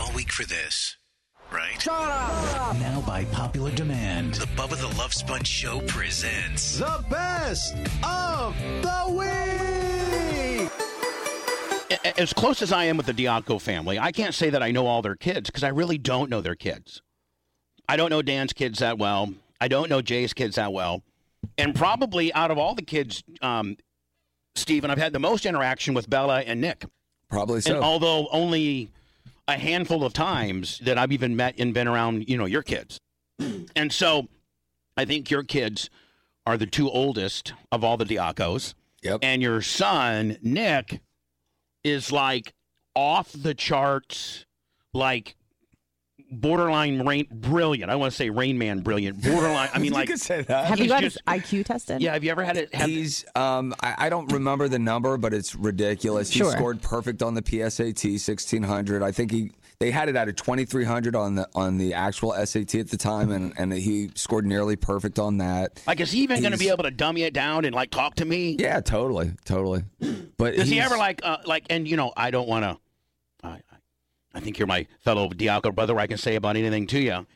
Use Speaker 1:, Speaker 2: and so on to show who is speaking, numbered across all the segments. Speaker 1: all week for this, right?
Speaker 2: Now by popular demand.
Speaker 1: The Bubba the Love Sponge Show presents
Speaker 3: The best of the week.
Speaker 4: a- as close as I am with the Diaco family, I can't say that I know all their kids because I really don't know their kids. I don't know Dan's kids that well. I don't know Jay's kids that well. And probably out of all the kids, um, Stephen, I've had the most interaction with Bella and Nick.
Speaker 5: Probably
Speaker 4: And although only a handful of times that I've even met and been around, you know, your kids. And so I think your kids are the two oldest of all the Diacos.
Speaker 5: Yep.
Speaker 4: And your son, Nick, is like off the charts, like borderline rain brilliant. I want to say Rain Man brilliant. Borderline I mean like
Speaker 5: say that.
Speaker 6: Have you
Speaker 4: He's
Speaker 6: got
Speaker 4: just-
Speaker 6: his IQ tested?
Speaker 4: Yeah, have you ever had it have,
Speaker 5: He's um I, I don't remember the number, but it's ridiculous.
Speaker 6: Sure.
Speaker 5: He scored perfect on the PSAT sixteen hundred. I think he they had it out of twenty three hundred on the on the actual SAT at the time and, and he scored nearly perfect on that.
Speaker 4: like is he even gonna be
Speaker 5: he's-
Speaker 4: able to dummy it down and like talk to me?
Speaker 5: Yeah, totally, totally. But
Speaker 4: Does he
Speaker 5: he's-
Speaker 4: ever like uh, like and you know I don't want to. I, I think you're my fellow Diaco brother. I can say about anything to you.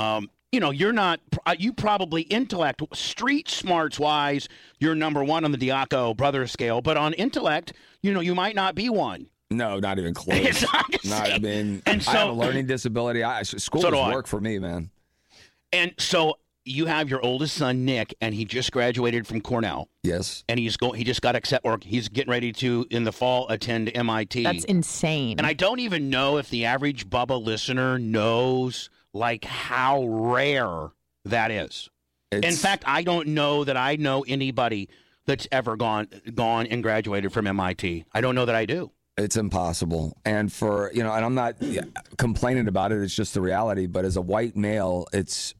Speaker 4: Um, you know you're not uh, you probably intellect street smarts wise you're number one on the Diaco brother scale, but on intellect you know you might not be one.
Speaker 5: No, not even
Speaker 4: It's
Speaker 5: close.
Speaker 4: hard to
Speaker 5: not, I
Speaker 4: say.
Speaker 5: mean,
Speaker 4: And
Speaker 5: I have
Speaker 4: so-
Speaker 5: a learning disability. I, school
Speaker 4: So do I.
Speaker 5: is work for me, man.
Speaker 4: And so you have your oldest son Nick, and he just graduated from Cornell,
Speaker 5: Yes.
Speaker 4: and he's going he just got accept or he's getting ready to in the fall attend MIT.
Speaker 6: That's insane.
Speaker 4: And I don't even know if the average Bubba listener knows like how rare that is. In
Speaker 5: It's-
Speaker 4: fact, I don't know that I know anybody that's ever gone gone and graduated from MIT. I don't know that I do.
Speaker 5: It's impossible. And for, you know, and I'm not yeah, complaining about it. It's just the reality. But as a white male, it's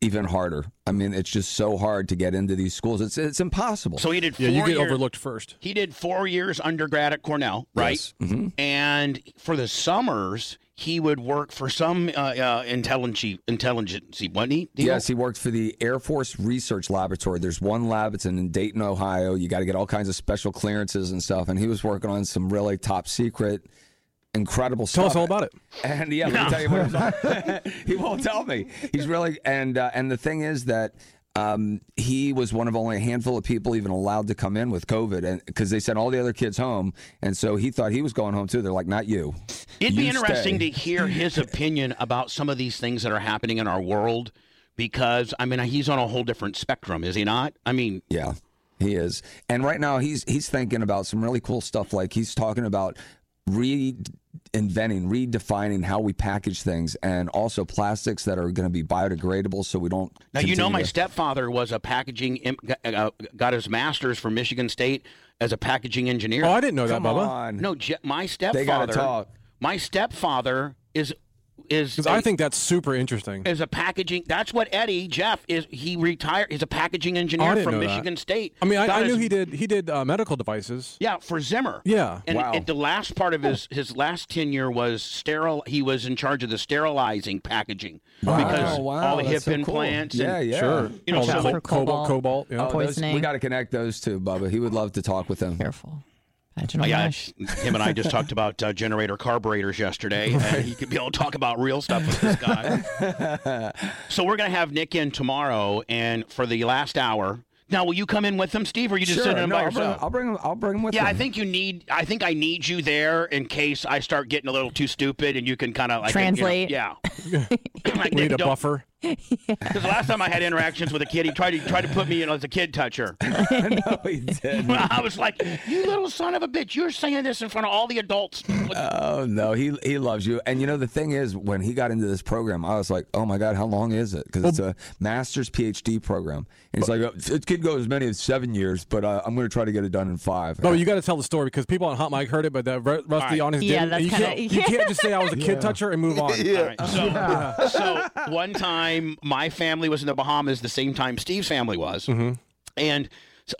Speaker 5: even harder. I mean, it's just so hard to get into these schools. It's it's impossible.
Speaker 4: So he did four
Speaker 7: Yeah, you get
Speaker 4: year-
Speaker 7: overlooked first.
Speaker 4: He did 4 years undergrad at Cornell, right?
Speaker 5: hmm
Speaker 7: Mm-hmm.
Speaker 4: And for the summers, he would work for some uh, uh, intelligence intelligence, wasn't he?
Speaker 5: Yes, he worked for the Air Force Research Laboratory. There's one lab, it's in Dayton, Ohio. You got to get all kinds of special clearances and stuff. And he was working on some really top secret, incredible
Speaker 7: Tell
Speaker 5: stuff.
Speaker 7: us all about it.
Speaker 5: And yeah, let me tell you what it was like. he won't tell me. He's really and uh, and the thing is that um, he was one of only a handful of people even allowed to come in with COVID, and because they sent all the other kids home, and so he thought he was going home too. They're like, not you.
Speaker 4: It'd be
Speaker 5: You
Speaker 4: interesting
Speaker 5: stay.
Speaker 4: to hear his opinion about some of these things that are happening in our world because, I mean, he's on a whole different spectrum, is he not? I mean,
Speaker 5: Yeah, he is. And right now he's he's thinking about some really cool stuff. Like he's talking about reinventing, redefining how we package things, and also plastics that are going to be biodegradable, so we don't.
Speaker 4: now, you know,
Speaker 5: continue
Speaker 4: my
Speaker 5: to-
Speaker 4: stepfather was a packaging, im- g- uh, got his master's from Michigan State as a packaging engineer.
Speaker 7: Oh, I didn't know
Speaker 5: Come
Speaker 7: that, Bubba.
Speaker 5: on.
Speaker 4: no, Je- my stepfather.
Speaker 5: They gotta talk.
Speaker 4: My stepfather is. Is,
Speaker 7: 'Cause I think that's super interesting.
Speaker 4: is a packaging. That's what Eddie Jeff is. He retired. He's a packaging
Speaker 7: Oh, I
Speaker 4: engineer
Speaker 7: didn't
Speaker 4: from
Speaker 7: know that.
Speaker 4: Michigan State.
Speaker 7: I mean, I,
Speaker 4: Got
Speaker 7: I knew
Speaker 4: his-
Speaker 7: he did. He did uh, medical devices.
Speaker 4: Yeah, for Zimmer.
Speaker 7: Yeah.
Speaker 4: And,
Speaker 5: Wow.
Speaker 4: and the last part of his his last tenure was sterile. He was in charge of the sterilizing packaging because all the hip
Speaker 5: Oh, that's so cool.
Speaker 4: implants.
Speaker 5: Yeah,
Speaker 4: and,
Speaker 5: yeah.
Speaker 7: Sure.
Speaker 4: You know,
Speaker 7: Cobalt-
Speaker 4: so-
Speaker 7: cobalt, cobalt, yeah.
Speaker 5: Oh, those-
Speaker 6: Poisoning.
Speaker 5: we got to connect those two, Bubba. He would love to talk with them.
Speaker 6: Careful. Vaginal
Speaker 4: Oh, yeah,
Speaker 6: mesh.
Speaker 4: him and I just talked about uh, generator carburetors yesterday. And he could be able to talk about real stuff with this guy. so we're gonna have Nick in tomorrow, and for the last hour. Now, will you come in with them, Steve, or you just
Speaker 5: Sure,
Speaker 4: sitting in
Speaker 5: no,
Speaker 4: by
Speaker 5: I'll, bring,
Speaker 4: yourself?
Speaker 5: I'll bring him. I'll bring him with
Speaker 4: Yeah,
Speaker 5: me.
Speaker 4: I think you need. I think I need you there in case I start getting a little too stupid, and you can kind of like you know,
Speaker 6: Translate.
Speaker 4: yeah.
Speaker 7: We
Speaker 4: Like,
Speaker 7: need
Speaker 4: Nick,
Speaker 7: a
Speaker 4: don't-
Speaker 7: buffer.
Speaker 4: Because the last time I had interactions with a kid, he tried to tried to put me in as a kid toucher.
Speaker 5: no, he did.
Speaker 4: I was like, "You little son of a bitch! You're saying this in front of all the adults."
Speaker 5: Oh no, he he loves you. And you know the thing is, when he got into this program, I was like, oh my god, how long is it? Because it's a master's PhD program. And he's like, "Oh, it could go as many as seven years, but uh, I'm going to try to get it done in five.
Speaker 4: Oh,
Speaker 7: No, you got to tell the story because people on Hot Mic heard it, but the re- rest of the audience
Speaker 6: Yeah,
Speaker 7: didn't.
Speaker 6: that's
Speaker 7: you, can't,
Speaker 6: kinda-
Speaker 7: you can't just say I was a kid toucher and move on.
Speaker 4: All right, so, so one time, my family was in the Bahamas the same time Steve's family was,
Speaker 7: Mm-hmm.
Speaker 4: and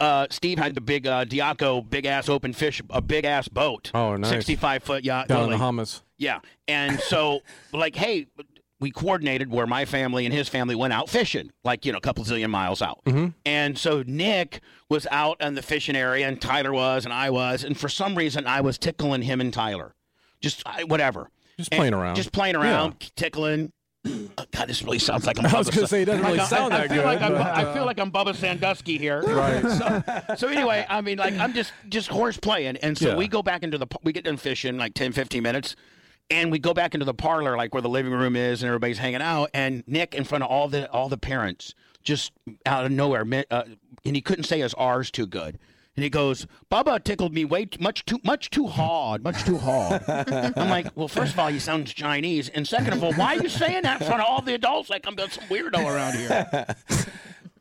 Speaker 4: uh, Steve had the big uh, Diaco, big ass open fish, a big ass boat,
Speaker 7: Oh, nice.
Speaker 4: sixty-five foot yacht,
Speaker 7: Down in the
Speaker 4: Lily.
Speaker 7: hummus.
Speaker 4: Yeah. And so, like, hey, we coordinated where my family and his family went out fishing, like, you know, a couple zillion miles out.
Speaker 7: Mm-hmm.
Speaker 4: And so Nick was out in the fishing area, and Tyler was, and I was. And for some reason, I was tickling him and Tyler, just I, whatever.
Speaker 7: Just
Speaker 4: and
Speaker 7: playing around.
Speaker 4: Just playing around, tickling. Oh, God, this really sounds like I'm.
Speaker 7: I was
Speaker 4: Bubba
Speaker 7: gonna
Speaker 4: Sa-
Speaker 7: say, it doesn't really
Speaker 4: like, I-
Speaker 7: sound
Speaker 4: I,
Speaker 7: that
Speaker 4: feel
Speaker 7: good,
Speaker 4: Like I'm,
Speaker 7: but,
Speaker 4: I feel like I'm Bubba Sandusky here.
Speaker 7: Right.
Speaker 4: So, so anyway, I mean, like I'm just just horse playing, and so
Speaker 7: Yeah.
Speaker 4: we go back into the par- we get done fishing like 10, 15 minutes, and we go back into the parlor like where the living room is, and everybody's hanging out, and Nick in front of all the all the parents just out of nowhere, me- uh, and he couldn't say his R's too good. And he goes, Bubba tickled me way too, much too much too hard, much too hard. I'm like, well, first of all, he sounds Chinese, and second of all, why are you saying that in front of all the adults? Like I'm just some weirdo around here.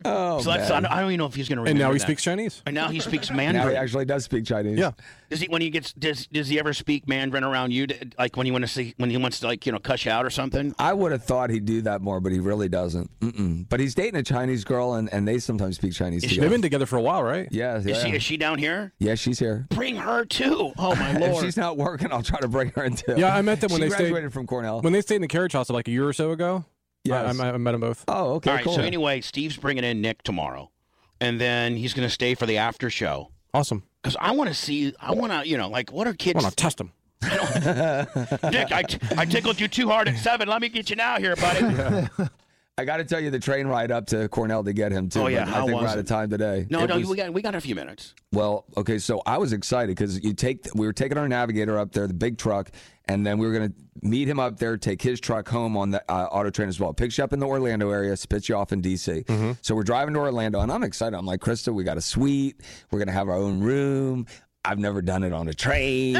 Speaker 5: Oh,
Speaker 4: So that's, I don't I don't even know if he's going to remember.
Speaker 7: and now he
Speaker 4: that.
Speaker 7: speaks Chinese.
Speaker 4: And now he speaks
Speaker 5: now he
Speaker 4: Mandarin.
Speaker 5: actually does speak Chinese.
Speaker 7: Yeah.
Speaker 4: Does he when he gets does does he ever speak Mandarin around you? to- Like when you want to see when he wants to like you know cuss you out or something?
Speaker 5: I would have thought he'd do that more, but he really doesn't. Mm-mm. But he's dating a Chinese girl, and, and they sometimes speak Chinese
Speaker 7: They've
Speaker 5: together.
Speaker 7: been together for a while, right?
Speaker 5: yeah, yeah.
Speaker 4: Is she is she down here?
Speaker 5: yeah, she's here.
Speaker 4: Bring her too. Oh my
Speaker 5: If
Speaker 4: lord!
Speaker 5: she's not working, I'll try to bring her into.
Speaker 7: Yeah, I met them when
Speaker 5: she
Speaker 7: they stayed-
Speaker 5: graduated from Cornell.
Speaker 7: When they stayed in the carriage house like a year or so ago, yeah, I,
Speaker 5: Yes.
Speaker 7: I, I met them both.
Speaker 5: oh, okay,
Speaker 4: All right.
Speaker 5: cool.
Speaker 4: So anyway, Steve's bringing in Nick tomorrow, and then he's going to stay for the after show
Speaker 7: Awesome.
Speaker 4: because I want to see. I want to you know like what are
Speaker 7: I
Speaker 4: kids?
Speaker 7: want to test them.
Speaker 4: Nick, I, t- I tickled you too hard at seven. Let me get you now here, buddy.
Speaker 5: I got to tell you, the train ride up to Cornell to get him too.
Speaker 4: Oh, yeah,
Speaker 5: but I
Speaker 4: how
Speaker 5: think
Speaker 4: was
Speaker 5: we're out
Speaker 4: it?
Speaker 5: of time today.
Speaker 4: No,
Speaker 5: It
Speaker 4: no,
Speaker 5: was-
Speaker 4: we got we got a few minutes.
Speaker 5: Well, okay, so I was excited because you take we were taking our navigator up there, the big truck, and then we were gonna meet him up there, take his truck home on the uh, auto train as well. Picks you up in the Orlando area, spits you off in DC.
Speaker 4: Mm-hmm.
Speaker 5: So we're driving to Orlando, and I'm excited. I'm like, Krista, we got a suite. We're gonna have our own room. I've never done it on a train.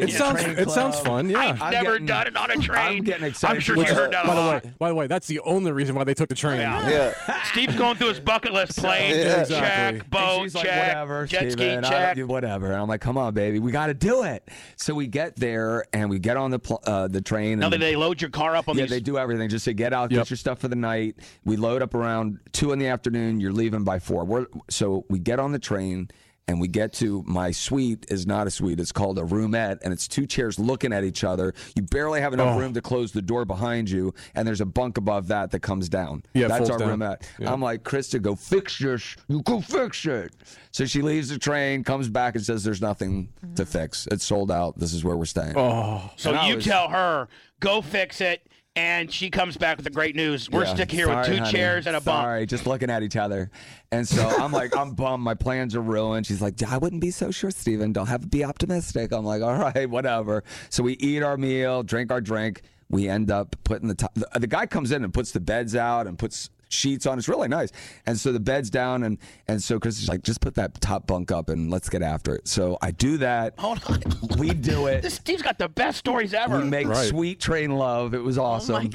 Speaker 7: It sounds it sounds fun. Yeah.
Speaker 5: I'm
Speaker 4: Never
Speaker 5: getting-
Speaker 4: done it on a train.
Speaker 5: I'm getting excited.
Speaker 4: I'm sure you
Speaker 5: What's
Speaker 4: heard that
Speaker 5: up?
Speaker 4: a
Speaker 7: by the
Speaker 4: lot.
Speaker 7: way, by the way, that's the only reason why they took the train.
Speaker 8: Yeah.
Speaker 4: Steve's going through his bucket list. Plane,
Speaker 7: Exactly.
Speaker 4: check,
Speaker 5: And
Speaker 4: boat,
Speaker 5: she's
Speaker 4: check,
Speaker 5: like, whatever,
Speaker 4: jet ski,
Speaker 5: Steven, I
Speaker 4: check.
Speaker 5: don't- whatever. And I'm like, come on, baby, we got to do it. So we get there and we get on the pl- uh, the train.
Speaker 4: Now
Speaker 5: and
Speaker 4: that they load your car up on
Speaker 5: yeah,
Speaker 4: these,
Speaker 5: they do everything. Just to get out,
Speaker 7: Yep.
Speaker 5: get your stuff for the night. We load up around two in the afternoon. You're leaving by four. We're, so we get on the train and we get to my suite is not a suite. It's called a roomette, and it's two chairs looking at each other. You barely have
Speaker 7: Oh.
Speaker 5: enough room to close the door behind you, and there's a bunk above that that comes down.
Speaker 7: Yeah, it
Speaker 5: that's
Speaker 7: folds
Speaker 5: our
Speaker 7: down.
Speaker 5: roomette. I'm like, Krista, go fix this. You go fix it. So she leaves the train, comes back, and says, "There's nothing to fix. It's sold out. This is where we're staying."
Speaker 4: so
Speaker 5: and I
Speaker 4: you
Speaker 5: was-
Speaker 4: tell her go fix it, and she comes back with the great news. We're
Speaker 5: Yeah.
Speaker 4: stuck here with
Speaker 5: Sorry,
Speaker 4: two
Speaker 5: honey.
Speaker 4: chairs and a bunk.
Speaker 5: Sorry, just looking at each other. And so I'm like, I'm bummed. My plans are ruined. She's like, I wouldn't be so sure, Steven. Don't have be optimistic. I'm like, all right, whatever. So we eat our meal, drink our drink. We end up putting the, t- the the guy comes in and puts the beds out and puts sheets on. It's really nice. And so the bed's down and and so Chris is like, just put that top bunk up and let's get after it. So I do that.
Speaker 4: Hold on.
Speaker 5: We do it.
Speaker 4: This Steve's got the best stories ever.
Speaker 5: We make sweet train love. It was
Speaker 6: Oh
Speaker 5: awesome.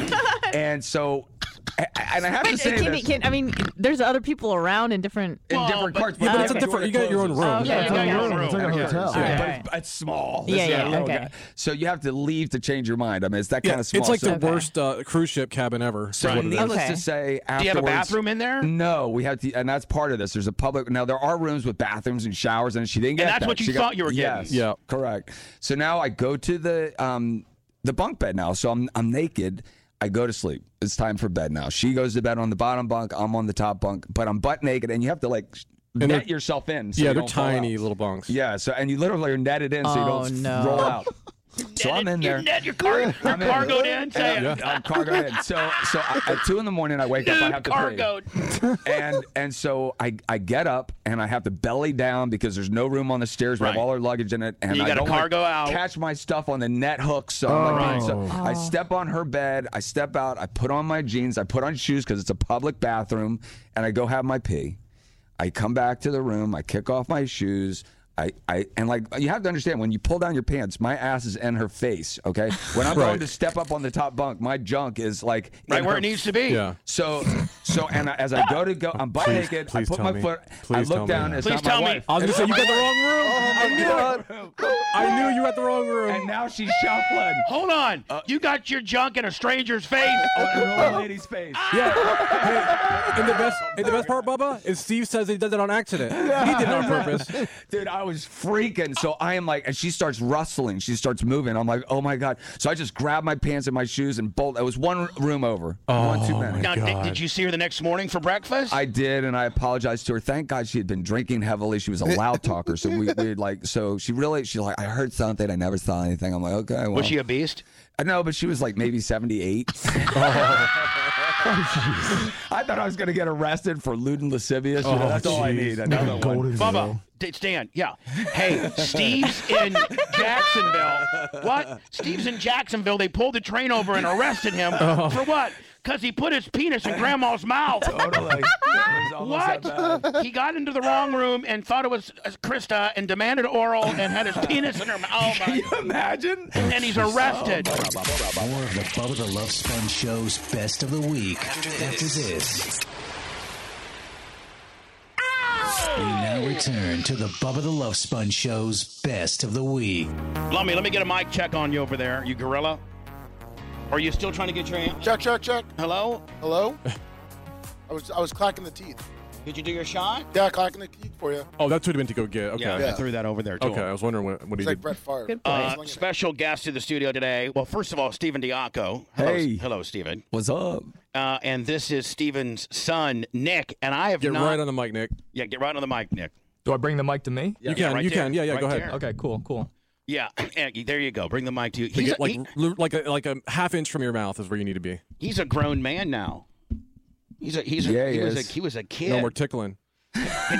Speaker 5: And so, a- a- and I have to
Speaker 6: But uh,
Speaker 5: say
Speaker 6: can,
Speaker 5: this
Speaker 6: can, I mean, there's other people around in different.
Speaker 5: in
Speaker 4: Well,
Speaker 5: different
Speaker 4: but-
Speaker 5: parts,
Speaker 4: Yeah,
Speaker 5: but
Speaker 7: It's a different. You got your own room.
Speaker 6: Oh,
Speaker 4: Yeah, you
Speaker 6: okay,
Speaker 4: got your
Speaker 6: okay.
Speaker 4: own room.
Speaker 3: It's like a hotel.
Speaker 5: Yeah,
Speaker 6: Alright.
Speaker 5: but it's, it's small. This
Speaker 6: Yeah,
Speaker 5: is a
Speaker 6: yeah,
Speaker 5: little
Speaker 6: okay.
Speaker 5: guy. So you have to leave to change your mind. I mean, it's that
Speaker 7: Yeah,
Speaker 5: kind of small.
Speaker 7: it's like
Speaker 5: so,
Speaker 7: the worst uh, cruise ship cabin ever. is
Speaker 5: so
Speaker 7: what it is.
Speaker 5: needless
Speaker 6: Okay.
Speaker 5: to say,
Speaker 4: Do you have a
Speaker 5: afterwards-
Speaker 4: bathroom in there?
Speaker 5: No, we have to, and that's part of this. There's a public. Now there are rooms with bathrooms and showers, and she didn't get.
Speaker 4: that's
Speaker 5: that.
Speaker 4: what you
Speaker 5: She got-
Speaker 4: thought you were getting.
Speaker 5: Yes,
Speaker 7: Yeah.
Speaker 5: correct. So now I go to the um the bunk bed now. So I'm I'm naked. I go to sleep. It's time for bed now. She goes to bed on the bottom bunk. I'm on the top bunk, but I'm butt naked, and you have to like
Speaker 7: they're-
Speaker 5: net yourself in. So
Speaker 7: yeah,
Speaker 5: you
Speaker 7: they're
Speaker 5: don't fall out.
Speaker 7: tiny little bunks.
Speaker 5: Yeah, so and you literally are netted in, so you
Speaker 6: Oh,
Speaker 5: don't
Speaker 6: no.
Speaker 5: f- roll out. so I'm
Speaker 4: Ned,
Speaker 5: in
Speaker 4: you
Speaker 5: there.
Speaker 4: Ned, your car, your
Speaker 5: I'm in.
Speaker 4: cargo in. Say it.
Speaker 5: And I'm, I'm cargoed in. So, so I, at two in the morning, I wake up. I
Speaker 4: Dude,
Speaker 5: have to
Speaker 4: cargo.
Speaker 5: pee, and and so I, I get up and I have to belly down because there's no room on the stairs. We have
Speaker 4: Right.
Speaker 5: all our luggage in it, and
Speaker 4: You
Speaker 5: I
Speaker 4: gotta
Speaker 5: don't wanna
Speaker 4: cargo out.
Speaker 5: Catch my stuff on the net hook. So, I'm like, dude,
Speaker 7: Oh.
Speaker 5: so I step on her bed. I step out. I put on my jeans. I put on shoes because it's a public bathroom, and I go have my pee. I come back to the room. I kick off my shoes. I, I and like you have to understand when you pull down your pants, my ass is in her face. Okay, when I'm going to step up on the top bunk, my junk is like in
Speaker 4: Right where
Speaker 5: her
Speaker 4: it needs to be.
Speaker 7: Yeah.
Speaker 5: So so and I, as I go to go, I'm butt
Speaker 7: Please-
Speaker 5: naked.
Speaker 7: please
Speaker 5: I put
Speaker 7: tell
Speaker 5: my
Speaker 7: me.
Speaker 5: foot. I
Speaker 7: Please tell
Speaker 5: look
Speaker 7: me.
Speaker 5: down. It's
Speaker 4: Please
Speaker 5: not
Speaker 4: tell
Speaker 5: my
Speaker 4: me.
Speaker 5: wife.
Speaker 7: I was gonna say you got the wrong room.
Speaker 5: Oh,
Speaker 7: I
Speaker 5: my
Speaker 7: knew it.
Speaker 5: God.
Speaker 7: I knew you had the wrong
Speaker 5: And
Speaker 7: room.
Speaker 5: now she's shuffling.
Speaker 4: Hold on.
Speaker 5: Uh,
Speaker 4: you got your junk in a stranger's face.
Speaker 5: on an old lady's face.
Speaker 7: Yeah. Hey, and the best, and the best part, Bubba, is Steve says he does it on accident. He did it on purpose.
Speaker 5: Dude, I was freaking. So I am like, and she starts rustling. She starts moving. I'm like, oh my God. So I just grab my pants and my shoes and bolt. It was one room over. Oh, one too many.
Speaker 4: now, did, did you see her the next morning for breakfast?
Speaker 5: I did, and I apologized to her. Thank God she had been drinking heavily. She was a loud talker, so we we had, like so she really she's like I heard something I never saw anything. I'm like, okay. Well.
Speaker 4: Was she a beast?
Speaker 5: Uh, No, but she was like maybe 78.
Speaker 4: Oh.
Speaker 5: I thought I was going to get arrested for lewd and lascivious. You know,
Speaker 7: Oh,
Speaker 5: that's all I need. Another one.
Speaker 8: Golden
Speaker 4: Bubba, D- Stan, yeah. Hey, Steve's in Jacksonville. What? Steve's in Jacksonville. They pulled the train over and arrested him
Speaker 5: Oh.
Speaker 4: for what? Because he put his penis in grandma's mouth.
Speaker 5: Totally. It was almost that bad.
Speaker 4: What? He got into the wrong room and thought it was uh, Krista and demanded oral and had his penis in her mouth. Oh
Speaker 5: Can
Speaker 4: my!
Speaker 5: you imagine?
Speaker 4: And he's arrested.
Speaker 2: More of the Bubba the Love Sponge Show's best of the week after this. We now return to the Bubba the Love Sponge Show's best of the week.
Speaker 4: Lummy, let me get a mic check on you over there. You gorilla? Are you still trying to get your hand?
Speaker 9: Check, check, check.
Speaker 4: Hello?
Speaker 9: Hello? I was I was clacking the teeth.
Speaker 4: Did you do your shot?
Speaker 9: Yeah, clacking the teeth for you.
Speaker 7: Oh, that's what he meant to go get. Okay.
Speaker 4: Yeah, I
Speaker 9: Yeah.
Speaker 4: threw that over there too.
Speaker 7: Okay, I was wondering what, what he
Speaker 9: It's like
Speaker 7: did.
Speaker 9: Brett Favre.
Speaker 6: Good
Speaker 4: Uh,
Speaker 9: Slinging it.
Speaker 4: special guest to the studio today. Well, first of all, Stephen Diaco. Hello,
Speaker 5: Hey.
Speaker 4: hello, Stephen.
Speaker 5: What's up?
Speaker 4: Uh, and this is Stephen's son, Nick. And I have
Speaker 7: Get
Speaker 4: not.
Speaker 7: right on the mic, Nick.
Speaker 4: yeah, get right on the mic, Nick.
Speaker 8: Do I bring the mic to me?
Speaker 7: you can,
Speaker 4: right
Speaker 7: you
Speaker 4: there,
Speaker 7: can. Yeah, yeah.
Speaker 4: right
Speaker 7: go ahead.
Speaker 4: there.
Speaker 8: Okay, cool, cool.
Speaker 4: Yeah, and there you go. Bring the mic to you.
Speaker 7: To
Speaker 4: He's,
Speaker 7: get,
Speaker 4: a,
Speaker 7: like
Speaker 4: he-
Speaker 7: l- like a, like a half inch from your mouth is where you need to be.
Speaker 4: he's a grown man now. He's a he's a,
Speaker 5: Yeah, he
Speaker 4: was a
Speaker 5: is.
Speaker 4: he was a kid.
Speaker 7: No more tickling.
Speaker 4: could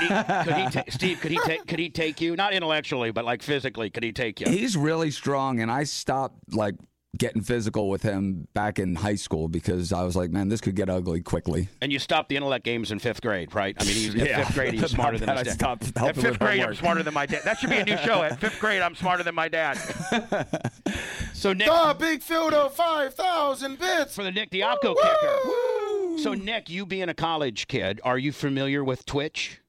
Speaker 4: he, could he ta- Steve, could he take could he take you? Not intellectually, but like physically, could he take you?
Speaker 5: He's really strong, and I stopped like getting physical with him back in high school because I was like, man, this could get ugly quickly.
Speaker 4: And you stopped the intellect games in fifth grade, right? I mean, he's, in fifth grade, he's smarter than
Speaker 5: About
Speaker 4: his
Speaker 5: that, I
Speaker 4: dad.
Speaker 5: stopped
Speaker 4: At
Speaker 5: helping
Speaker 4: fifth
Speaker 5: with
Speaker 4: grade, I'm
Speaker 5: homework.
Speaker 4: smarter than my dad. That should be a new show. At fifth grade, I'm smarter than my dad. So Nick
Speaker 9: The big field of 5,000 bits.
Speaker 4: for the Nick Diaco kicker. So Nick, you being a college kid, are you familiar with Twitch?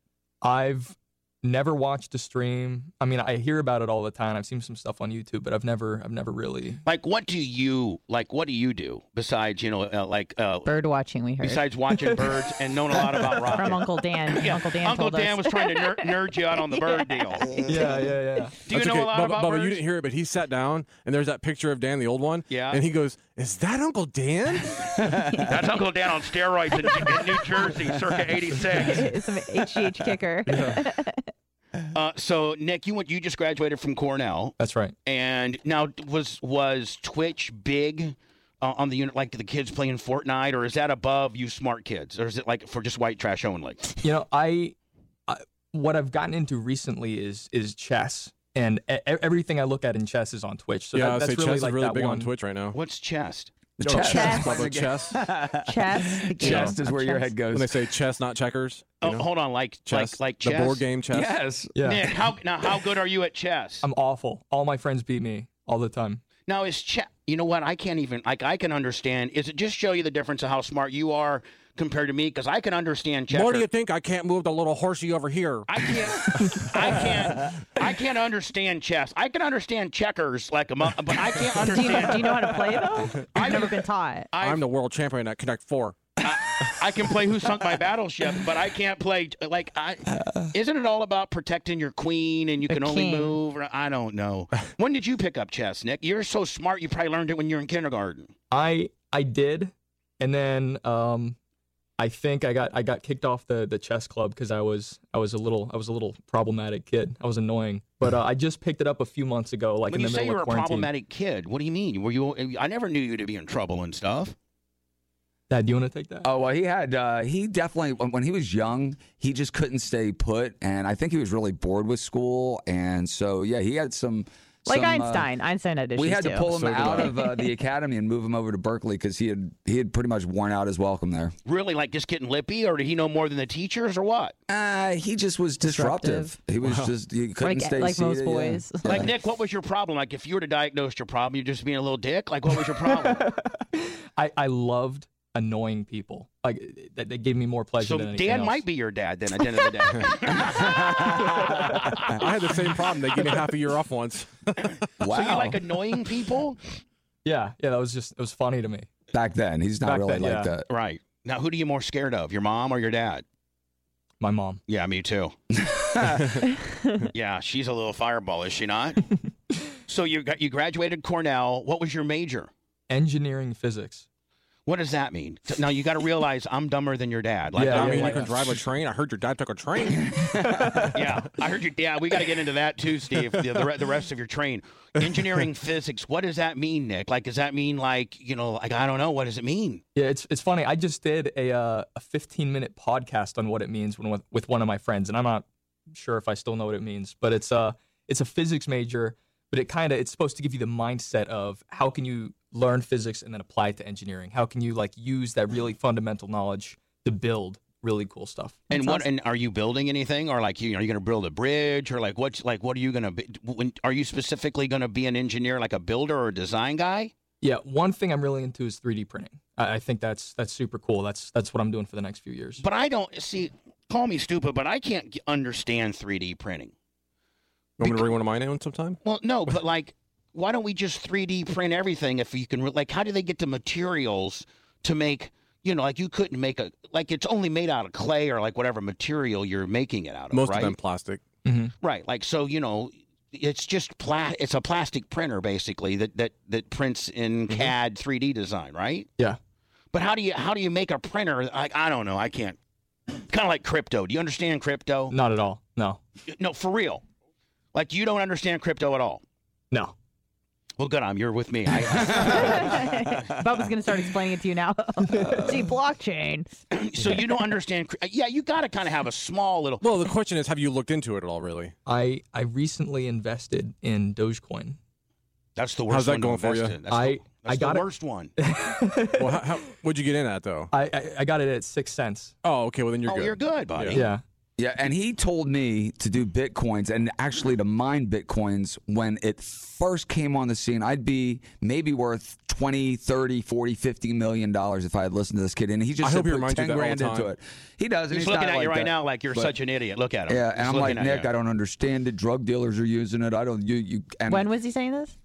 Speaker 8: I've never watched a stream. I mean, I hear about it all the time. I've seen some stuff on YouTube, but I've never, I've never really.
Speaker 4: Like, what do you like? What do you do besides you know, uh, like uh,
Speaker 6: Bird watching, we heard
Speaker 4: besides watching birds and knowing a lot about rock?
Speaker 6: from Uncle Dan.
Speaker 4: Yeah,
Speaker 6: Uncle Dan
Speaker 4: Uncle
Speaker 6: told
Speaker 4: Dan
Speaker 6: us.
Speaker 4: was trying to ner- nerd you out on the bird deal.
Speaker 8: Yeah, yeah, yeah.
Speaker 4: Do you
Speaker 7: That's
Speaker 4: know
Speaker 7: okay.
Speaker 4: a lot
Speaker 7: Bubba,
Speaker 4: about
Speaker 7: Bubba,
Speaker 4: birds?
Speaker 7: you didn't hear it, but he sat down and there's that picture of Dan, the old one.
Speaker 4: Yeah.
Speaker 7: And he goes, "Is that Uncle Dan?"
Speaker 4: That's Uncle Dan on steroids in, in New Jersey, circa '86.
Speaker 6: it's an HGH kicker.
Speaker 4: Uh, so Nick, you went, you just graduated from Cornell.
Speaker 8: That's right.
Speaker 4: And now was was Twitch big uh, on the unit like the kids playing Fortnite or is that above you smart kids or is it like for just white trash only?
Speaker 8: You know, I, I what I've gotten into recently is is chess, and e- e- everything I look at in chess is on Twitch. So
Speaker 7: yeah,
Speaker 8: that,
Speaker 7: I
Speaker 8: that's
Speaker 7: say
Speaker 8: really
Speaker 7: chess
Speaker 8: like
Speaker 7: is really
Speaker 8: that
Speaker 7: big
Speaker 8: one.
Speaker 7: on Twitch right now.
Speaker 4: What's chess?
Speaker 5: The
Speaker 7: Oh,
Speaker 5: chess.
Speaker 6: Chess.
Speaker 7: Bubba, chess.
Speaker 6: Chess. The game
Speaker 5: Chest is
Speaker 6: of
Speaker 5: where your
Speaker 6: chess.
Speaker 5: head goes.
Speaker 7: When they say chess, not checkers.
Speaker 4: Oh,
Speaker 7: you know?
Speaker 4: hold on, like
Speaker 7: chess,
Speaker 4: like like
Speaker 7: the
Speaker 4: chess.
Speaker 7: board game chess.
Speaker 5: yes.
Speaker 8: Yeah,
Speaker 4: Nick, how now how good are you at chess?
Speaker 8: I'm awful. All my friends beat me all the time.
Speaker 4: now is chess? You know what? I can't even like I can understand. Is it just show you the difference of how smart you are compared to me? Because I can understand chess.
Speaker 7: What do you think? I can't move the little horsey over here.
Speaker 4: I can't, I can't, I can't understand chess. I can understand checkers, like a, mo- but I can't
Speaker 6: Do you, do
Speaker 4: understand.
Speaker 6: you know how to play though? I've never been taught.
Speaker 4: I-
Speaker 7: I'm the world champion at Connect Four.
Speaker 4: I can play Who Sunk My Battleship, but I can't play like I. Isn't it all about protecting your queen and you
Speaker 6: The
Speaker 4: can only
Speaker 6: king.
Speaker 4: move? or- I don't know. When did you pick up chess, Nick? You're so smart. You probably learned it when you were in kindergarten.
Speaker 8: I I did, and then um, I think I got I got kicked off the the chess club because I was I was a little I was a little problematic kid. I was annoying, but uh, I just picked it up a few months ago, like
Speaker 4: when
Speaker 8: in
Speaker 4: you
Speaker 8: the
Speaker 4: say
Speaker 8: middle
Speaker 4: you were
Speaker 8: of
Speaker 4: a
Speaker 8: quarantine.
Speaker 4: problematic kid, what do you mean? Were you? I never knew you to be in trouble and stuff.
Speaker 8: Dad, do you want to take that?
Speaker 5: Oh well, he had uh, he definitely when when he was young, he just couldn't stay put, and I think he was really bored with school, and so yeah, he had some
Speaker 6: Like
Speaker 5: some, uh,
Speaker 6: Einstein. Einstein had issues
Speaker 5: we had
Speaker 6: too.
Speaker 5: to pull him
Speaker 7: So did
Speaker 5: out
Speaker 7: I.
Speaker 5: of uh, the academy and move him over to Berkeley because he had he had pretty much worn out his welcome there.
Speaker 4: Really, like just getting lippy, or did he know more than the teachers, or what?
Speaker 5: Uh, he just was disruptive. He was just he couldn't
Speaker 6: Like-
Speaker 5: stay
Speaker 6: like most
Speaker 5: seated, yeah.
Speaker 6: boys.
Speaker 5: Yeah.
Speaker 4: Like Nick, what was your problem? Like if you were to diagnose your problem, you're just being a little dick. Like what was your problem?
Speaker 8: I I loved annoying people. Like that, that gave me more pleasure.
Speaker 4: so
Speaker 8: than anything
Speaker 4: Dan
Speaker 8: else.
Speaker 4: might be your dad then at the end of the day.
Speaker 7: I had the same problem. They gave me half a year off once.
Speaker 5: wow.
Speaker 4: So you like annoying people,
Speaker 8: Yeah, yeah. That was just it was funny to me.
Speaker 5: back then, he's not
Speaker 8: Back
Speaker 5: really
Speaker 8: then,
Speaker 5: like
Speaker 8: yeah.
Speaker 5: that.
Speaker 4: right? Now, who do you more scared of, your mom or your dad?
Speaker 8: My mom.
Speaker 4: Yeah, me too. yeah, she's a little fireball, is she not? so you got you graduated Cornell. What was your major?
Speaker 8: Engineering physics.
Speaker 4: What does that mean? So- Now you got to realize I'm dumber than your dad. Like,
Speaker 8: Yeah,
Speaker 4: I'm
Speaker 7: I mean,
Speaker 4: like-
Speaker 7: you can drive a train. I heard your dad took a train.
Speaker 4: yeah, I heard you. Yeah, we got to get into that too, Steve. The, the, re- the rest of your train, engineering physics. What does that mean, Nick? Like, does that mean like you know, like I don't know. What does it mean?
Speaker 8: Yeah, it's it's funny. I just did a uh, a 15 minute podcast on what it means when with, with one of my friends, and I'm not sure if I still know what it means, but it's uh it's a physics major, but it kind of it's supposed to give you the mindset of how can you learn physics and then apply it to engineering? How can you like use that really fundamental knowledge to build really cool stuff?
Speaker 4: and what? And are you building anything, or like you are you going to build a bridge, or like what's like what are you going to be? When, are you specifically going to be an engineer, like a builder or a design guy?
Speaker 8: Yeah, one thing I'm really into is 3D printing. I, I think that's that's super cool. That's that's what I'm doing for the next few years.
Speaker 4: But I don't see. Call me stupid, but I can't g- understand 3D printing.
Speaker 7: Want me to bring one of mine in sometime?
Speaker 4: Well, no, but like, why don't we just 3D print everything if you can? re- Like, how do they get the materials to make? You know, like you couldn't make a like it's only made out of clay or like whatever material you're making it out of.
Speaker 7: Most
Speaker 4: right?
Speaker 7: of them plastic.
Speaker 4: right? Like, so you know, it's just pla- It's a plastic printer basically that that that prints in CAD 3D design, right?
Speaker 8: Yeah.
Speaker 4: But how do you how do you make a printer? Like, I don't know. I can't. Kind of like crypto. Do you understand crypto?
Speaker 8: Not at all. No.
Speaker 4: No, for real. Like you don't understand crypto at all.
Speaker 8: No.
Speaker 4: Well, good. I'm you're with me. I,
Speaker 6: Bubba's gonna start explaining it to you now. See, blockchain.
Speaker 4: So you don't understand. cr- Yeah, you got to kind of have a small little.
Speaker 7: Well, the question is, have you looked into it at all, really?
Speaker 8: I I recently invested in Dogecoin.
Speaker 4: That's the worst.
Speaker 7: How's that
Speaker 4: one to
Speaker 7: going for
Speaker 4: invest
Speaker 7: you?
Speaker 4: in. That's
Speaker 8: I-
Speaker 4: the, that's
Speaker 8: I got
Speaker 4: the
Speaker 8: it.
Speaker 4: worst one.
Speaker 7: Well, how, how would you get in at though?
Speaker 8: I, I, I got it at six cents.
Speaker 7: Oh, okay. Well, then you're
Speaker 4: oh,
Speaker 7: good.
Speaker 4: you're good, buddy.
Speaker 8: Yeah.
Speaker 5: Yeah, and he told me to do bitcoins and actually to mine bitcoins when it first came on the scene. I'd be maybe worth 20, 30, 40, 50 million dollars if I had listened to this kid. And he just
Speaker 7: I
Speaker 5: said
Speaker 7: hope he
Speaker 5: put
Speaker 7: reminds you
Speaker 5: 10
Speaker 7: that all the
Speaker 5: grand into
Speaker 7: time.
Speaker 5: it. He does. and
Speaker 4: He's,
Speaker 5: he's
Speaker 4: looking
Speaker 5: not
Speaker 4: at you
Speaker 5: like
Speaker 4: right
Speaker 5: that.
Speaker 4: now like you're
Speaker 5: But-
Speaker 4: such an idiot. Look at him.
Speaker 5: Yeah,
Speaker 4: He's
Speaker 5: and I'm like
Speaker 4: looking at
Speaker 5: Nick.
Speaker 4: you.
Speaker 5: I don't understand it. Drug dealers are using it. I don't. You. you and
Speaker 6: When was he saying this?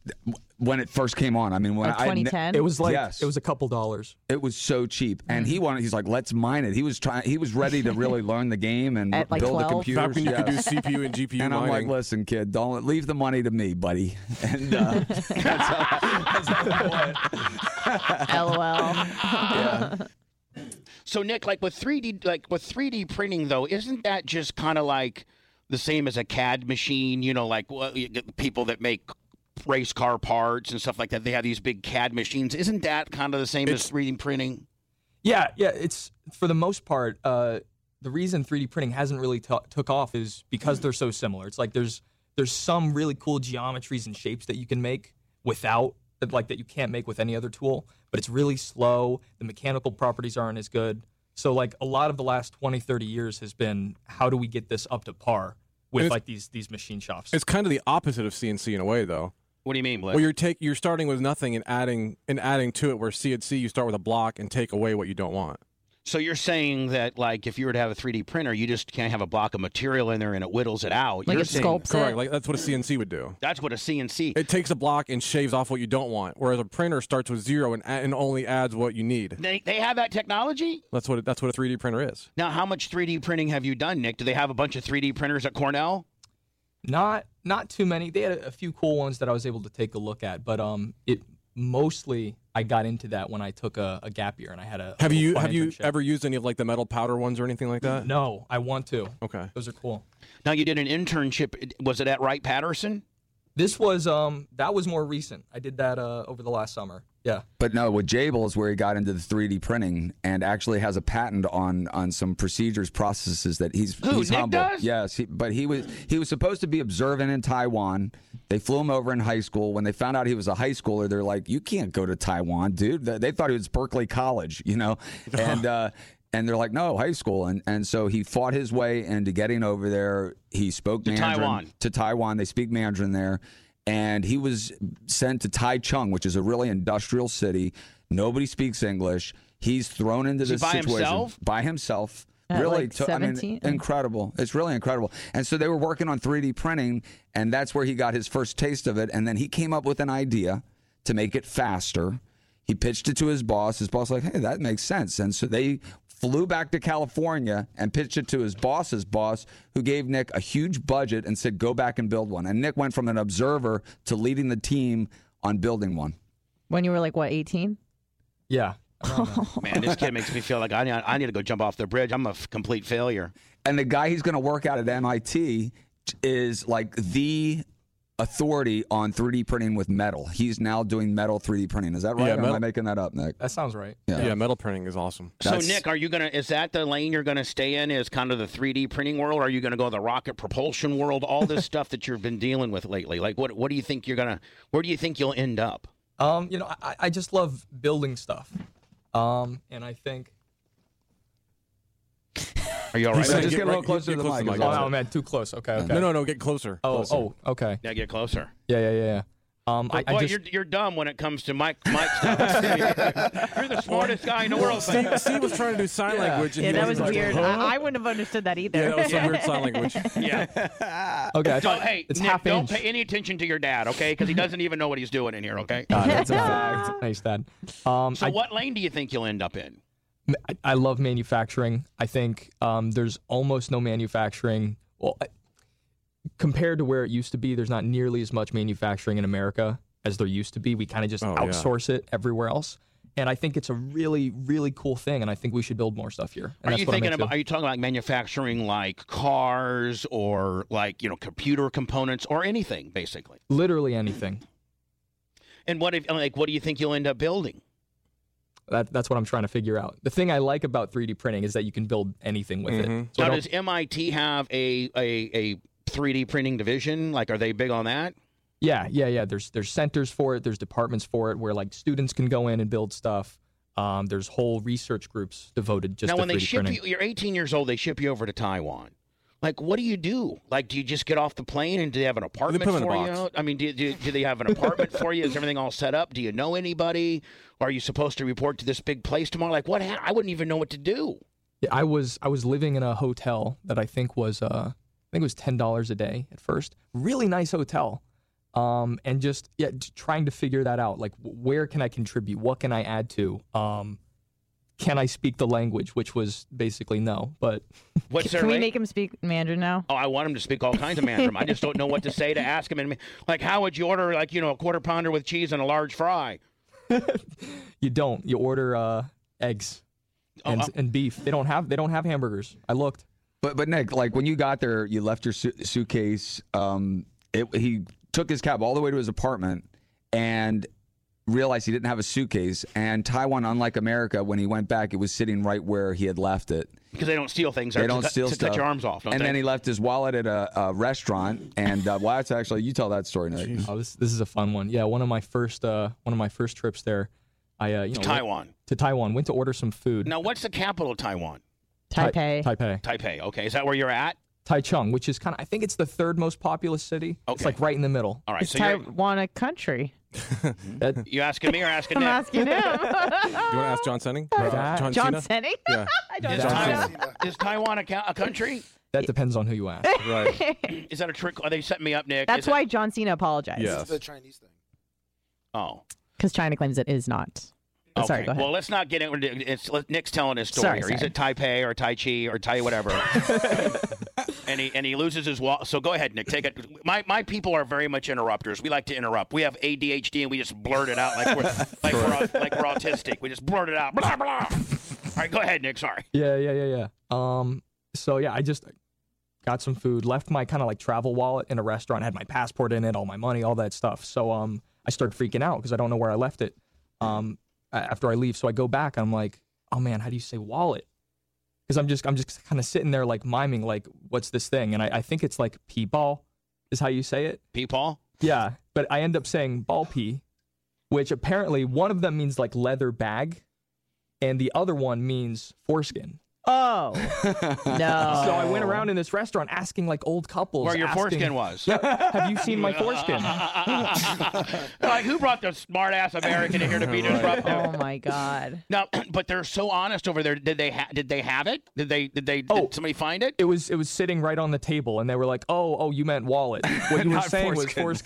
Speaker 5: when it first came on. I mean, when
Speaker 6: Like
Speaker 5: I- I
Speaker 6: 2010.
Speaker 8: It was like
Speaker 5: Yes.
Speaker 8: it was a couple dollars.
Speaker 5: it was so cheap, and
Speaker 4: Mm.
Speaker 5: he wanted. He's like, let's mine it. He was trying. He was ready to really learn the game and
Speaker 6: At, like,
Speaker 5: build a
Speaker 6: 12?
Speaker 5: computer.
Speaker 7: Back when you could do CPU and GPU
Speaker 5: And I'm
Speaker 7: mining.
Speaker 5: like, listen, kid, don't leave the money to me, buddy. And uh,
Speaker 6: LOL.
Speaker 4: So Nick, like with 3D, like with 3D printing though, isn't that just kind of like the same as a CAD machine? You know, like well, you get people that make race car parts and stuff like that. They have these big CAD machines. Isn't that kind of the same as 3D printing?
Speaker 8: Yeah, yeah. It's for the most part. Uh, the reason 3D printing hasn't really t- took off is because they're so similar. It's like there's there's some really cool geometries and shapes that you can make without that, like that you can't make with any other tool. But it's really slow. The mechanical properties aren't as good. So like a lot of the last 20, 30 years has been how do we get this up to par with
Speaker 7: it's-
Speaker 8: like these these machine shops?
Speaker 7: it's kind of the opposite of CNC in a way, though.
Speaker 4: What do you mean, Blake?
Speaker 7: Well, you're take you're starting with nothing and adding and adding to it. Where CNC, you start with a block and take away what you don't want.
Speaker 4: So you're saying that like if you were to have a 3D printer, you just can't have a block of material in there and it whittles it out.
Speaker 6: Like
Speaker 4: you're
Speaker 6: it
Speaker 4: saying
Speaker 6: sculpts
Speaker 7: Correct.
Speaker 6: it.
Speaker 7: Like that's what a CNC would do.
Speaker 4: that's what a CNC.
Speaker 7: It takes a block and shaves off what you don't want, whereas a printer starts with zero and, a- and only adds what you need.
Speaker 4: they, they have that technology?
Speaker 7: That's what it, that's what a 3D printer is.
Speaker 4: Now, how much 3D printing have you done, Nick? Do they have a bunch of 3D printers at Cornell?
Speaker 8: not not too many they had a, a few cool ones that i was able to take a look at but um it mostly i got into that when i took a, a gap year and i had a a
Speaker 7: Have
Speaker 8: cool,
Speaker 7: you
Speaker 8: fun
Speaker 7: have you
Speaker 8: internship.
Speaker 7: ever used any of like the metal powder ones or anything like that?
Speaker 8: no i want to
Speaker 7: Okay.
Speaker 8: those are cool
Speaker 4: Now, you did an internship. Was it at Wright Patterson?
Speaker 8: this was um that was more recent i did that uh over the last summer yeah
Speaker 5: but no, with Jabil is where he got into the 3D printing and actually has a patent on on some procedures, processes that he's
Speaker 4: Who,
Speaker 5: he's
Speaker 4: Nick
Speaker 5: humble.
Speaker 4: does?
Speaker 5: Yes, he, but he was he was supposed to be observant in Taiwan. They flew him over in high school. When they found out he was a high schooler, they're like, "You can't go to Taiwan, dude." They they thought he was Berkeley College, you know, and. uh and they're like, no, high school, and and so he fought his way into getting over there. He spoke Mandarin
Speaker 4: Taiwan.
Speaker 5: to Taiwan. They speak Mandarin there. And he was sent to Taichung, which is a really industrial city. Nobody speaks English. He's thrown into
Speaker 4: he
Speaker 5: this
Speaker 4: by
Speaker 5: situation
Speaker 4: himself?
Speaker 5: by himself.
Speaker 6: At,
Speaker 5: really,
Speaker 6: like,
Speaker 5: to- I mean,
Speaker 6: 17?
Speaker 5: incredible. It's really incredible. And so they were working on 3D printing, and that's where he got his first taste of it. And then he came up with an idea to make it faster. He pitched it to his boss. His boss was like, "Hey, that makes sense." And so they flew back to California and pitched it to his boss's boss, who gave Nick a huge budget and said, "Go back and build one." And Nick went from an observer to leading the team on building one.
Speaker 6: When you were like what, 18?
Speaker 8: yeah
Speaker 4: Man, this kid makes me feel like I need, I need to go jump off the bridge. I'm a f- complete failure.
Speaker 5: and the guy he's going to work out at MIT is like the authority on 3D printing with metal. He's now doing metal 3D printing. Is that right?
Speaker 7: Yeah,
Speaker 5: or am I
Speaker 7: metal-
Speaker 5: making that up, Nick?
Speaker 8: That sounds right.
Speaker 5: Yeah.
Speaker 7: Yeah. metal printing is awesome.
Speaker 5: That's-
Speaker 4: so Nick, are you gonna? Is that the lane you're gonna stay in? Is kind of the 3D printing world? Are you gonna go the rocket propulsion world? All this stuff that you've been dealing with lately. Like, what what do you think you're gonna? Where do you think you'll end up?
Speaker 8: Um, you know, I- I, I just love building stuff. Um, and I think.
Speaker 4: Are you all right?
Speaker 5: said-
Speaker 4: with
Speaker 5: just
Speaker 4: that?
Speaker 5: get a little closer to the mic, is
Speaker 8: Oh,
Speaker 5: all.
Speaker 8: no, man, too close. Okay, okay.
Speaker 7: No, no, no. Get closer.
Speaker 8: Oh,
Speaker 7: Closer.
Speaker 8: oh, okay.
Speaker 4: Now get closer.
Speaker 8: Yeah, yeah, yeah. yeah. Um, I,
Speaker 4: Boy,
Speaker 8: I just,
Speaker 4: you're you're dumb when it comes to Mike Mike stuff. you're the smartest guy in the world. but-
Speaker 7: Steve, Steve was trying to do sign language. And
Speaker 6: Yeah,
Speaker 7: he
Speaker 6: that was
Speaker 7: wasn't like,
Speaker 6: weird.
Speaker 7: huh?
Speaker 6: I, I wouldn't have understood that either.
Speaker 7: Yeah, that was some weird sign language.
Speaker 4: Yeah.
Speaker 8: okay. I
Speaker 4: Don't,
Speaker 8: thought-
Speaker 4: hey,
Speaker 8: it's
Speaker 4: Nick,
Speaker 8: half
Speaker 4: don't
Speaker 8: inch.
Speaker 4: pay any attention to your dad, okay? Because he doesn't even know what he's doing in here, okay?
Speaker 8: God, that's a fact. Nice, Dad. Um,
Speaker 4: So
Speaker 8: I,
Speaker 4: what lane do you think you'll end up in?
Speaker 8: I- I love manufacturing. I think um, there's almost no manufacturing. Well, I- compared to where it used to be, there's not nearly as much manufacturing in America as there used to be. We kind of just
Speaker 7: Oh, yeah.
Speaker 8: outsource it everywhere else. And I think it's a really, really cool thing. And I think we should build more stuff here. And
Speaker 4: Are
Speaker 8: that's
Speaker 4: you
Speaker 8: what I'm
Speaker 4: thinking
Speaker 8: into.
Speaker 4: about? Are you talking about manufacturing like cars or like you know computer components or anything basically?
Speaker 8: literally anything?
Speaker 4: And what if like what do you think you'll end up building?
Speaker 8: That, that's what I'm trying to figure out. The thing I like about 3D printing is that you can build anything with
Speaker 7: Mm-hmm.
Speaker 8: it. So I
Speaker 4: Now,
Speaker 8: don't-
Speaker 4: does MIT have a a a 3D printing division? Like, are they big on that?
Speaker 8: Yeah, yeah, yeah. There's there's centers for it. There's departments for it where like students can go in and build stuff. Um, there's whole research groups devoted just
Speaker 4: now,
Speaker 8: to
Speaker 4: when they
Speaker 8: 3D
Speaker 4: ship
Speaker 8: printing.
Speaker 4: you, you're 18 years old, they ship you over to Taiwan. Like, what do you do? Like, do you just get off the plane and do they have an apartment
Speaker 7: put 'em in a
Speaker 4: for
Speaker 7: box.
Speaker 4: you? I mean, do, do, do they have an apartment for you? Is everything all set up? Do you know anybody? Are you supposed to report to this big place tomorrow? Like, what? Ha- I wouldn't even know what to do.
Speaker 8: Yeah, I was I was living in a hotel that I think was uh I think it was ten dollars a day at first. Really nice hotel. Um, and just yeah, j- trying to figure that out. Like, w- where can I contribute? What can I add to? Um, can I speak the language? Which was basically no, but
Speaker 4: What's their
Speaker 6: Can we
Speaker 4: rate?
Speaker 6: make him speak Mandarin now?
Speaker 4: Oh, I want him to speak all kinds of Mandarin. I just don't know what to say to ask him. And like, how would you order like you know a quarter pounder with cheese and a large fry?
Speaker 8: you don't. You order uh eggs and
Speaker 4: uh-
Speaker 8: and beef. They don't have they don't have hamburgers. I looked.
Speaker 5: But but Nick, like when you got there, you left your su- suitcase. Um, it, he took his cab all the way to his apartment and realized he didn't have a suitcase. And Taiwan, unlike America, when he went back, it was sitting right where he had left it.
Speaker 4: Because they don't steal things.
Speaker 5: They
Speaker 4: to
Speaker 5: don't
Speaker 4: cut-
Speaker 5: steal
Speaker 4: to
Speaker 5: stuff.
Speaker 4: Cut your arms off. Don't
Speaker 5: and
Speaker 4: they?
Speaker 5: then he left his wallet at a, a restaurant. And uh, well, that's actually you tell that story, Nick.
Speaker 8: Oh, this this is a fun one. Yeah, one of my first uh one of my first trips there. I uh, you know went
Speaker 4: Taiwan.
Speaker 8: to Taiwan went to order some food.
Speaker 4: Now, what's the capital of Taiwan?
Speaker 8: Tai-
Speaker 6: Taipei.
Speaker 8: Taipei.
Speaker 4: Taipei. Okay, is that where you're at?
Speaker 8: Taichung, which is kind of I think it's the third most populous city.
Speaker 4: Okay.
Speaker 8: It's like right in the middle.
Speaker 4: All right.
Speaker 6: It's
Speaker 4: So you're,
Speaker 6: Taiwan a country.
Speaker 8: That-
Speaker 4: you asking me or asking
Speaker 6: I'm
Speaker 4: Nick?
Speaker 6: asking him.
Speaker 7: You want to ask John Senning? Or,
Speaker 8: That-
Speaker 7: John,
Speaker 6: John
Speaker 7: Cena?
Speaker 6: Senning?
Speaker 7: Yeah.
Speaker 6: I don't
Speaker 4: Is,
Speaker 6: know.
Speaker 4: Taiwan, is Taiwan a, ca- a country?
Speaker 8: that depends on who you ask.
Speaker 7: Right.
Speaker 4: Is that a trick? Are they setting me up, Nick?
Speaker 6: That's
Speaker 4: Is it-
Speaker 6: why John Cena apologized.
Speaker 7: Yeah.
Speaker 9: It's the Chinese thing.
Speaker 4: oh.
Speaker 6: Because China claims it is not. Oh,
Speaker 4: Okay.
Speaker 6: Sorry, go ahead.
Speaker 4: Well, let's not get into it's let- Nick's telling his story.
Speaker 6: Sorry,
Speaker 4: here. He's
Speaker 6: sorry.
Speaker 4: at Taipei or Tai Chi or Tai whatever, and he and he loses his wall. So go ahead, Nick. Take it. My my people are very much interrupters. We like to interrupt. We have ADHD and we just blurt it out like we're like we're, au- like we're autistic. We just blurt it out. Blah blah. All right, go ahead, Nick. Sorry.
Speaker 8: Yeah, yeah, yeah, yeah. Um, so yeah, I just got some food, left my kind of like travel wallet in a restaurant, had my passport in it, all my money, all that stuff. So um, I started freaking out because I don't know where I left it. Um, a- after I leave, so I go back. I'm like, oh man, how do you say wallet? Because I'm just I'm just kind of sitting there like miming like what's this thing, and I, I think it's like pee ball is how you say it.
Speaker 4: Peepaw.
Speaker 8: Yeah, but I end up saying ball pee, which apparently one of them means like leather bag, and the other one means foreskin.
Speaker 6: Oh. no.
Speaker 8: So I went around in this restaurant asking like old couples
Speaker 4: Where your
Speaker 8: asking,
Speaker 4: foreskin was.
Speaker 8: Have you seen my foreskin?
Speaker 4: like who brought the smart ass American in here to be disruptive?
Speaker 6: Oh my God.
Speaker 4: Now, but they're so honest over there. Did they ha- did they have it? Did they did they
Speaker 8: Oh.
Speaker 4: did somebody find it?
Speaker 8: It was it was sitting right on the table, and they were like, "Oh, oh, you meant wallet. What you were
Speaker 5: Not
Speaker 8: saying
Speaker 5: foreskin.
Speaker 8: was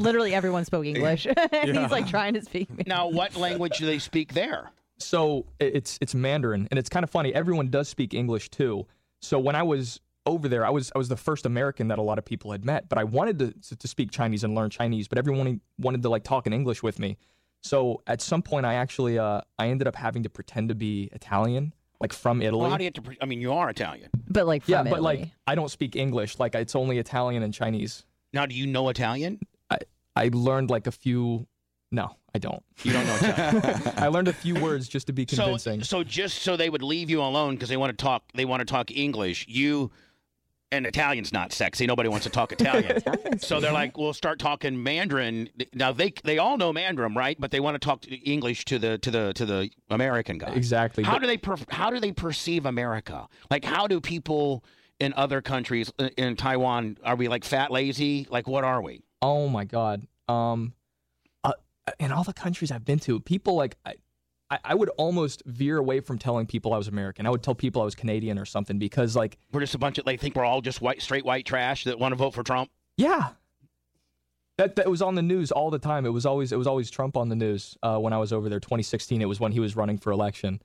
Speaker 6: Literally everyone spoke English. and he's like trying to speak me.
Speaker 4: Now, what language do they speak there?
Speaker 8: So i- it's it's Mandarin, and it's kind of funny. Everyone does speak English too. So when I was over there, I was I was the first American that a lot of people had met, but I wanted to to speak Chinese and learn Chinese, but everyone wanted to like talk in English with me. So at some point, I actually uh, I ended up having to pretend to be Italian, like from Italy.
Speaker 4: Well, how do you have to? Pre- I mean, you are Italian.
Speaker 6: But like, from
Speaker 8: yeah, but like
Speaker 6: Italy.
Speaker 8: I don't speak English. Like it's only Italian and Chinese.
Speaker 4: Now, do you know Italian?
Speaker 8: I learned like a few. No, I don't.
Speaker 4: You don't know Italian.
Speaker 8: I learned a few words just to be
Speaker 4: so,
Speaker 8: convincing.
Speaker 4: so just so they would leave you alone because they want to talk. They want to talk English. You. And Italian's not sexy. Nobody wants to talk Italian. so they're like, we'll start talking Mandarin. Now they they all know Mandarin, right? But they want to talk to- English to the to the to the American guy.
Speaker 8: exactly.
Speaker 4: How
Speaker 8: But-
Speaker 4: do they per- how do they perceive America? Like how do people in other countries i- in Taiwan are we like fat lazy? Like what are we?
Speaker 8: Oh my god. Um, uh, in all the countries I've been to, people like I, I, I would almost veer away from telling people I was American. I would tell people I was Canadian or something because like
Speaker 4: We're just a bunch of they think we're all just white straight white trash that want to vote for Trump.
Speaker 8: yeah. That, that was on the news all the time. It was always it was always Trump on the news uh, when I was over there. 2016. It was when he was running for election,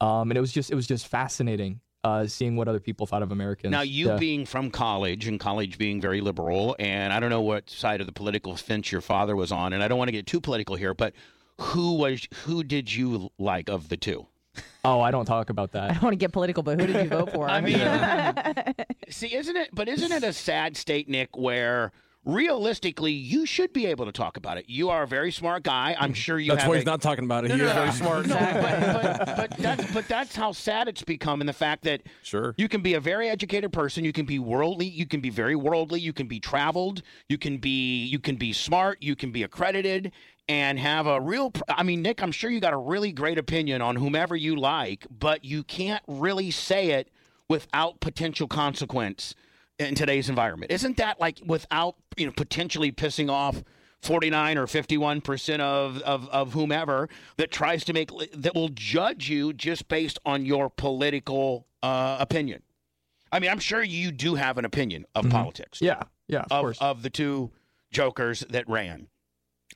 Speaker 8: um, and it was just it was just fascinating uh, seeing what other people thought of Americans.
Speaker 4: Now you
Speaker 8: Yeah.
Speaker 4: being from college and college being very liberal and I don't know what side of the political fence your father was on and I don't want to get too political here, but who was who did you like of the two?
Speaker 8: oh, I don't talk about
Speaker 6: I
Speaker 8: that.
Speaker 6: don't want to get political, but who did you vote for?
Speaker 4: I mean, see, isn't it? But isn't it a sad state, Nick, where realistically you should be able to talk about it? You are a very smart guy. I'm sure you.
Speaker 7: Mm. That's
Speaker 4: have
Speaker 7: why
Speaker 4: a-
Speaker 7: he's not talking about it.
Speaker 4: No,
Speaker 7: He
Speaker 4: no,
Speaker 7: is
Speaker 4: no,
Speaker 7: very
Speaker 4: no.
Speaker 7: smart.
Speaker 4: No, but, but, but that's but that's how sad it's become, in the fact that
Speaker 7: Sure.
Speaker 4: you can be a very educated person, you can be worldly, you can be very worldly, you can be traveled, you can be you can be smart, you can be accredited, and have a real. pr- I mean, Nick, I'm sure you got a really great opinion on whomever you like, but you can't really say it without potential consequence in today's environment. Isn't that like without you know potentially pissing off 49 or 51 percent of, of of whomever that tries to make li- that will judge you just based on your political uh, opinion? I mean, I'm sure you do have an opinion of politics
Speaker 8: Mm-hmm. Yeah, yeah, of,
Speaker 4: of
Speaker 8: course.
Speaker 4: of the two jokers that ran.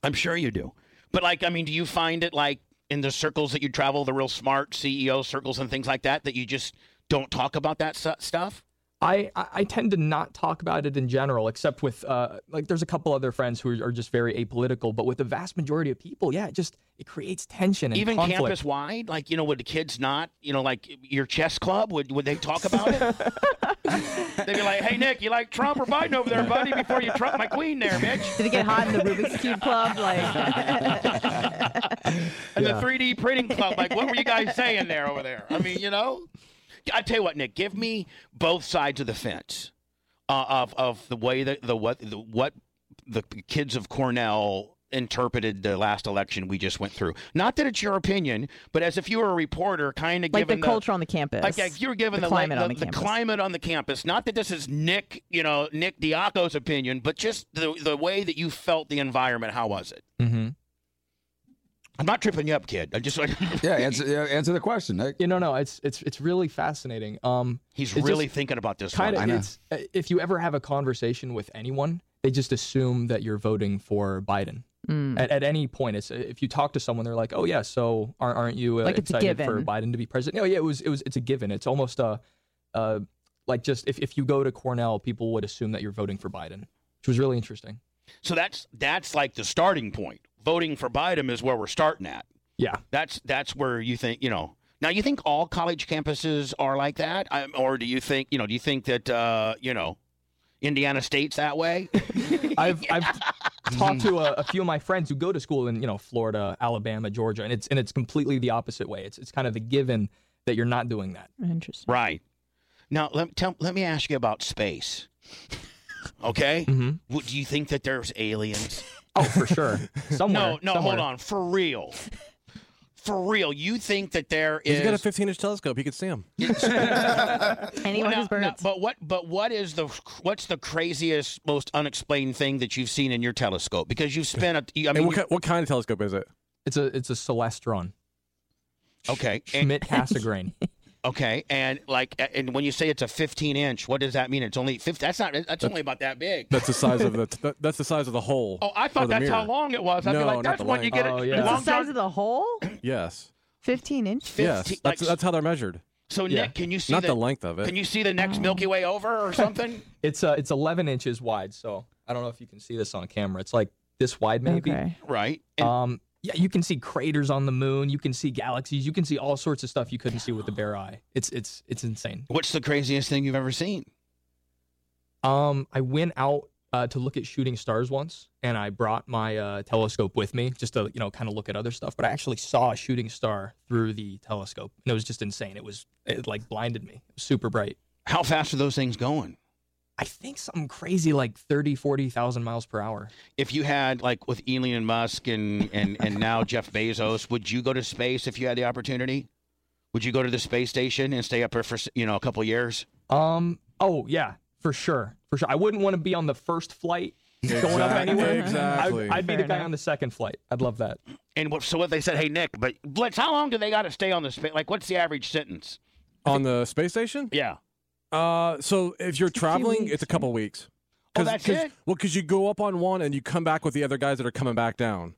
Speaker 4: I'm sure you do. But like, I mean, do you find it like in the circles that you travel, the real smart CEO circles and things like that, that you just don't talk about that su- stuff?
Speaker 8: I, I I tend to not talk about it in general, except with uh, like there's a couple other friends who are just very apolitical. But with the vast majority of people, yeah, it just it creates tension and
Speaker 4: even
Speaker 8: conflict.
Speaker 4: campus wide like you know would the kids not you know like your chess club would would they talk about it they'd be like hey nick you like trump or biden over there buddy before you trump my queen there bitch
Speaker 6: did it get hot in the Rubik's Cube Club? Like,
Speaker 4: and the 3d printing club like what were you guys saying there over there i mean you know i tell you what nick give me both sides of the fence uh, of of the way that the what the what the kids of Cornell interpreted the last election we just went through. Not that it's your opinion, but as if you were a reporter, kind of
Speaker 6: like the
Speaker 4: given
Speaker 6: culture on the campus.
Speaker 4: Like, like you're given
Speaker 6: the
Speaker 4: the,
Speaker 6: climate
Speaker 4: the,
Speaker 6: on the
Speaker 4: the
Speaker 6: campus.
Speaker 4: climate on the campus. Not that this is Nick, you know, Nick Diaco's opinion, but just the the way that you felt the environment. How was it?
Speaker 8: hmm
Speaker 4: I'm not tripping you up, kid. I just like
Speaker 5: Yeah, answer, yeah, answer the question. Nick.
Speaker 8: You know, no, it's it's it's really fascinating. Um,
Speaker 4: he's
Speaker 8: It's
Speaker 4: really
Speaker 8: just
Speaker 4: thinking about this.
Speaker 8: kind
Speaker 4: one.
Speaker 8: of
Speaker 5: know.
Speaker 8: it's uh, if you ever have a conversation with anyone, they just assume that you're voting for Biden.
Speaker 10: Hmm.
Speaker 6: Mm.
Speaker 8: At, at any point, it's if you talk to someone, they're like, "Oh yeah, so aren't, aren't you uh,
Speaker 6: Like it's a
Speaker 8: excited for
Speaker 6: given.
Speaker 8: Biden to be president?" No, yeah, it was it was it's a given. It's almost a, uh, like just if if you go to Cornell, people would assume that you're voting for Biden, which was really interesting.
Speaker 4: So that's that's like the starting point. Voting for Biden is where we're starting at.
Speaker 8: Yeah,
Speaker 4: That's that's where you think you know. Now you think all college campuses are like that, I, or do you think you know? Do you think that uh, you know, Indiana State's that way?
Speaker 8: I've I've talked to a, a few of my friends who go to school in you know Florida, Alabama, Georgia, and it's and it's completely the opposite way. It's it's kind of the given that you're not doing that.
Speaker 6: Interesting.
Speaker 4: Right. Now let me tell, let me ask you about space. Okay.
Speaker 8: Mhm.
Speaker 4: Would do you think that there's aliens?
Speaker 8: Oh, for sure. Somewhere.
Speaker 4: no, no.
Speaker 8: somewhere.
Speaker 4: Hold on. For real. For real. You think that there
Speaker 7: He's got a
Speaker 4: is?
Speaker 7: 15 inch telescope. He could see him.
Speaker 6: Any
Speaker 4: Well,
Speaker 6: one of
Speaker 4: now-
Speaker 6: his
Speaker 4: now,
Speaker 6: birds.
Speaker 4: but what? But what is the what's the craziest, most unexplained thing that you've seen in your telescope? Because you've spent. A, you- I
Speaker 7: And
Speaker 4: mean,
Speaker 7: what, ki- what kind of telescope is it?
Speaker 8: It's a it's a celestron.
Speaker 4: you- okay, and,
Speaker 8: Schmidt Cassegrain.
Speaker 4: okay, and like, a- and when you say it's a 15 inch, what does that mean? It's only 50. That's not. That's only about that big.
Speaker 7: That's the size of the. T- that- that's the size of the hole.
Speaker 4: Oh, I
Speaker 7: of
Speaker 4: thought
Speaker 7: the
Speaker 4: that's
Speaker 7: mirror.
Speaker 4: how long it was. I'd be
Speaker 7: No,
Speaker 4: like,
Speaker 7: not
Speaker 4: that's
Speaker 7: the
Speaker 4: when you
Speaker 7: length.
Speaker 4: get it.
Speaker 8: Oh, yeah.
Speaker 6: That's
Speaker 4: long
Speaker 6: the size
Speaker 4: dark-
Speaker 6: of the hole?
Speaker 7: Yes.
Speaker 6: 15 inches?
Speaker 7: Yes.
Speaker 4: 15
Speaker 7: That's
Speaker 4: like-
Speaker 7: that's how they're measured.
Speaker 4: So
Speaker 8: Yeah.
Speaker 4: Nick, can you see
Speaker 7: Not
Speaker 4: the,
Speaker 7: the length of
Speaker 4: Can
Speaker 7: it.
Speaker 4: you see the next Milky Way over or something?
Speaker 8: It's uh it's eleven inches wide, so I don't know if you can see this on camera. It's like this wide maybe.
Speaker 6: Okay.
Speaker 4: right. And,
Speaker 8: Um yeah, you can see craters on the moon. You can see galaxies. You can see all sorts of stuff you couldn't see with the bare eye. It's it's it's insane.
Speaker 4: What's the craziest thing you've ever seen?
Speaker 8: Um, I went out uh, to look at shooting stars once, and I brought my uh, telescope with me just to you know kind of look at other stuff. But I actually saw a shooting star through the telescope, and it was just insane. It was it like blinded me. It was super bright.
Speaker 4: How fast are those things going?
Speaker 8: I think something crazy like 30, 40,000 miles per hour.
Speaker 4: If you had like with Elon Musk and and and now Jeff Bezos, would you go to space if you had the opportunity? Would you go to the space station and stay up there for you know a couple years?
Speaker 8: Um. Oh yeah, for sure, for sure. I wouldn't want to be on the first flight going up
Speaker 7: Exact-
Speaker 8: anywhere.
Speaker 7: exactly.
Speaker 8: I, would be
Speaker 6: Fair
Speaker 8: the guy
Speaker 6: enough.
Speaker 8: on the second flight. I'd love that.
Speaker 4: And what, so what they said, hey Nick, but let's. How long do they got to stay on the space? Like, what's the average sentence?
Speaker 7: on the space station.
Speaker 4: Yeah.
Speaker 7: Uh, so if you're traveling,
Speaker 6: weeks,
Speaker 7: it's a couple weeks.
Speaker 4: Oh,
Speaker 7: 'Cause-
Speaker 4: that's
Speaker 7: 'cause-
Speaker 4: it?
Speaker 7: Well, because you go up on one and you come back with the other guys that are coming back down.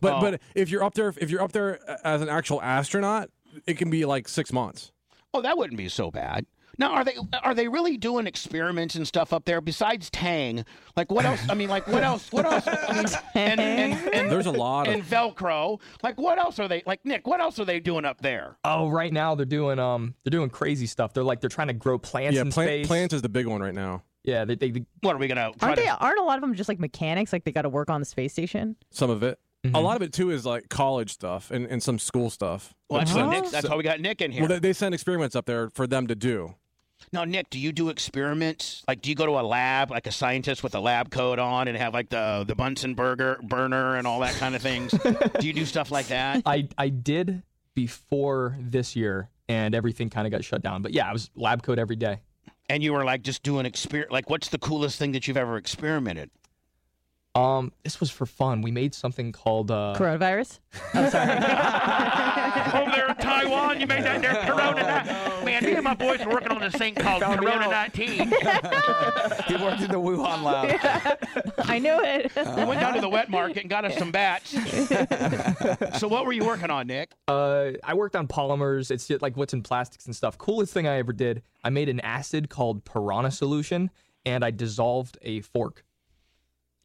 Speaker 7: But
Speaker 4: Oh.
Speaker 7: but if you're up there, if you're up there as an actual astronaut, it can be like six months.
Speaker 4: Oh, that wouldn't be so bad. Now, are they are they really doing experiments and stuff up there besides Tang? Like, what else? I mean, like, what else? What else? I mean, and, and, and,
Speaker 7: There's a lot
Speaker 4: and
Speaker 7: of
Speaker 4: Velcro. Like, what else are they? Like, Nick, what else are they doing up there?
Speaker 8: Oh, right now they're doing um they're doing crazy stuff. They're like they're trying to grow plants
Speaker 7: yeah.
Speaker 8: in
Speaker 7: Plant,
Speaker 8: space.
Speaker 7: plants is the big one right now.
Speaker 8: Yeah, they, they, they-
Speaker 4: What are we gonna? Try
Speaker 6: Aren't
Speaker 4: to,
Speaker 6: they? Aren't a lot of them just like mechanics? Like they got to work on the space station.
Speaker 7: Some of it.
Speaker 4: Mm-hmm.
Speaker 7: A lot of it too is like college stuff and, and some school stuff.
Speaker 4: Well, that's
Speaker 5: Uh-huh.
Speaker 4: what
Speaker 6: Huh?
Speaker 4: Nick. That's how we got Nick in here.
Speaker 7: Well, they, they send experiments up there for them to do.
Speaker 4: now, Nick, do you do experiments? Like, do you go to a lab, like a scientist with a lab coat on, and have like the the Bunsen burger burner and all that kind of things? do you do stuff like that?
Speaker 8: I I did before this year and everything kind of got shut down. But yeah, I was lab coat every day.
Speaker 4: And you were like just doing exper. Like, what's the coolest thing that you've ever experimented?
Speaker 8: Um, this was for fun. We made something called uh
Speaker 6: Coronavirus. I'm sorry.
Speaker 4: Over there in Taiwan, you made that there Corona. Man, me and my boys were working on this thing called Corona 19.
Speaker 5: He worked in the Wuhan lab.
Speaker 6: I knew it.
Speaker 4: We went down to the wet market and got us some bats. so what were you working on, Nick?
Speaker 8: Uh, I worked on polymers. It's just like what's in plastics and stuff. Coolest thing I ever did. I made an acid called piranha solution, and I dissolved a fork.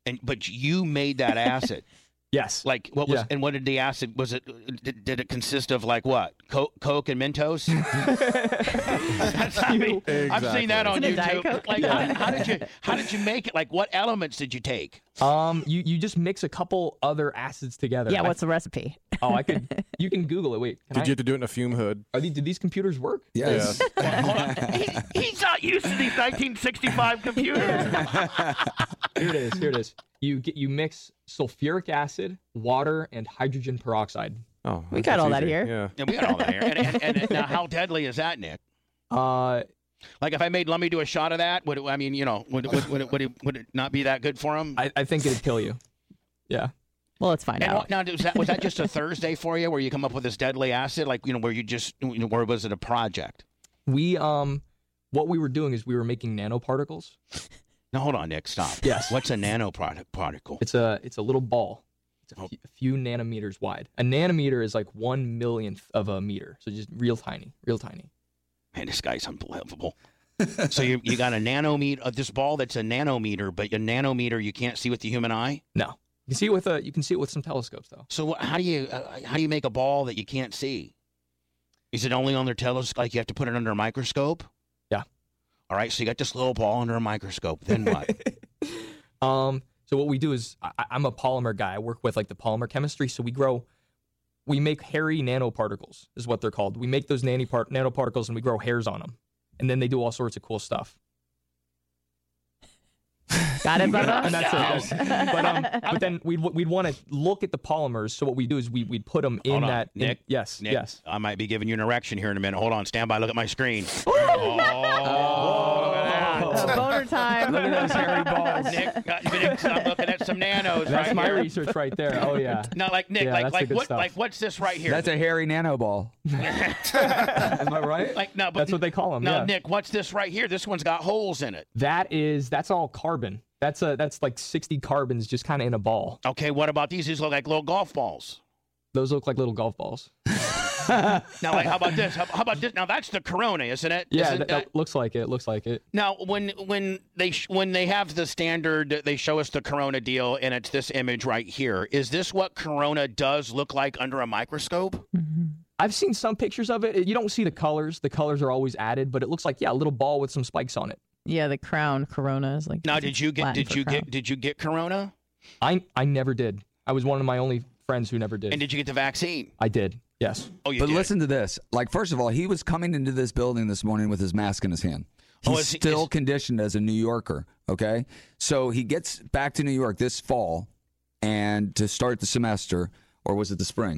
Speaker 4: And but you made that acid.
Speaker 8: Yes.
Speaker 4: Like what was
Speaker 8: Yeah.
Speaker 4: and what did the acid was it did, did it consist of like what? Coke, Coke and Mentos? That's, I mean, I've seen that on
Speaker 6: Isn't it Diet
Speaker 4: YouTube.
Speaker 6: Coke?
Speaker 4: Like how, did, how did you how did you make it? Like what elements did you take?
Speaker 8: Um, you you just mix a couple other acids together.
Speaker 6: yeah.
Speaker 8: I-
Speaker 6: What's the recipe?
Speaker 8: oh, I could. You can Google it. Wait. Can
Speaker 7: Did
Speaker 8: I,
Speaker 7: you have to do it in a fume hood?
Speaker 8: Are these, do these computers work?
Speaker 5: Yes.
Speaker 4: Hold on. He- he's not used to these 1965 computers.
Speaker 8: Here it is. Here it is. You get you mix sulfuric acid, water, and hydrogen peroxide.
Speaker 7: Oh,
Speaker 6: We got
Speaker 7: that's
Speaker 6: all that
Speaker 7: easy.
Speaker 6: here.
Speaker 7: Yeah.
Speaker 4: And we got all that here. And, and, and now, how deadly is that, Nick?
Speaker 8: Uh,
Speaker 4: Like, if I made Lummy do a shot of that, would it, I mean, you know, would would would it, would it would it not be that good for him?
Speaker 8: I, I think it'd kill you. Yeah.
Speaker 6: Well, let's find
Speaker 4: and
Speaker 6: out.
Speaker 4: what, now, was that was that just a Thursday for you, where you come up with this deadly acid, like you know, where you just, you know, where was it a project?
Speaker 8: We um, what we were doing is we were making nanoparticles.
Speaker 4: Now, hold on, Nick, stop.
Speaker 8: Yes.
Speaker 4: What's a nanoproduct particle?
Speaker 8: It's a it's a little ball. It's a
Speaker 4: Oh.
Speaker 8: few, a few nanometers wide. A nanometer is like one millionth of a meter, so just real tiny, real tiny.
Speaker 4: Man, this guy's unbelievable. so you you got a nanometer of this ball that's a nanometer, but a nanometer you can't see with the human eye.
Speaker 8: No, you can see it with a you can see it with some telescopes though.
Speaker 4: So what, how do you uh, how do you make a ball that you can't see? Is it only on their telescope? Like you have to put it under a microscope?
Speaker 8: Yeah.
Speaker 4: All right. So you got this little ball under a microscope. Then what?
Speaker 8: Um, so what we do is I, I- I'm a polymer guy. I work with like the polymer chemistry. So we grow, we make hairy nanoparticles is what they're called. We make those nanny part nanoparticles and we grow hairs on them, and then they do all sorts of cool stuff.
Speaker 6: Got it, Bubba.
Speaker 8: And that's it. That's- but, um, but then we'd we'd want to look at the polymers. So what we do is we we'd put them in
Speaker 4: Hold on.
Speaker 8: that. in-
Speaker 4: Nick?
Speaker 8: yes.
Speaker 4: Nick,
Speaker 8: Yes.
Speaker 4: I might be giving you an erection here in a minute. Hold on. Stand by. Look at my screen. Oh.
Speaker 6: Uh, boner time.
Speaker 8: Look at those hairy balls.
Speaker 4: Nick, got- Nick, I'm looking at some nanos
Speaker 8: That's
Speaker 4: right
Speaker 8: my
Speaker 4: here.
Speaker 8: research right there. Oh yeah.
Speaker 4: Not like Nick,
Speaker 8: Yeah,
Speaker 4: like
Speaker 8: that's the
Speaker 4: like
Speaker 8: good
Speaker 4: what
Speaker 8: stuff.
Speaker 4: like what's this right here?
Speaker 5: That's a hairy nano ball.
Speaker 8: Am I right?
Speaker 4: like no, but
Speaker 8: That's what they call them.
Speaker 4: No,
Speaker 8: yeah.
Speaker 4: Nick, what's this right here? This one's got holes in it.
Speaker 8: That is that's all carbon. That's a that's like 60 carbons just kind of in a ball.
Speaker 4: Okay, what about these? These look like little golf balls.
Speaker 8: Those look like little golf balls.
Speaker 4: Now, like, how about this? How, how about this? Now, that's the Corona, isn't it?
Speaker 8: Yeah,
Speaker 4: Isn't
Speaker 8: that,
Speaker 4: that-
Speaker 8: that looks like it. Looks like it.
Speaker 4: Now, when when they sh- when they have the standard, they show us the Corona deal, and it's this image right here. Is this what Corona does look like under a microscope?
Speaker 8: I've seen some pictures of it. You don't see the colors. The colors are always added, but it looks like yeah, a little ball with some spikes on it.
Speaker 6: Yeah, the crown corona is like.
Speaker 4: Now, did you get
Speaker 6: Latin
Speaker 4: did
Speaker 6: for
Speaker 4: you
Speaker 6: crown.
Speaker 4: get did you get Corona,
Speaker 8: I I never did. I was one of my only friends who never did.
Speaker 4: and did you get the vaccine?
Speaker 8: I did. Yes.
Speaker 4: Oh, you
Speaker 5: But
Speaker 4: did.
Speaker 5: listen to this. Like, first of all, he was coming into this building this morning with his mask in his hand. He's
Speaker 4: Oh, is he-
Speaker 5: still
Speaker 4: is-
Speaker 5: conditioned as a New Yorker. Okay, so he gets back to New York this fall, and to start the semester, or was it the spring?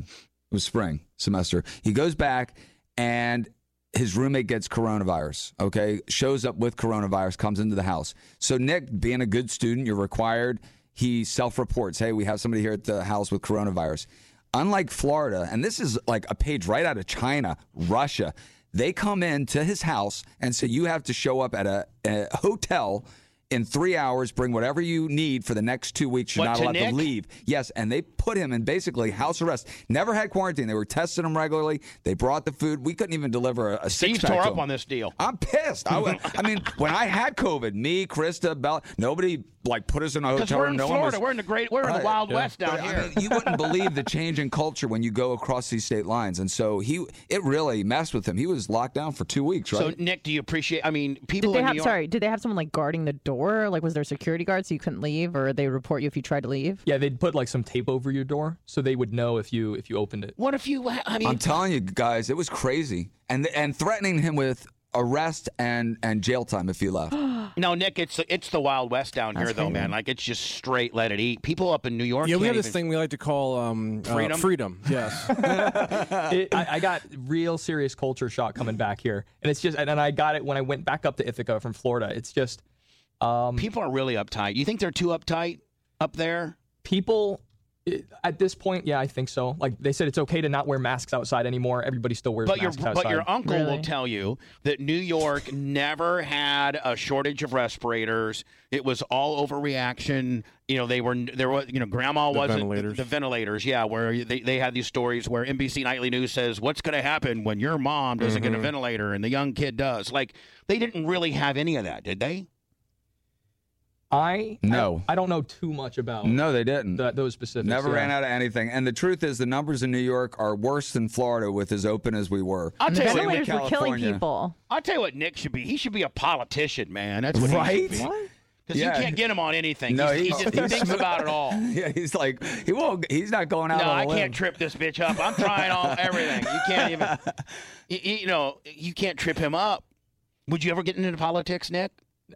Speaker 5: It was spring semester. He goes back, and his roommate gets coronavirus. Okay, shows up with coronavirus, comes into the house. So Nick, being a good student, you're required. He self-reports. Hey, we have somebody here at the house with coronavirus. Unlike Florida, and this is like a page right out of China, Russia. They come in to his house and say you have to show up at a, a hotel in three hours, bring whatever you need for the next two weeks. You're
Speaker 4: What,
Speaker 5: not
Speaker 4: to
Speaker 5: allowed
Speaker 4: Nick?
Speaker 5: to leave. Yes, and they put him in basically house arrest. Never had quarantine. They were testing him regularly. They brought the food. We couldn't even deliver a, a
Speaker 4: Steve
Speaker 5: six-pack
Speaker 4: tore
Speaker 5: to
Speaker 4: up
Speaker 5: him.
Speaker 4: on this deal.
Speaker 5: I'm pissed. I, wa- I mean, when I had COVID, me, Krista, Bella, nobody like put us in a
Speaker 4: Because
Speaker 5: hotel
Speaker 4: we're
Speaker 5: room.
Speaker 4: in
Speaker 5: Oh, no one
Speaker 4: Florida,
Speaker 5: was-
Speaker 4: we're in the great, we're in the
Speaker 5: Right,
Speaker 4: Wild
Speaker 8: yeah.
Speaker 4: West down
Speaker 5: but,
Speaker 4: here.
Speaker 5: I mean, you wouldn't believe the change in culture when you go across these state lines, and so he it really messed with him. He was locked down for two weeks,
Speaker 4: so,
Speaker 5: right?
Speaker 4: Oh, Nick, do you appreciate? I mean, people
Speaker 6: Did they
Speaker 4: in
Speaker 6: have
Speaker 4: New York.
Speaker 6: sorry? Did they have someone like guarding the door? Like, was there security guards so you couldn't leave, or they report you if you tried to leave?
Speaker 8: Yeah, they'd put like some tape over your door so they would know if you if you opened it.
Speaker 4: What if you? I mean,
Speaker 5: I'm telling you guys, it was crazy, and and threatening him with arrest and and jail time if he left.
Speaker 4: no, Nick, it's it's the Wild West down here, though, man. Like it's just straight, let it eat. People up in New York.
Speaker 7: Yeah, we
Speaker 4: can't
Speaker 7: have this
Speaker 4: even-
Speaker 7: thing we like to call um, uh,
Speaker 4: Freedom?
Speaker 7: freedom. Yes.
Speaker 8: It- I, I got real serious culture shock coming back here, and it's just and, and I got it when I went back up to Ithaca from Florida. It's just um,
Speaker 4: People are really uptight. You think they're too uptight up there?
Speaker 8: people it, at this point. Yeah, I think so. Like they said, it's okay to not wear masks outside anymore. Everybody still wears
Speaker 4: But your
Speaker 8: masks outside.
Speaker 4: but your uncle will
Speaker 6: Really?
Speaker 4: tell you that New York never had a shortage of respirators. It was all overreaction. You know, they were there was you know, grandma wasn't
Speaker 7: ventilators.
Speaker 4: The, ventilators, yeah, where they, they had these stories where NBC Nightly News says, What's gonna happen when your mom doesn't get a ventilator and the young kid does? Like they didn't really have any of that, did they?
Speaker 8: I
Speaker 5: No.
Speaker 8: I, I don't know too much about
Speaker 5: no, they didn't.
Speaker 8: th- those specifics.
Speaker 5: Never
Speaker 8: yeah.
Speaker 5: ran out of anything. And the truth is, the numbers in New York are worse than Florida with as open as we were.
Speaker 4: I'll tell you what,
Speaker 6: Ventilators were killing
Speaker 5: California.
Speaker 6: people.
Speaker 4: I'll tell you what Nick should be. He should be a politician, man. That's what
Speaker 5: Right?
Speaker 4: Because
Speaker 5: Yeah.
Speaker 4: you can't get him on anything.
Speaker 5: No,
Speaker 4: He's- he
Speaker 5: he's-
Speaker 4: just he
Speaker 5: he's-
Speaker 4: thinks about it all.
Speaker 5: Yeah, he's like, he won't, he's not going out
Speaker 4: No,
Speaker 5: on a
Speaker 4: I
Speaker 5: limb.
Speaker 4: can't trip this bitch up. I'm trying all everything. You can't even. You, you know, you can't trip him up. Would you ever get into politics, Nick?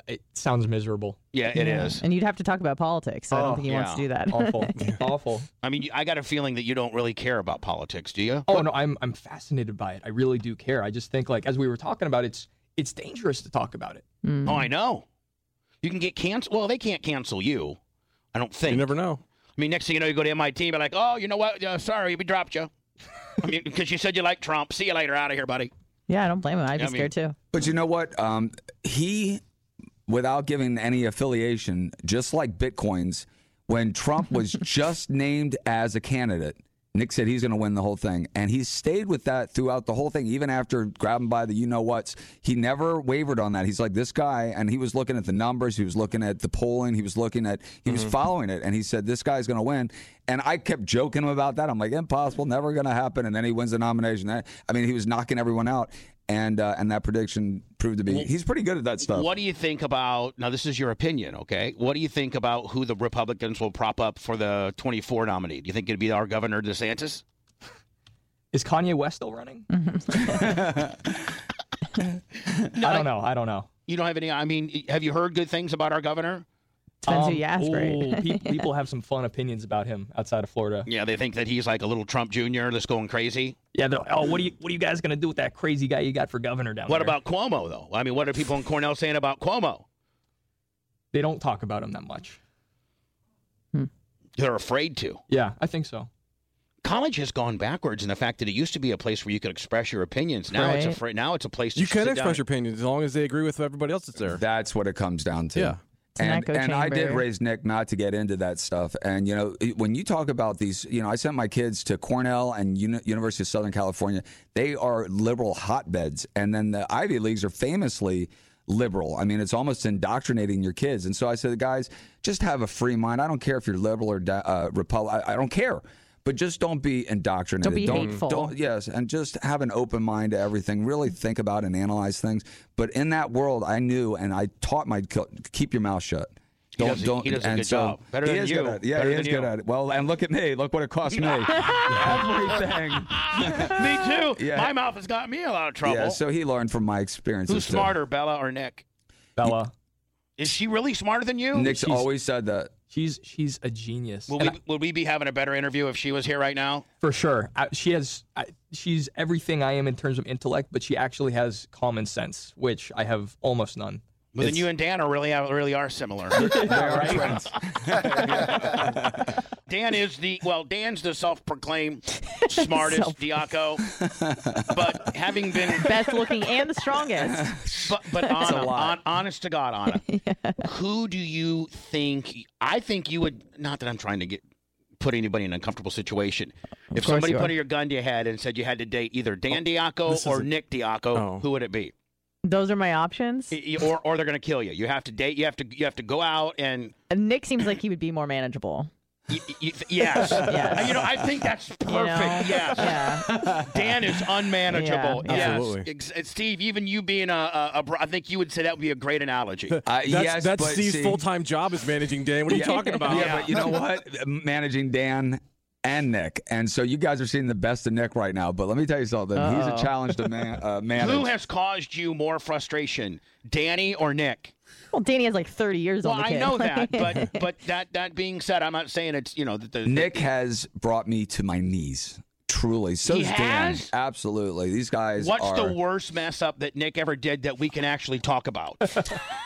Speaker 8: It sounds miserable.
Speaker 4: Yeah, it is. Oh,
Speaker 6: And you'd have to talk about politics. So I don't think he wants to
Speaker 4: yeah.
Speaker 6: do that.
Speaker 8: Awful. Awful.
Speaker 4: I mean, I got a feeling that you don't really care about politics, do you?
Speaker 8: Oh no, I'm I'm fascinated by it. I really do care. I just think like as we were talking about, it's it's dangerous to talk about it.
Speaker 4: Oh, I know. You can get canceled. Well, they can't cancel you. I don't think.
Speaker 7: you never know.
Speaker 4: I mean, next thing you know, you go to MIT, be like, oh, you know what? Uh, sorry, we dropped you. I mean, because you said you like Trump. See you later. Out of here, buddy.
Speaker 6: Yeah, I don't blame him. I'd be
Speaker 4: I mean-
Speaker 6: scared too.
Speaker 5: But you know what? Um, he, without giving any affiliation, just like Bitcoins, when Trump was just named as a candidate, Nick said he's going to win the whole thing. And he stayed with that throughout the whole thing, even after grabbing by the you know what's. He never wavered on that. He's like, this guy, and he was looking at the numbers, he was looking at the polling, he was looking at, he was following it. And he said, this guy's going to win. And I kept joking him about that. I'm like, impossible, never going to happen. And then he wins the nomination. I I mean, he was knocking everyone out and uh, and that prediction proved to be he's pretty good at that stuff.
Speaker 4: What do you think about now? This is your opinion, okay? What do you think about who the Republicans will prop up for the 24 nominee? Do you think it'd be our governor DeSantis?
Speaker 8: Is Kanye West still running?
Speaker 6: Mm-hmm.
Speaker 8: I don't know. I don't know.
Speaker 4: You don't have any. I mean, have you heard good things about our governor?
Speaker 6: Depends who you ask, right?
Speaker 8: Um, ooh, pe- people have some fun opinions about him outside of Florida.
Speaker 4: Yeah, they think that he's like a little Trump Jr. That's going crazy.
Speaker 8: Yeah. they're like, Oh, what are you what are you guys gonna do with that crazy guy you got for governor down
Speaker 4: What
Speaker 8: there?
Speaker 4: about Cuomo though? I mean, what are people in Cornell saying about Cuomo?
Speaker 8: They don't talk about him that much.
Speaker 4: They're afraid to.
Speaker 8: Yeah, I think so.
Speaker 4: College has gone backwards in the fact that it used to be a place where you could express your opinions. Now it's a
Speaker 6: Right.
Speaker 4: fr- now it's a place to
Speaker 7: You can
Speaker 4: sit down
Speaker 7: express
Speaker 4: and-
Speaker 7: your opinions as long as they agree with everybody else that's there.
Speaker 5: That's what it comes down to.
Speaker 7: Yeah.
Speaker 5: and,
Speaker 6: an echo
Speaker 5: and I did
Speaker 6: chamber.
Speaker 5: raise Nick not to get into that stuff. And you know, it- when you talk about these, you know, I sent my kids to Cornell and Uni- University of Southern California. They are liberal hotbeds, and then the Ivy Leagues are famously liberal. I mean, it's almost indoctrinating your kids. And so I said, guys, just have a free mind. I don't care if you're liberal or de- uh, Republican. I don't care. But just don't be indoctrinated.
Speaker 6: Don't be hateful.
Speaker 5: Don't, Yes, and just have an open mind to everything. Really think about and analyze things. But in that world, I knew and I taught my co- keep your mouth shut.
Speaker 4: He does a- he does a
Speaker 5: and
Speaker 4: good job. Better
Speaker 5: he
Speaker 4: than
Speaker 5: is
Speaker 4: you.
Speaker 5: Good at it. Yeah,
Speaker 4: Better
Speaker 5: he
Speaker 4: than
Speaker 5: is
Speaker 4: you.
Speaker 5: good at it. Well, and look at me. Look what it cost me. everything.
Speaker 4: Me too.
Speaker 5: Yeah.
Speaker 4: My mouth has got me in a lot of trouble.
Speaker 5: Yeah. So he learned from my experiences.
Speaker 4: Who's
Speaker 5: too.
Speaker 4: smarter, Bella or Nick?
Speaker 8: Bella.
Speaker 4: Is she really smarter than you?
Speaker 5: Nick's
Speaker 8: She's-
Speaker 5: always said that.
Speaker 8: She's she's a genius.
Speaker 4: Will
Speaker 8: And
Speaker 4: we, would we be having a better interview if she was here right now?
Speaker 8: For sure. I, she has, I, she's everything I am in terms of intellect, but she actually has common sense, which I have almost none.
Speaker 4: Well, then you and Dan are really really are similar. Dan is the well, Dan's the self-proclaimed smartest
Speaker 6: Self-
Speaker 4: Diaco, but having been
Speaker 6: Best looking and the strongest.
Speaker 4: But, but Anna,
Speaker 5: lot.
Speaker 4: on, honest to God, Anna, who do you think? I think you would. Not that I'm trying to get put anybody in an uncomfortable situation. If
Speaker 6: course
Speaker 4: somebody
Speaker 6: you
Speaker 4: put
Speaker 6: are. Oh,
Speaker 4: your gun to your head and said you had to date either Dan Diaco or Nick Diaco,
Speaker 7: Oh.
Speaker 4: who would it be?
Speaker 6: Those are my options.
Speaker 4: Y- y- Or, or they're going to kill you. You have to date. You have to. You have to go out and.
Speaker 6: And Nick seems like he would be more manageable.
Speaker 4: Y- y- y- yes.
Speaker 6: Yes.
Speaker 4: You know, I think that's perfect.
Speaker 6: You know?
Speaker 4: Yes.
Speaker 6: Yeah.
Speaker 4: Dan is unmanageable.
Speaker 6: Yeah,
Speaker 4: yes.
Speaker 7: absolutely.
Speaker 4: Ex- Steve, even you being a, a, a bro- I think you would say that would be a great analogy.
Speaker 5: Uh,
Speaker 7: That's,
Speaker 5: yes,
Speaker 7: that's
Speaker 5: but
Speaker 7: Steve's
Speaker 5: see-
Speaker 7: full time job is managing Dan. What are you talking about?
Speaker 5: Yeah, but you know what? Managing Dan and Nick, and so you guys are seeing the best of Nick right now. But let me tell you something. He's a challenge to man, uh, manage.
Speaker 4: Who has caused you more frustration, Danny or Nick?
Speaker 6: Well, Danny has like 30 years
Speaker 4: Well,
Speaker 6: on the
Speaker 4: I
Speaker 6: kid.
Speaker 4: know that, but but that that being said, I'm not saying it's you know the, the
Speaker 5: Nick has brought me to my knees. Truly, so
Speaker 4: He
Speaker 5: is Dan.
Speaker 4: has?
Speaker 5: Absolutely, these guys.
Speaker 4: What's
Speaker 5: are,
Speaker 4: the worst mess up that Nick ever did that we can actually talk about? I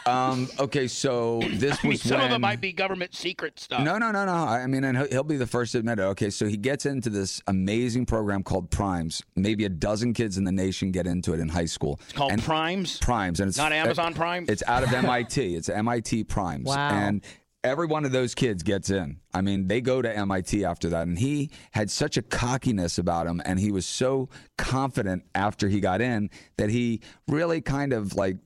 Speaker 5: Um, okay, so this
Speaker 4: mean,
Speaker 5: was
Speaker 4: some
Speaker 5: when,
Speaker 4: of it might be government secret stuff.
Speaker 5: No, no, no, no. I mean, and he'll, he'll be the first to admit it. Okay, so he gets into this amazing program called Primes. Maybe a dozen kids in the nation get into it in high school.
Speaker 4: it's called
Speaker 5: and
Speaker 4: primes.
Speaker 5: Primes, and it's e-
Speaker 4: Not Amazon Prime?
Speaker 5: It's out of MIT. It's MIT Primes.
Speaker 6: Wow.
Speaker 5: And every one of those kids gets in. I mean, they go to MIT after that. And he had such a cockiness about him, and he was so confident after he got in that he really kind of like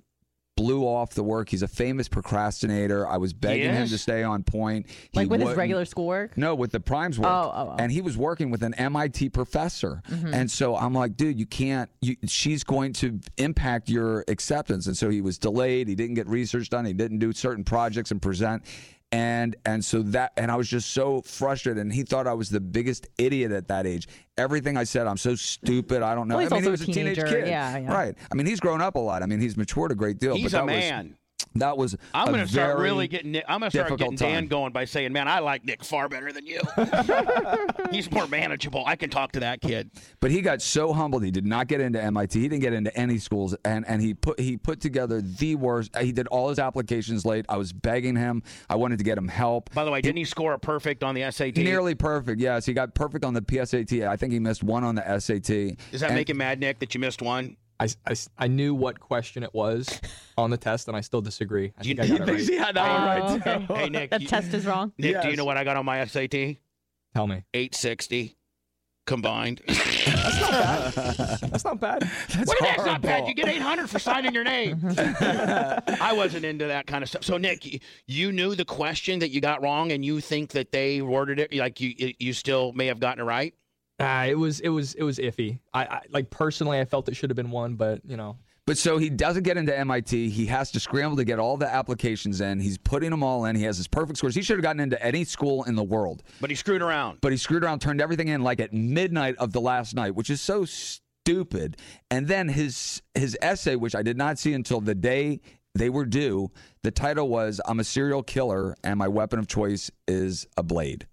Speaker 5: blew off the work. He's a famous procrastinator. I was begging him
Speaker 4: Yes.
Speaker 5: to stay on point. He
Speaker 6: like with his
Speaker 5: wouldn't-
Speaker 6: regular schoolwork.
Speaker 5: no, with the primes work.
Speaker 6: Oh, oh, Mm-hmm. oh.
Speaker 5: And he was working with an MIT professor. And so I'm like, dude, you can't, you, she's going to impact your acceptance. And so he was delayed. He didn't get research done. He didn't do certain projects and present. And, and so that and I was just so frustrated and he thought I was the biggest idiot at that age. Everything I said, I'm so stupid. I don't know.
Speaker 6: Well, he's
Speaker 5: I mean,
Speaker 6: also
Speaker 5: he was
Speaker 6: a
Speaker 5: a teenage
Speaker 6: teenager.
Speaker 5: kid,
Speaker 6: Yeah, yeah.
Speaker 5: right? I mean, he's grown up a lot. I mean, he's matured a great deal.
Speaker 4: He's
Speaker 5: but that
Speaker 4: a
Speaker 5: was-
Speaker 4: man.
Speaker 5: that was.
Speaker 4: I'm
Speaker 5: a
Speaker 4: going to start
Speaker 5: very
Speaker 4: really getting. Nick- I'm going to start getting
Speaker 5: difficult
Speaker 4: Dan
Speaker 5: time.
Speaker 4: going by saying, "Man, I like Nick far better than you. He's more manageable. I can talk to that kid."
Speaker 5: But he got so humbled. He did not get into MIT. He didn't get into any schools, and and he put he put together the worst. He did all his applications late. I was begging him. I wanted to get him help.
Speaker 4: By the way, didn't he score a perfect on the SAT?
Speaker 5: Nearly perfect. Yes, he got perfect on the PSAT. I think he missed one on the SAT.
Speaker 4: Does that
Speaker 5: And-
Speaker 4: make him mad, Nick, that you missed one?
Speaker 8: I, I, I knew what question it was on the test, and I still disagree. I
Speaker 4: You-
Speaker 8: think I got it right.
Speaker 5: He had that one right.
Speaker 6: Oh, okay.
Speaker 4: Hey, Nick,
Speaker 6: That
Speaker 4: you-
Speaker 6: test is wrong.
Speaker 4: Nick, do you know what I got on my SAT?
Speaker 8: Tell me.
Speaker 4: 860 combined.
Speaker 8: That's not bad.
Speaker 4: what is that? Not bad. You get 800 for signing your name. I wasn't into that kind of stuff. So, Nick, y- you knew the question that you got wrong, and you think that they worded it like you you still may have gotten it right.
Speaker 8: Ah, it was it was it was iffy. I, I like personally, I felt it should have been one, but you know,
Speaker 5: But so he doesn't get into MIT. He has to scramble to get all the applications in. He's putting them all in. He has his perfect scores. He should have gotten into any school in the world.
Speaker 4: But he screwed around.
Speaker 5: but he screwed around, turned everything in like at midnight of the last night, which is so stupid. And then his his essay, which I did not see until the day they were due, the title was "I'm a serial killer, and my weapon of choice is a blade."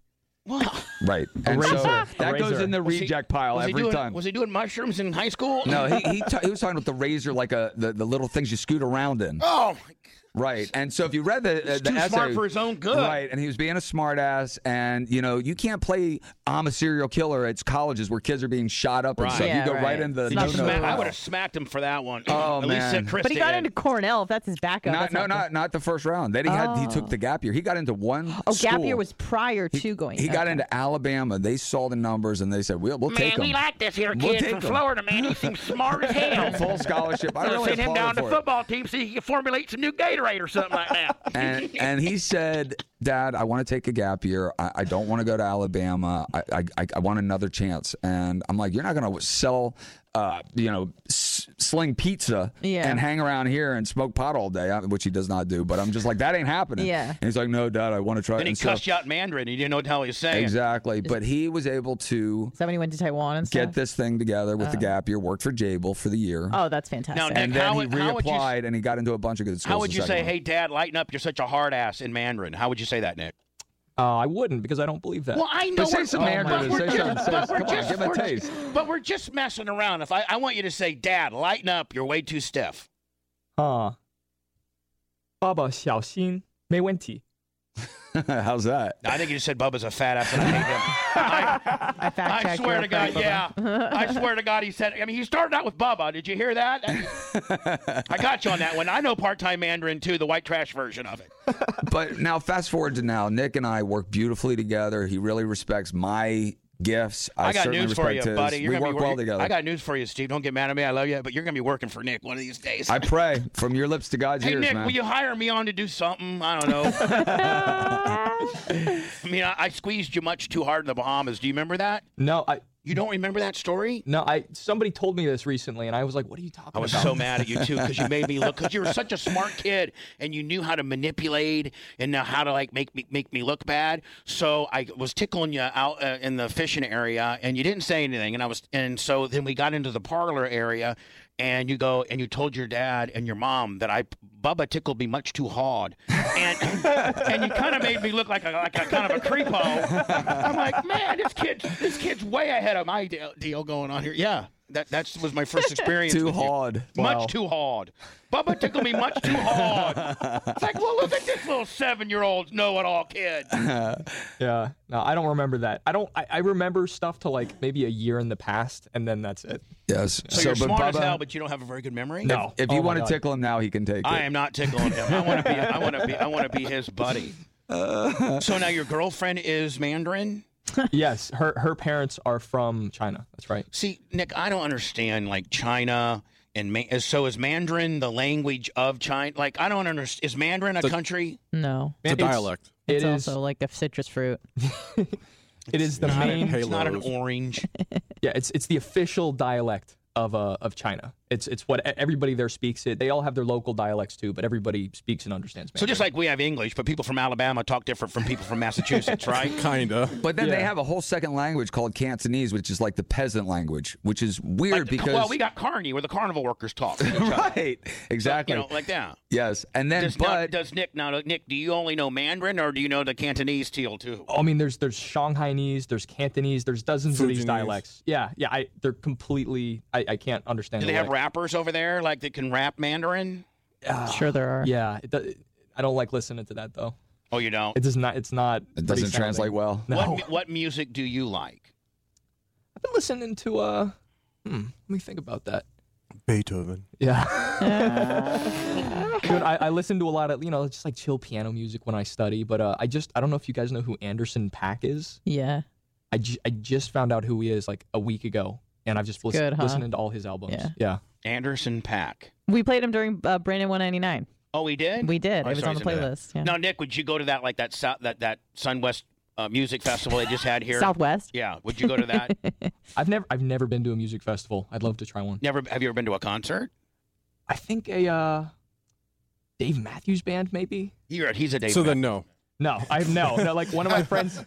Speaker 4: Wow.
Speaker 5: Right, and so
Speaker 8: razor. A
Speaker 5: that goes
Speaker 8: razor.
Speaker 5: in the reject pile
Speaker 4: was he
Speaker 5: every
Speaker 4: doing,
Speaker 5: time.
Speaker 4: Was he doing mushrooms in high school?
Speaker 5: uh, no, he he, ta- he was talking about the razor, like a the, the little things you scoot around in.
Speaker 9: Oh, my God.
Speaker 5: Right. And so if you read the, uh, the
Speaker 4: too
Speaker 5: essay,
Speaker 4: smart for his own good.
Speaker 5: Right. And he was being a smartass, and you know you can't play I'm a serial killer at colleges where kids are being shot up and
Speaker 4: Right.
Speaker 5: stuff.
Speaker 6: Yeah,
Speaker 5: you go right,
Speaker 6: right.
Speaker 5: into the
Speaker 6: It's
Speaker 4: You
Speaker 5: no,
Speaker 6: not
Speaker 5: no,
Speaker 6: smart.
Speaker 4: smack-
Speaker 5: no.
Speaker 4: I would have smacked him for that one. At
Speaker 5: Oh,
Speaker 4: least
Speaker 5: man.
Speaker 4: said Chris
Speaker 6: But he got
Speaker 4: did.
Speaker 6: into Cornell. If that's his backup.
Speaker 5: Not,
Speaker 6: that's
Speaker 5: no, not not the first round. Then he had he took the gap year. He got into one.
Speaker 6: Oh, gap year
Speaker 5: school.
Speaker 6: was prior to going.
Speaker 5: He got
Speaker 6: okay.
Speaker 5: into Alabama. They saw the numbers and they said, "We'll we'll take
Speaker 4: Man,
Speaker 5: him."
Speaker 4: we like this here
Speaker 5: We'll
Speaker 4: kid
Speaker 5: take
Speaker 4: from
Speaker 5: him.
Speaker 4: Florida, man. He seems smart as hell.
Speaker 5: full scholarship. I
Speaker 4: Gonna
Speaker 5: really
Speaker 4: send him
Speaker 5: applaud
Speaker 4: down to
Speaker 5: for it.
Speaker 4: football team so he can formulate some new Gatorade or something like that.
Speaker 5: and and he said, "Dad, I want to take a gap year. I, I don't want to go to Alabama. I, I- I I want another chance." And I'm like, "You're not going to sell, uh, you know, s- sling pizza
Speaker 6: Yeah.
Speaker 5: and hang around here and smoke pot all day, uh, which he does not do." But I'm just like, "That ain't happening."
Speaker 6: Yeah.
Speaker 5: And he's like, "No, Dad, I want to try."
Speaker 4: Then he
Speaker 5: it." And so-
Speaker 4: cussed you out in Mandarin. He didn't know what the hell he was saying.
Speaker 5: exactly. But he was able to
Speaker 6: Is that when he went to Taiwan and stuff?
Speaker 5: get this thing together with the gap year. Worked for Jable for the year.
Speaker 6: Oh, that's fantastic.
Speaker 4: Nick-
Speaker 5: and then
Speaker 4: How
Speaker 5: he
Speaker 4: would- how would you s-
Speaker 5: reapplied and he got into a bunch of good schools.
Speaker 4: How would
Speaker 5: the
Speaker 4: you
Speaker 5: second
Speaker 4: say,
Speaker 5: one.
Speaker 4: "Hey, Dad, lighten up. You're such a hard ass" in Mandarin? How would you say that, Nick?
Speaker 8: Uh, I wouldn't because I don't believe that.
Speaker 4: Well, I know
Speaker 5: But say
Speaker 4: we're-
Speaker 5: some
Speaker 4: but
Speaker 5: Mandarin.
Speaker 4: we're just-
Speaker 5: Say something.
Speaker 4: but
Speaker 5: Say
Speaker 4: we're
Speaker 5: something. Come on,
Speaker 4: just-
Speaker 5: give him a
Speaker 4: we're
Speaker 5: taste.
Speaker 4: just- But we're just messing around. If I, I want you to say, "Dad, lighten up. You're way too stiff."
Speaker 8: Huh. Baba Xiaoxin, may wenti.
Speaker 5: How's that?
Speaker 4: I think you just said Bubba's a fat ass, and I hate him. I-
Speaker 6: I fact
Speaker 4: I
Speaker 6: checked
Speaker 4: swear
Speaker 6: your
Speaker 4: to God,
Speaker 6: fact, Bubba.
Speaker 4: yeah. I swear to God, he said. I mean, he started out with Bubba. Did you hear that? I got you on that one. I know part-time Mandarin too, the white trash version of it.
Speaker 5: but now fast forward to now, Nick and I work beautifully together. He really respects my gifts. I,
Speaker 4: I, got
Speaker 5: certainly
Speaker 4: news for you,
Speaker 5: respect his.
Speaker 4: buddy. You're
Speaker 5: we
Speaker 4: gonna
Speaker 5: work
Speaker 4: be, wor-
Speaker 5: well together.
Speaker 4: I got news for you, Steve. Don't get mad at me. I love you, but you're gonna be working for Nick one of these days.
Speaker 5: I pray from your lips to God's
Speaker 4: hey,
Speaker 5: ears,
Speaker 4: Nick,
Speaker 5: man.
Speaker 4: will you hire me on to do something? I don't know. I mean, I, I squeezed you much too hard in the Bahamas. Do you remember that?
Speaker 8: No, I
Speaker 4: You don't remember that story?
Speaker 8: no, I somebody told me this recently, and I was like, "What are you talking
Speaker 4: I was
Speaker 8: about?"
Speaker 4: so mad at you too because you made me look because you were such a smart kid and you knew how to manipulate and know how to like make me make me look bad. So I was tickling you out uh, in the fishing area and you didn't say anything and I was and so then we got into the parlor area and you go and you told your dad and your mom that I Bubba tickled me much too hard and and you kind of made me look like a like a kind of a creepo. I'm like man, this kid this kid's way ahead of my deal, deal going on here. Yeah. That, that was my first experience.
Speaker 5: Too
Speaker 4: with you.
Speaker 5: hard.
Speaker 8: Wow.
Speaker 4: Much too hard. Bubba tickled me much too hard. It's like, well, look at this little seven-year-old know-it-all kid.
Speaker 8: Yeah, no, I don't remember that. I don't. I, I remember stuff to like maybe a year in the past, and then that's it.
Speaker 5: Yes.
Speaker 4: So, you're
Speaker 5: but
Speaker 4: smart as
Speaker 5: Bubba,
Speaker 4: hell, but you don't have a very good memory.
Speaker 8: No,
Speaker 5: if
Speaker 8: Oh
Speaker 5: you
Speaker 8: my
Speaker 5: want to
Speaker 8: God.
Speaker 5: tickle him now, he can take
Speaker 4: I
Speaker 5: it.
Speaker 4: am not tickling him. I want to be. I want to be. I want to be his buddy.
Speaker 5: Uh.
Speaker 4: so now your girlfriend is Mandarin.
Speaker 8: yes, her her parents are from China. That's right.
Speaker 4: See, Nick, I don't understand like China and Ma- so is Mandarin the language of China? Like, I don't understand. Is Mandarin a country?
Speaker 6: No.
Speaker 7: It's a dialect.
Speaker 8: It
Speaker 6: It's
Speaker 8: is.
Speaker 6: also like a citrus fruit.
Speaker 8: it is the
Speaker 7: not a
Speaker 8: main.
Speaker 7: pale-
Speaker 4: It's not an
Speaker 7: Halos.
Speaker 4: orange.
Speaker 8: Yeah, it's it's the official dialect of uh of China. It's it's what e-, everybody there speaks it. They all have their local dialects too, but everybody speaks and understands.
Speaker 4: So just like we have English, but people from Alabama talk different from people from Massachusetts, right?
Speaker 7: Kinda.
Speaker 5: But then they
Speaker 8: Yeah.
Speaker 5: have a whole second language called Cantonese, which is like the peasant language, which is weird
Speaker 4: Like,
Speaker 5: because
Speaker 4: well, we got Carney where the carnival workers talk. to each other.
Speaker 5: right, exactly.
Speaker 4: You know, like that.
Speaker 5: yes, and then
Speaker 4: Does, now,
Speaker 5: but
Speaker 4: does Nick now? Nick, do you only know Mandarin or do you know the Cantonese teal too?
Speaker 8: I mean, there's there's Shanghainese, there's Cantonese, there's dozens of
Speaker 7: Fujianese.
Speaker 8: these dialects. Yeah, yeah, I they're completely. I, I can't understand.
Speaker 4: Do they
Speaker 8: the
Speaker 4: have
Speaker 8: way-
Speaker 4: rappers over there like that can rap Mandarin?
Speaker 6: sure there are.
Speaker 8: Ah, Yeah, it, do- I don't like listening to that though.
Speaker 4: Oh, you don't.
Speaker 8: It does not. It's not.
Speaker 5: it
Speaker 8: pretty
Speaker 5: doesn't
Speaker 8: sounding.
Speaker 5: translate well.
Speaker 8: No,
Speaker 4: What mu- what music do you like?
Speaker 8: I've been listening to. Uh, hmm, let me think about that.
Speaker 7: Beethoven.
Speaker 8: Yeah. Dude, I, I listen to a lot of you know just like chill piano music when I study, but uh, I just I don't know if you guys know who Anderson Pack is.
Speaker 6: Yeah.
Speaker 8: I, ju- I just found out who he is like a week ago, and I've just listened
Speaker 6: good, huh?
Speaker 8: listening to all his albums.
Speaker 6: Yeah.
Speaker 8: yeah.
Speaker 4: Anderson Pack.
Speaker 6: We played him during uh, Brandon 199.
Speaker 4: Oh, we did.
Speaker 6: We did.
Speaker 4: Oh,
Speaker 6: it was
Speaker 4: sorry,
Speaker 6: on the
Speaker 4: I didn't know that.
Speaker 6: playlist. Yeah.
Speaker 4: Now, Nick, would you go to that like that sou- that that Sunwest uh, Music Festival they just had here?
Speaker 6: Southwest.
Speaker 4: Yeah. Would you go to that?
Speaker 8: I've never I've never been to a music festival. I'd love to try one.
Speaker 4: Never. Have you ever been to a concert?
Speaker 8: I think a uh, Dave Matthews Band maybe.
Speaker 4: You're, he's a Dave.
Speaker 7: So
Speaker 4: Matthews.
Speaker 7: then, no.
Speaker 8: No, I no no. Like one of my friends,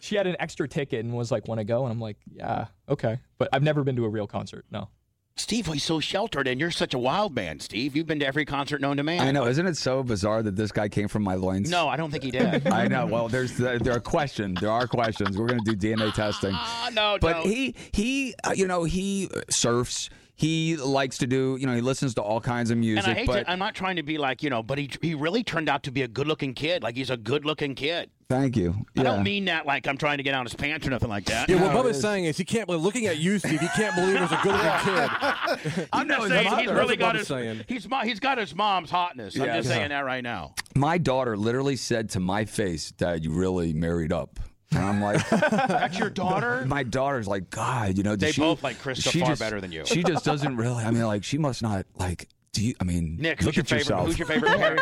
Speaker 8: she had an extra ticket and was like, "Want to go?" And I'm like, "Yeah, okay." But I've never been to a real concert. No.
Speaker 4: Steve, he's so sheltered, and you're such a wild man, Steve. You've been to every concert known to man.
Speaker 5: I know, isn't it so bizarre that this guy came from my loins?
Speaker 4: No, I don't think he did.
Speaker 5: I know. Well, there's there are questions. There are questions. We're gonna do DNA testing.
Speaker 4: Ah, no,
Speaker 5: But
Speaker 4: no.
Speaker 5: he he uh, you know he surfs. he likes to do. You know, he listens to all kinds of music.
Speaker 4: And I hate
Speaker 5: but
Speaker 4: to, I'm not trying to be like, you know, but he, he really turned out to be a good looking kid. Like, he's a good looking kid.
Speaker 5: thank you.
Speaker 4: I
Speaker 5: Yeah.
Speaker 4: don't mean that like I'm trying to get out his pants or nothing like that.
Speaker 7: Yeah, what
Speaker 5: No, it
Speaker 7: Bubba's
Speaker 5: is.
Speaker 7: saying is he can't believe, looking at you, Steve, he can't believe there's a good looking kid.
Speaker 4: I'm not
Speaker 7: his
Speaker 4: saying
Speaker 7: mother.
Speaker 4: he's
Speaker 7: That's
Speaker 4: really
Speaker 7: what
Speaker 4: got
Speaker 7: Bubba's
Speaker 4: his
Speaker 7: saying.
Speaker 4: he's mo- he's got his mom's hotness. I'm
Speaker 5: Yeah.
Speaker 4: just
Speaker 5: Yeah.
Speaker 4: saying that right now.
Speaker 5: My daughter literally said to my face, "Dad, you really married up." And I'm like,
Speaker 4: That's your daughter.
Speaker 5: my daughter's like, God, you know, did
Speaker 4: They
Speaker 5: she-
Speaker 4: both like Krista
Speaker 5: she
Speaker 4: far
Speaker 5: just-
Speaker 4: better than you.
Speaker 5: She just doesn't really. I mean, like, she must not like. Do you? I mean,
Speaker 4: Nick, who's
Speaker 5: look
Speaker 4: your
Speaker 5: at
Speaker 4: favorite?
Speaker 5: yourself.
Speaker 4: Who's your favorite parent?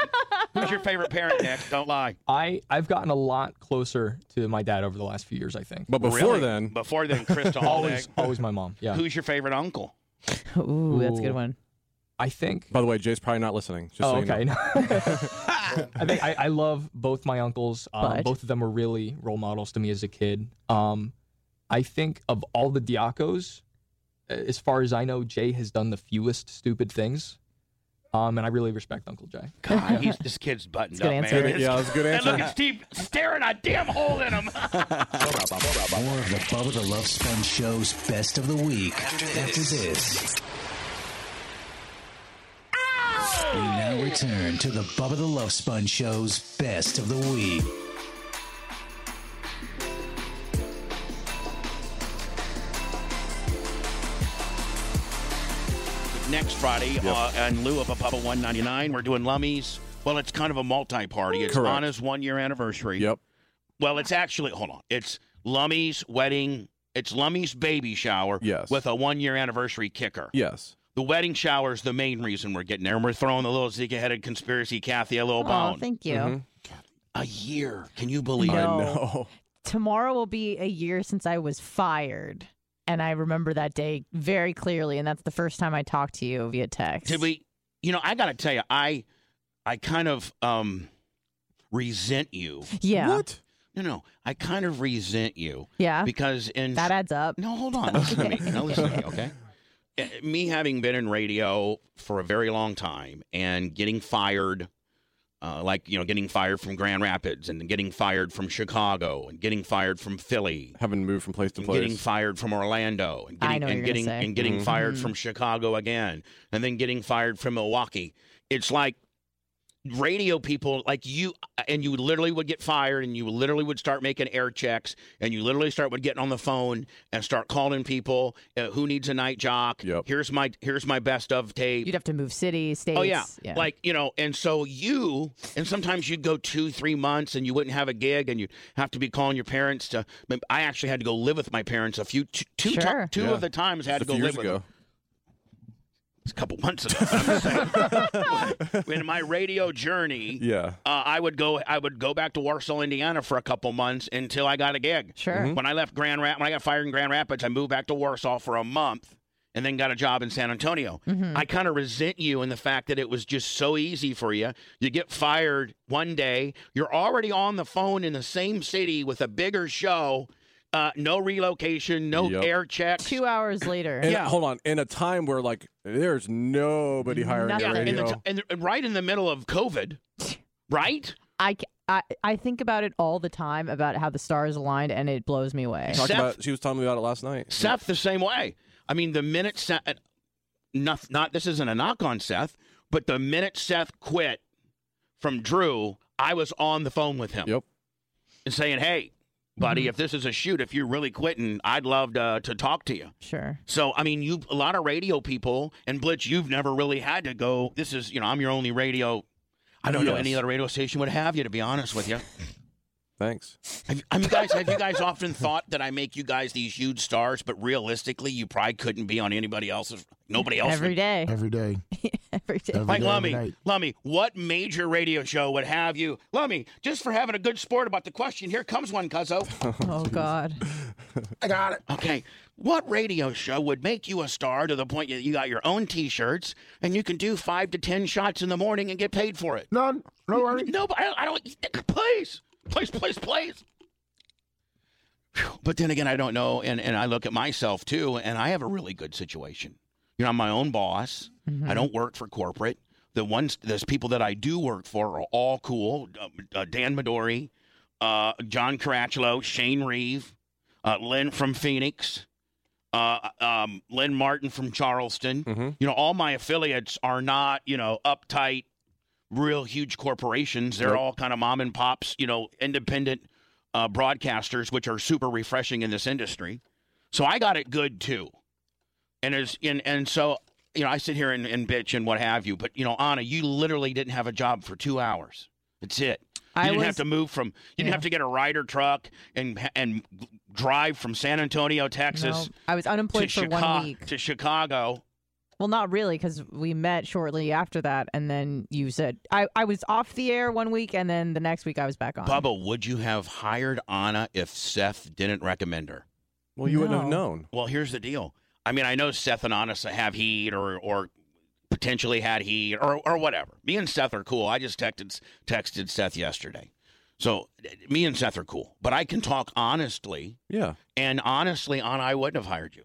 Speaker 4: who's your favorite parent? Nick, don't lie.
Speaker 8: I I've gotten a lot closer to my dad over the last few years. I think.
Speaker 7: But before
Speaker 4: Really?
Speaker 7: then,
Speaker 4: before then, Krista always.
Speaker 8: always always my mom. Yeah.
Speaker 4: Who's your favorite uncle?
Speaker 6: Ooh, that's a good
Speaker 8: Ooh.
Speaker 6: one.
Speaker 8: I think.
Speaker 7: by the way, Jay's probably not listening. Just
Speaker 8: Oh,
Speaker 7: so you know.
Speaker 8: okay. I think I, I love both my uncles. Um,
Speaker 6: But-
Speaker 8: both of them were really role models to me as a kid. Um, I think of all the Diacos, a- as far as I know, Jay has done the fewest stupid things. Um, and I really respect Uncle Jay.
Speaker 4: God, he's this kid's buttoned
Speaker 6: That's a
Speaker 4: up,
Speaker 6: good
Speaker 4: man.
Speaker 6: answer.
Speaker 7: Yeah, yeah, that's a good
Speaker 4: And look
Speaker 7: answer.
Speaker 4: at Steve staring a damn hole in him.
Speaker 2: More of the Bubba the Love Sponge Show's best of the week after this. We now return to the Bubba the Love Sponge Show's best of the week.
Speaker 4: Next Friday, uh, in lieu of a Papa 199, we're doing Lummies. Well, it's kind of a multi-party. It's
Speaker 7: Correct.
Speaker 4: Anna's one-year anniversary.
Speaker 7: Yep.
Speaker 4: Well, it's actually hold on. It's Lummy's wedding. It's Lummy's baby shower.
Speaker 7: Yes.
Speaker 4: With a one year anniversary kicker.
Speaker 7: Yes.
Speaker 4: The wedding shower is the main reason we're getting there, and we're throwing the little Zika headed conspiracy Kathy a little
Speaker 6: Oh,
Speaker 4: bone.
Speaker 6: thank you.
Speaker 4: a year. Can you believe
Speaker 6: No.
Speaker 4: it?
Speaker 7: Mm-hmm. I know.
Speaker 6: Tomorrow will be a year since I was fired. And I remember that day very clearly. And that's the first time I talked to you via text.
Speaker 4: Did we? You know, I got to tell you, I, I kind of um, resent you.
Speaker 6: Yeah.
Speaker 7: What?
Speaker 4: No, no, I kind of resent you
Speaker 6: Yeah.
Speaker 4: because in
Speaker 6: That adds up.
Speaker 4: No, hold on. Listen to me. No, listen to me, okay? Uh, Me having been in radio for a very long time and getting fired, uh, like, you know, getting fired from Grand Rapids and getting fired from Chicago and getting fired from Philly
Speaker 7: Haven't moved from place to
Speaker 4: and
Speaker 7: place.
Speaker 4: getting fired from Orlando and
Speaker 6: I
Speaker 4: getting,
Speaker 6: know what
Speaker 4: and,
Speaker 6: you're gonna
Speaker 4: getting
Speaker 6: say. Mm-hmm.
Speaker 4: and getting
Speaker 7: Mhm.
Speaker 4: fired from Chicago again and then getting fired from Milwaukee. It's like radio people like you uh, and you literally would get fired and you literally would start making air checks and you literally start would getting on the phone and start calling people uh, who needs a night jock
Speaker 7: Yep.
Speaker 4: here's my here's my best of tape
Speaker 6: You'd have to move cities, states.
Speaker 4: Oh yeah. like you know, and so you, and sometimes you'd go two, three months, and you wouldn't have a gig, and you'd have to be calling your parents to. I actually had to go live with my parents a few, two, two, ti-
Speaker 6: Sure.
Speaker 4: two
Speaker 7: Yeah.
Speaker 4: of the times I had
Speaker 7: Just a
Speaker 4: to go
Speaker 7: few
Speaker 4: live
Speaker 7: years ago.
Speaker 4: with them. It's a couple months ago. I'm just saying. in my radio journey,
Speaker 7: Yeah.
Speaker 4: uh, I would go. I would go back to Warsaw, Indiana, for a couple months until I got a gig.
Speaker 6: Sure.
Speaker 7: Mm-hmm.
Speaker 4: When I left Grand Rap, when I got fired in Grand Rapids, I moved back to Warsaw for a month, and then got a job in San Antonio.
Speaker 6: Mm-hmm.
Speaker 4: I kind of resent you in the fact that it was just so easy for you. You get fired one day, you're already on the phone in the same city with a bigger show, uh, no relocation, no
Speaker 7: Yep.
Speaker 4: air checks.
Speaker 6: Two hours later.
Speaker 7: And,
Speaker 4: Yeah.
Speaker 7: Hold on. In a time where like there's nobody hiring
Speaker 6: Nothing.
Speaker 7: at
Speaker 4: yeah, in
Speaker 7: radio.
Speaker 4: the t- and, and right in the middle of COVID, right?
Speaker 6: I, ca- I, I think about it all the time about how the stars aligned and it blows me away.
Speaker 7: Talked
Speaker 4: Seth-
Speaker 7: about- she was telling me about it last night.
Speaker 4: Seth the same way. I mean, the minute Seth, not, not this isn't a knock on Seth, but the minute Seth quit from Drew, I was on the phone with him
Speaker 7: Yep. Mm-hmm.
Speaker 4: and saying, "Hey, buddy, if this is a shoot, if you're really quitting, I'd love to, to talk to you."
Speaker 6: Sure.
Speaker 4: So, I mean, you a lot of radio people and Blitz, you've never really had to go. This is, you know, I'm your only radio. I don't know
Speaker 7: Yes.
Speaker 4: any other radio station would have you, to be honest with you.
Speaker 7: Thanks.
Speaker 4: Have, have you guys have you guys often thought that I make you guys these huge stars, but realistically, you probably couldn't be on anybody else's nobody else.
Speaker 6: Every day.
Speaker 3: Every day.
Speaker 6: Every day.
Speaker 3: Every
Speaker 4: Like
Speaker 3: day, every
Speaker 4: Lummy,
Speaker 3: night.
Speaker 4: Lummy, what major radio show would have you, Lummy? Just for having a good sport about the question, here comes one, Cuzzo.
Speaker 6: Oh, God.
Speaker 9: I got it.
Speaker 4: Okay, what radio show would make you a star to the point that you got your own T-shirts and you can do five to ten shots in the morning and get paid for it?
Speaker 3: None. No worry.
Speaker 4: No, but I don't, I don't. Please, please, please, please. Phew, But then again, I don't know, and and I look at myself too, and I have a really good situation. You know, I'm my own boss. I don't work for corporate. The ones, those people that I do work for are all cool. Uh, uh, Dan Midori, uh, John Caracciolo, Shane Reeve, uh, Lynn from Phoenix. uh, um, Lynn Martin from Charleston. You know, all my affiliates are not, you know, uptight, real huge corporations. They're all kind of mom and pops, you know, independent uh, broadcasters, which are super refreshing in this industry. So I got it good too. And as and, and so, you know, I sit here and, and bitch and what have you, but you know, Anna, you literally didn't have a job for two hours. That's it. You
Speaker 6: I
Speaker 4: didn't have
Speaker 6: was-
Speaker 4: to move from. You didn't
Speaker 6: Yeah.
Speaker 4: have to get a rider truck and and drive from San Antonio, Texas,
Speaker 6: No, I was
Speaker 4: to
Speaker 6: unemployed for one
Speaker 4: Chicago.
Speaker 6: week.
Speaker 4: To Chicago.
Speaker 6: Well, not really, because we met shortly after that, and then you said I, I was off the air one week, and then the next week I was back on.
Speaker 4: Bubba, would you have hired Anna if Seth didn't recommend her?
Speaker 7: Well, you wouldn't have
Speaker 6: No.
Speaker 7: known.
Speaker 4: Well, here's the deal. I mean, I know Seth and Anna have heat, or or potentially had heat, or or whatever. Me and Seth are cool. I just texted texted Seth yesterday, so eh, me and Seth are cool. But I can talk honestly,
Speaker 7: Yeah.
Speaker 4: and honestly, Anna, I wouldn't have hired you.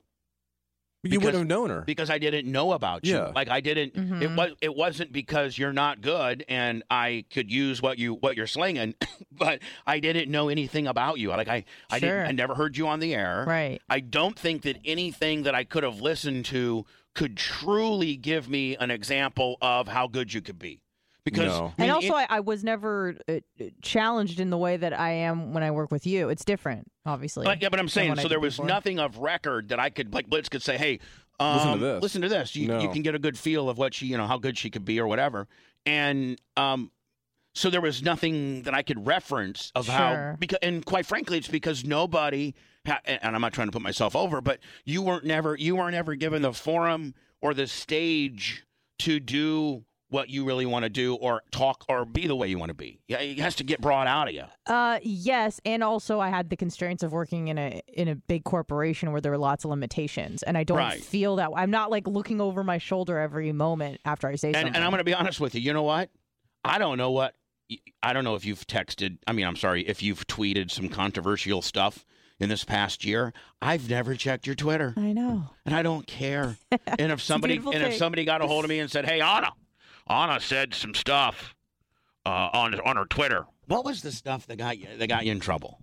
Speaker 7: you
Speaker 4: Because-
Speaker 7: wouldn't have known her.
Speaker 4: because I didn't know about you.
Speaker 7: Yeah.
Speaker 4: Like I didn't. It
Speaker 6: Mhm.
Speaker 4: was. It wasn't because you're not good, and I could use what you what you're slinging, but I didn't know anything about you. Like I, I
Speaker 6: Sure.
Speaker 4: didn't. I never heard you on the air.
Speaker 6: Right.
Speaker 4: I don't think that anything that I could have listened to could truly give me an example of how good you could be.
Speaker 7: No.
Speaker 4: Because I mean,
Speaker 6: and also,
Speaker 4: it-
Speaker 6: I, I was never uh, uh, challenged in the way that I am when I work with you. It's different, obviously.
Speaker 4: But, Uh, yeah, but I'm saying
Speaker 6: what I
Speaker 4: so
Speaker 6: did
Speaker 4: there was
Speaker 6: before.
Speaker 4: nothing of record that I could like Blitz could say, hey, um,
Speaker 7: Listen to this.
Speaker 4: Listen to this. You, you
Speaker 7: No.
Speaker 4: can get a good feel of what she, you know, how good she could be or whatever. And um, so there was nothing that I could reference of how
Speaker 6: Sure.
Speaker 4: because and quite frankly, it's because nobody ha- and and I'm not trying to put myself over, but you weren't never you weren't ever given the forum or the stage to do what you really want to do or talk or be the way you want to be. Yeah, it has to get brought out of you.
Speaker 6: Uh, yes, and also I had the constraints of working in a in a big corporation where there were lots of limitations, and I don't
Speaker 4: Right.
Speaker 6: feel that. I'm not like looking over my shoulder every moment after I say
Speaker 4: and,
Speaker 6: something.
Speaker 4: and I'm going to be honest with you. You know what? I don't know what. I don't know if you've texted. I mean, I'm sorry if you've tweeted some controversial stuff in this past year. I've never checked your Twitter,
Speaker 6: I know.
Speaker 4: and I don't care. And if somebody and
Speaker 6: beautiful
Speaker 4: if
Speaker 6: thing.
Speaker 4: somebody got a hold of me and said, "Hey, Anna, Anna said some stuff uh, on on her Twitter." What was the stuff that got you that got you in
Speaker 6: Oh,
Speaker 4: trouble?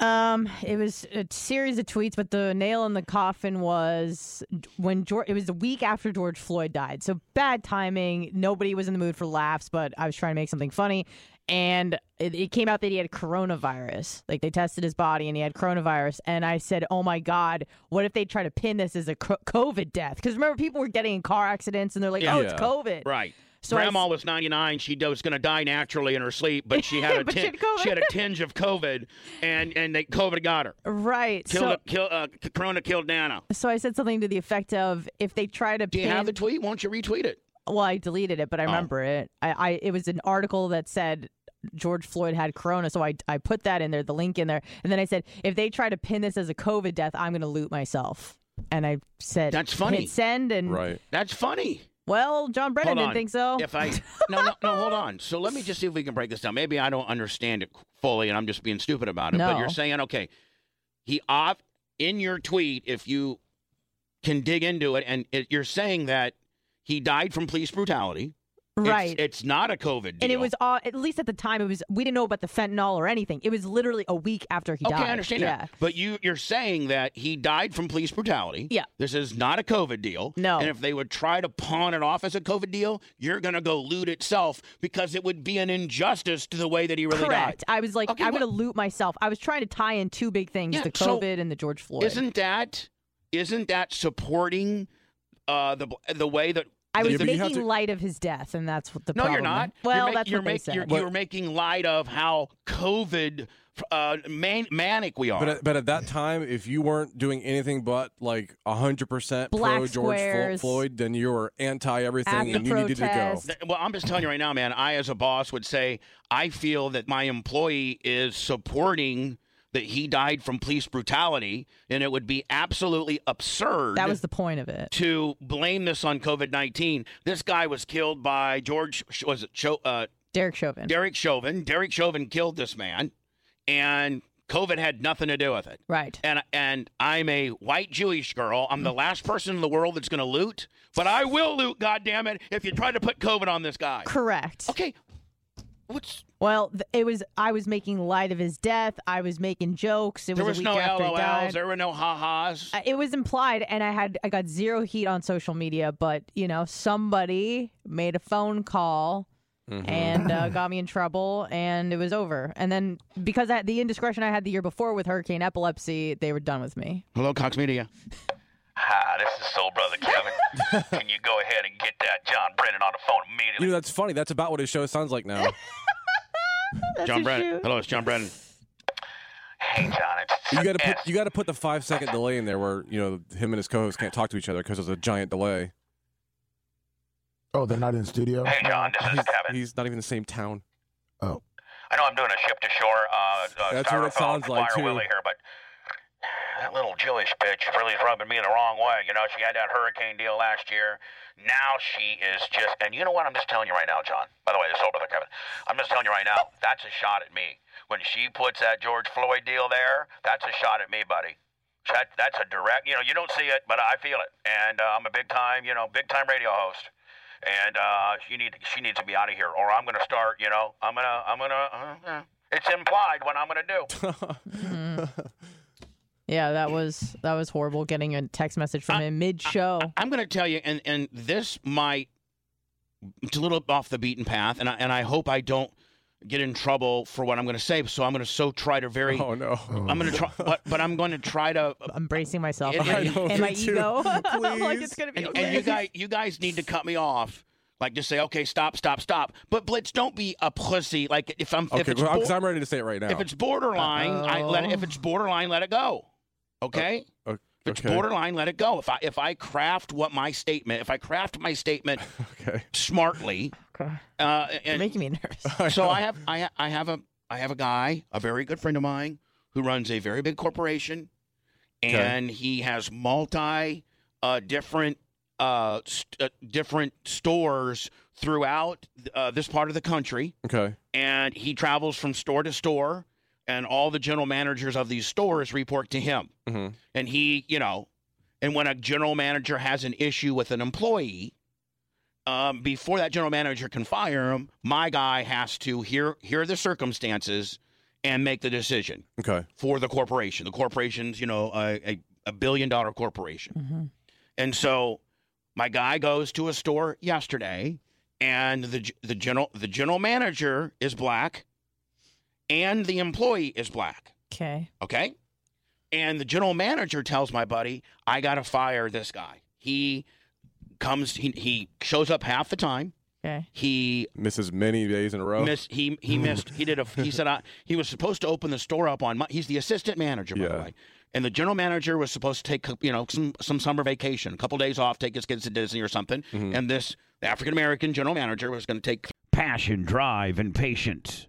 Speaker 6: Um, it was a series of tweets, but the nail in the coffin was when George. It was the week after George Floyd died, so bad timing. Nobody was in the mood for laughs, but I was trying to make something funny, and it, it came out that he had coronavirus. Like they tested his body, and he had coronavirus. And I said, "Oh my God, what if they try to pin this as a co- COVID death?" Because remember, people were getting in car accidents, and they're like, "Oh, it's
Speaker 7: Yeah.
Speaker 6: COVID."
Speaker 4: Right.
Speaker 6: So I
Speaker 4: Grandma
Speaker 6: s-
Speaker 4: was 99. She was going to die naturally in her sleep, but she had a
Speaker 6: But she
Speaker 4: tin-
Speaker 6: had COVID.
Speaker 4: she had a tinge of COVID, and and they, COVID got her.
Speaker 6: Right.
Speaker 4: Killed,
Speaker 6: so,
Speaker 4: kill, uh, c- Corona killed Nana.
Speaker 6: so I said something to the effect of, "If they try to
Speaker 4: Do you
Speaker 6: pin
Speaker 4: have the tweet? Won't you retweet it? Oh.
Speaker 6: Well, I deleted it, but I remember it. I, I it was an article that said George Floyd had corona, so I I put that in there, the link in there, and then I said if they try to pin this as a COVID death, I'm going to loot myself. And I said
Speaker 4: That's funny.
Speaker 6: Hit send and
Speaker 7: Right.
Speaker 4: That's funny.
Speaker 6: well, John Brennan
Speaker 4: Hold
Speaker 6: didn't
Speaker 4: on.
Speaker 6: think so.
Speaker 4: If I no no no hold on. So let me just see if we can break this down. Maybe I don't understand it fully, and I'm just being stupid about it. But
Speaker 6: No.
Speaker 4: you're saying okay, he off in your tweet if you can dig into it, and it, you're saying that he died from police brutality. It's-
Speaker 6: right.
Speaker 4: It's, not a COVID. Deal.
Speaker 6: and it was all, at least at the time it was we didn't know about the fentanyl or anything. It was literally a week after he
Speaker 4: Okay,
Speaker 6: died.
Speaker 4: I understand
Speaker 6: yeah.
Speaker 4: that. But you you're saying that he died from police brutality.
Speaker 6: Yeah.
Speaker 4: This is not a COVID deal.
Speaker 6: No.
Speaker 4: And if they would try to pawn it off as a COVID deal, you're gonna go loot itself because it would be an injustice to the way that he really
Speaker 6: Correct. I was like,
Speaker 4: Okay,
Speaker 6: I'm
Speaker 4: what-
Speaker 6: going to loot myself. I was trying to tie in two big things:
Speaker 4: Yeah,
Speaker 6: the
Speaker 4: so
Speaker 6: COVID and the George Floyd.
Speaker 4: died. Isn't that isn't that supporting uh, the the way that
Speaker 6: I was
Speaker 7: Yeah, but you have
Speaker 6: making
Speaker 7: to-
Speaker 6: light of his death, and that's what the
Speaker 4: no,
Speaker 6: problem.
Speaker 4: you're not.
Speaker 6: Well,
Speaker 4: you're mak-
Speaker 6: that's
Speaker 4: you're
Speaker 6: what they
Speaker 4: mak-
Speaker 6: said.
Speaker 4: You're, you're making light of how COVID uh, man- manic we are.
Speaker 7: But at, but at that time, if you weren't doing anything but like 100% pro
Speaker 6: Black
Speaker 7: George Flo-
Speaker 6: squares.
Speaker 7: Floyd, then you were anti everything
Speaker 6: At the
Speaker 7: and you needed to go.
Speaker 6: protest.
Speaker 4: Th- Well, I'm just telling you right now, man. I, as a boss, would say I feel that my employee is supporting that he died from police brutality, and it would be absolutely absurd.
Speaker 6: that was the point of it.
Speaker 4: to blame this on COVID nineteen. This guy was killed by George. Was it Cho, uh,
Speaker 6: Derek Chauvin.
Speaker 4: Derek Chauvin? Derek Chauvin killed this man, and COVID had nothing to do with it
Speaker 6: right.
Speaker 4: and and I'm a white Jewish girl. I'm the last person in the world that's going to loot, but I will loot, goddammit, if you try to put COVID on this guy.
Speaker 6: Correct.
Speaker 4: Okay. What's
Speaker 6: Well, th- it was I was making light of his death. I was making jokes. It
Speaker 4: there
Speaker 6: was,
Speaker 4: was
Speaker 6: a week
Speaker 4: no
Speaker 6: after he
Speaker 4: LOLs.
Speaker 6: died.
Speaker 4: There were no ha-has.
Speaker 6: Uh, it was implied, and I had I got zero heat on social media, but you know somebody made a phone call and uh, got me in trouble, and it was over. And then because I, the indiscretion I had the year before with hurricane epilepsy, they were done with me.
Speaker 4: Hello, Cox Media.
Speaker 11: Hi, this is Soul Brother Kevin. Can you go ahead and get that John Brennan on the phone
Speaker 7: You
Speaker 11: immediately?
Speaker 7: know, that's funny. That's about what his show sounds like now.
Speaker 4: John Brennan. Hello, it's John Brennan.
Speaker 11: Hey, John, it's
Speaker 7: You got to
Speaker 11: Ted
Speaker 7: put you got to put the five second delay in there where you know him and his co-host can't talk to each other because there's a giant delay.
Speaker 12: Oh, they're not in studio.
Speaker 11: Hey, John, this is
Speaker 7: He's,
Speaker 11: Kevin.
Speaker 7: he's not even in the same town.
Speaker 12: Oh,
Speaker 11: I know I'm doing a ship to shore. Uh, uh,
Speaker 7: That's what it
Speaker 11: styrofoam
Speaker 7: sounds like,
Speaker 11: wire
Speaker 7: too.
Speaker 11: Willie here, but that little Jewish bitch really is rubbing me the wrong way. You know, she had that hurricane deal last year. Now she is just, and you know what? I'm just telling you right now, John. By the way, this is Brother Kevin. I'm just telling you right now, that's a shot at me. When she puts that George Floyd deal there, that's a shot at me, buddy. That, that's a direct, you know, you don't see it, but I feel it. And uh, I'm a big time, you know, big time radio host. And uh, she need she needs to be out of here, or I'm gonna start. You know, I'm gonna I'm gonna. Uh, uh, it's implied what I'm gonna do.
Speaker 6: Yeah, that was that was horrible. Getting a text message from him mid show.
Speaker 4: I'm going to tell you, and and this might it's a little off the beaten path, and I, and I hope I don't get in trouble for what I'm going to say. So I'm going to so try to very.
Speaker 7: Oh no!
Speaker 4: I'm going to try, but but I'm going to try to.
Speaker 6: I'm bracing myself
Speaker 4: I
Speaker 6: and,
Speaker 7: know,
Speaker 6: and my
Speaker 7: me too.
Speaker 6: ego. I'm like it's gonna be
Speaker 4: And,
Speaker 6: okay.
Speaker 4: and you guys, you guys need to cut me off. Like just say, okay, stop, stop, stop. But Blitz, don't be a pussy. Like if I'm if
Speaker 7: Okay,
Speaker 4: it's,
Speaker 7: because
Speaker 4: bor-
Speaker 7: I'm ready to say it right now.
Speaker 4: if it's borderline, I let
Speaker 6: Oh.
Speaker 4: it, if it's borderline, let it go. Okay.
Speaker 7: O-
Speaker 4: If it's
Speaker 7: okay.
Speaker 4: borderline, let it go. If I if I craft what my statement, if I craft my statement
Speaker 7: Okay.
Speaker 4: smartly, uh,
Speaker 6: You're
Speaker 4: and
Speaker 6: making me nervous.
Speaker 4: so I have I, ha- I have a I have a guy, a very good friend of mine, who runs a very big corporation, and he has multi uh, different uh, st- uh, different stores throughout uh, this part of the country,
Speaker 7: Okay.
Speaker 4: and he travels from store to store, and all the general managers of these stores report to him,
Speaker 7: Mhm.
Speaker 4: and he you know, and when a general manager has an issue with an employee um, before that general manager can fire him, my guy has to hear hear the circumstances and make the decision
Speaker 7: Okay.
Speaker 4: for the corporation. The corporation's you know a, a, a billion dollar corporation,
Speaker 6: Mhm.
Speaker 4: and so my guy goes to a store yesterday, and the g- the general the general manager is black, and the employee is black.
Speaker 6: Okay.
Speaker 4: Okay. And the general manager tells my buddy, I got to fire this guy. He comes, he, he shows up half the time.
Speaker 6: Okay.
Speaker 4: He
Speaker 7: Misses many days in a row.
Speaker 4: missed, he, he missed, he did a, he said, I, he was supposed to open the store up on, Mon- he's the assistant manager, by the
Speaker 7: Yeah.
Speaker 4: way. And the general manager was supposed to take, you know, some, some summer vacation, a couple days off, take his kids to Disney or something.
Speaker 7: Mm-hmm.
Speaker 4: And this African American general manager was going to take
Speaker 1: Passion, drive, and patience.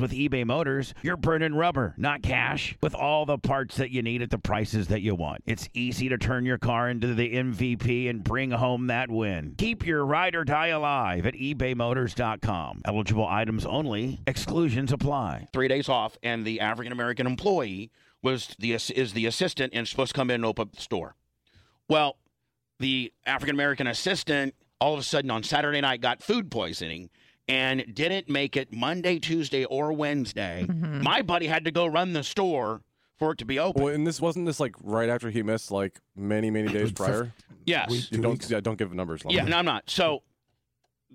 Speaker 1: with eBay Motors, you're burning rubber, not cash. With all the parts that you need at the prices that you want, it's easy to turn your car into the MVP and bring home that win. Keep your ride or die alive at ebaymotors.com. Eligible items only, exclusions apply.
Speaker 4: three days off, and the African American employee was the is the assistant and supposed to come in and open up the store. Well, the African American assistant all of a sudden on Saturday night got food poisoning and didn't make it Monday, Tuesday, or Wednesday. My buddy had to go run the store for it to be open.
Speaker 7: Well, and this wasn't this like right after he missed like many many days prior.
Speaker 4: yes.
Speaker 12: we-
Speaker 7: You don't yeah, don't give numbers. Lumber.
Speaker 4: Yeah, no, I'm not. So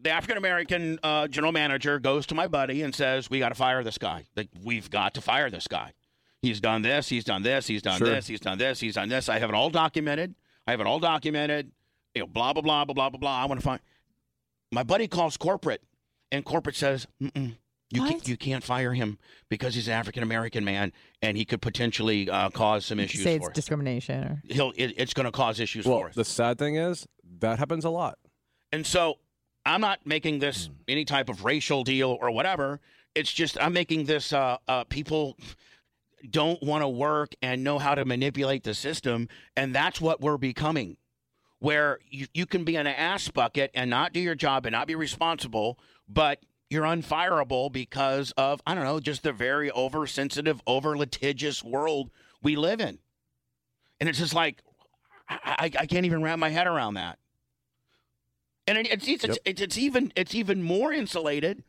Speaker 4: the African American uh, general manager goes to my buddy and says, "We got to fire this guy. Like, we've got to fire this guy. He's done this. He's done this. He's done
Speaker 7: Sure.
Speaker 4: this. He's done this. He's done this. I have it all documented. I have it all documented. You know, blah blah blah blah blah blah blah. I want to find." My buddy calls corporate, and corporate says, Mm-mm, "You can't,
Speaker 6: What?
Speaker 4: you can't fire him because he's an African American man, and he could potentially uh, cause some issues
Speaker 6: Say it's
Speaker 4: for us.
Speaker 6: discrimination or
Speaker 4: He'll it, it's going to cause issues for
Speaker 7: Well,
Speaker 4: us."
Speaker 7: the sad thing is that happens a lot. Hmm.
Speaker 4: And so I'm not making this any type of racial deal or whatever. it's just I'm making this uh, uh, people don't want to work and know how to manipulate the system, and that's what we're becoming. Where you, you can be an ass bucket and not do your job and not be responsible, but you're unfireable because of I don't know, just the very oversensitive, over litigious world we live in, and it's just like I, I I can't even wrap my head around that. And it, it's, it's, it's, it's it's even it's even more insulated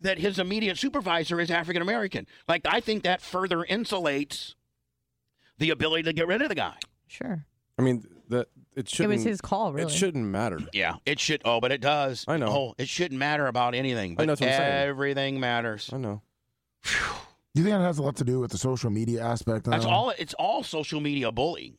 Speaker 4: that his immediate supervisor is African American. Like I think that further insulates the ability to get rid of the guy.
Speaker 6: Sure.
Speaker 7: I mean, that it
Speaker 6: It
Speaker 7: shouldn't.
Speaker 6: was his call,
Speaker 7: It
Speaker 6: really.
Speaker 7: shouldn't matter.
Speaker 4: Yeah, it should. Oh, but it does. I know. Oh, it shouldn't matter about anything. But
Speaker 7: know, that's what I'm saying.
Speaker 4: everything matters. I
Speaker 7: know.
Speaker 12: you think it has a lot to do with the social media aspect?
Speaker 4: That's
Speaker 12: now?
Speaker 4: all. It's all social media bullying.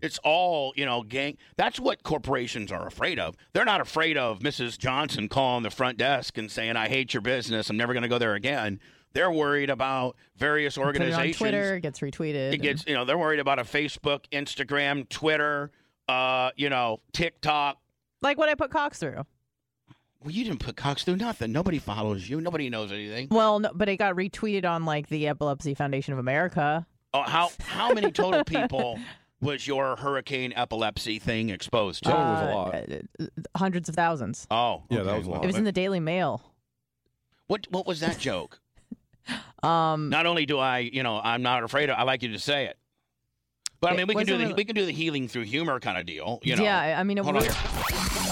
Speaker 4: It's all you know, gang. That's what corporations are afraid of. They're not afraid of Mrs. Johnson calling the front desk and saying, "I hate your business. I'm never going to go there again." They're worried about various
Speaker 6: Put it on
Speaker 4: organizations.
Speaker 6: Twitter, it gets retweeted.
Speaker 4: It gets, you know, they're worried about a Facebook, Instagram, Twitter, uh, you know, TikTok.
Speaker 6: like what I put Cox through.
Speaker 4: Well, you didn't put Cox through nothing. Nobody follows you. Nobody knows anything.
Speaker 6: Well, no, but it got retweeted on like the Epilepsy Foundation of America.
Speaker 4: Oh, how how many total people was your hurricane epilepsy thing exposed to?
Speaker 6: Uh, Hundreds of thousands.
Speaker 4: Oh, yeah, that was a
Speaker 6: It was in the Daily Mail.
Speaker 4: What what was that joke?
Speaker 6: Um,
Speaker 4: not only do I, you know, I'm not afraid of. I like you to say it. But I
Speaker 6: It
Speaker 4: mean, we can do
Speaker 6: wasn't
Speaker 4: the
Speaker 6: really-
Speaker 4: we can do the healing through humor kind of deal. You know.
Speaker 6: yeah, I mean, it
Speaker 4: Hold
Speaker 6: was,
Speaker 4: on.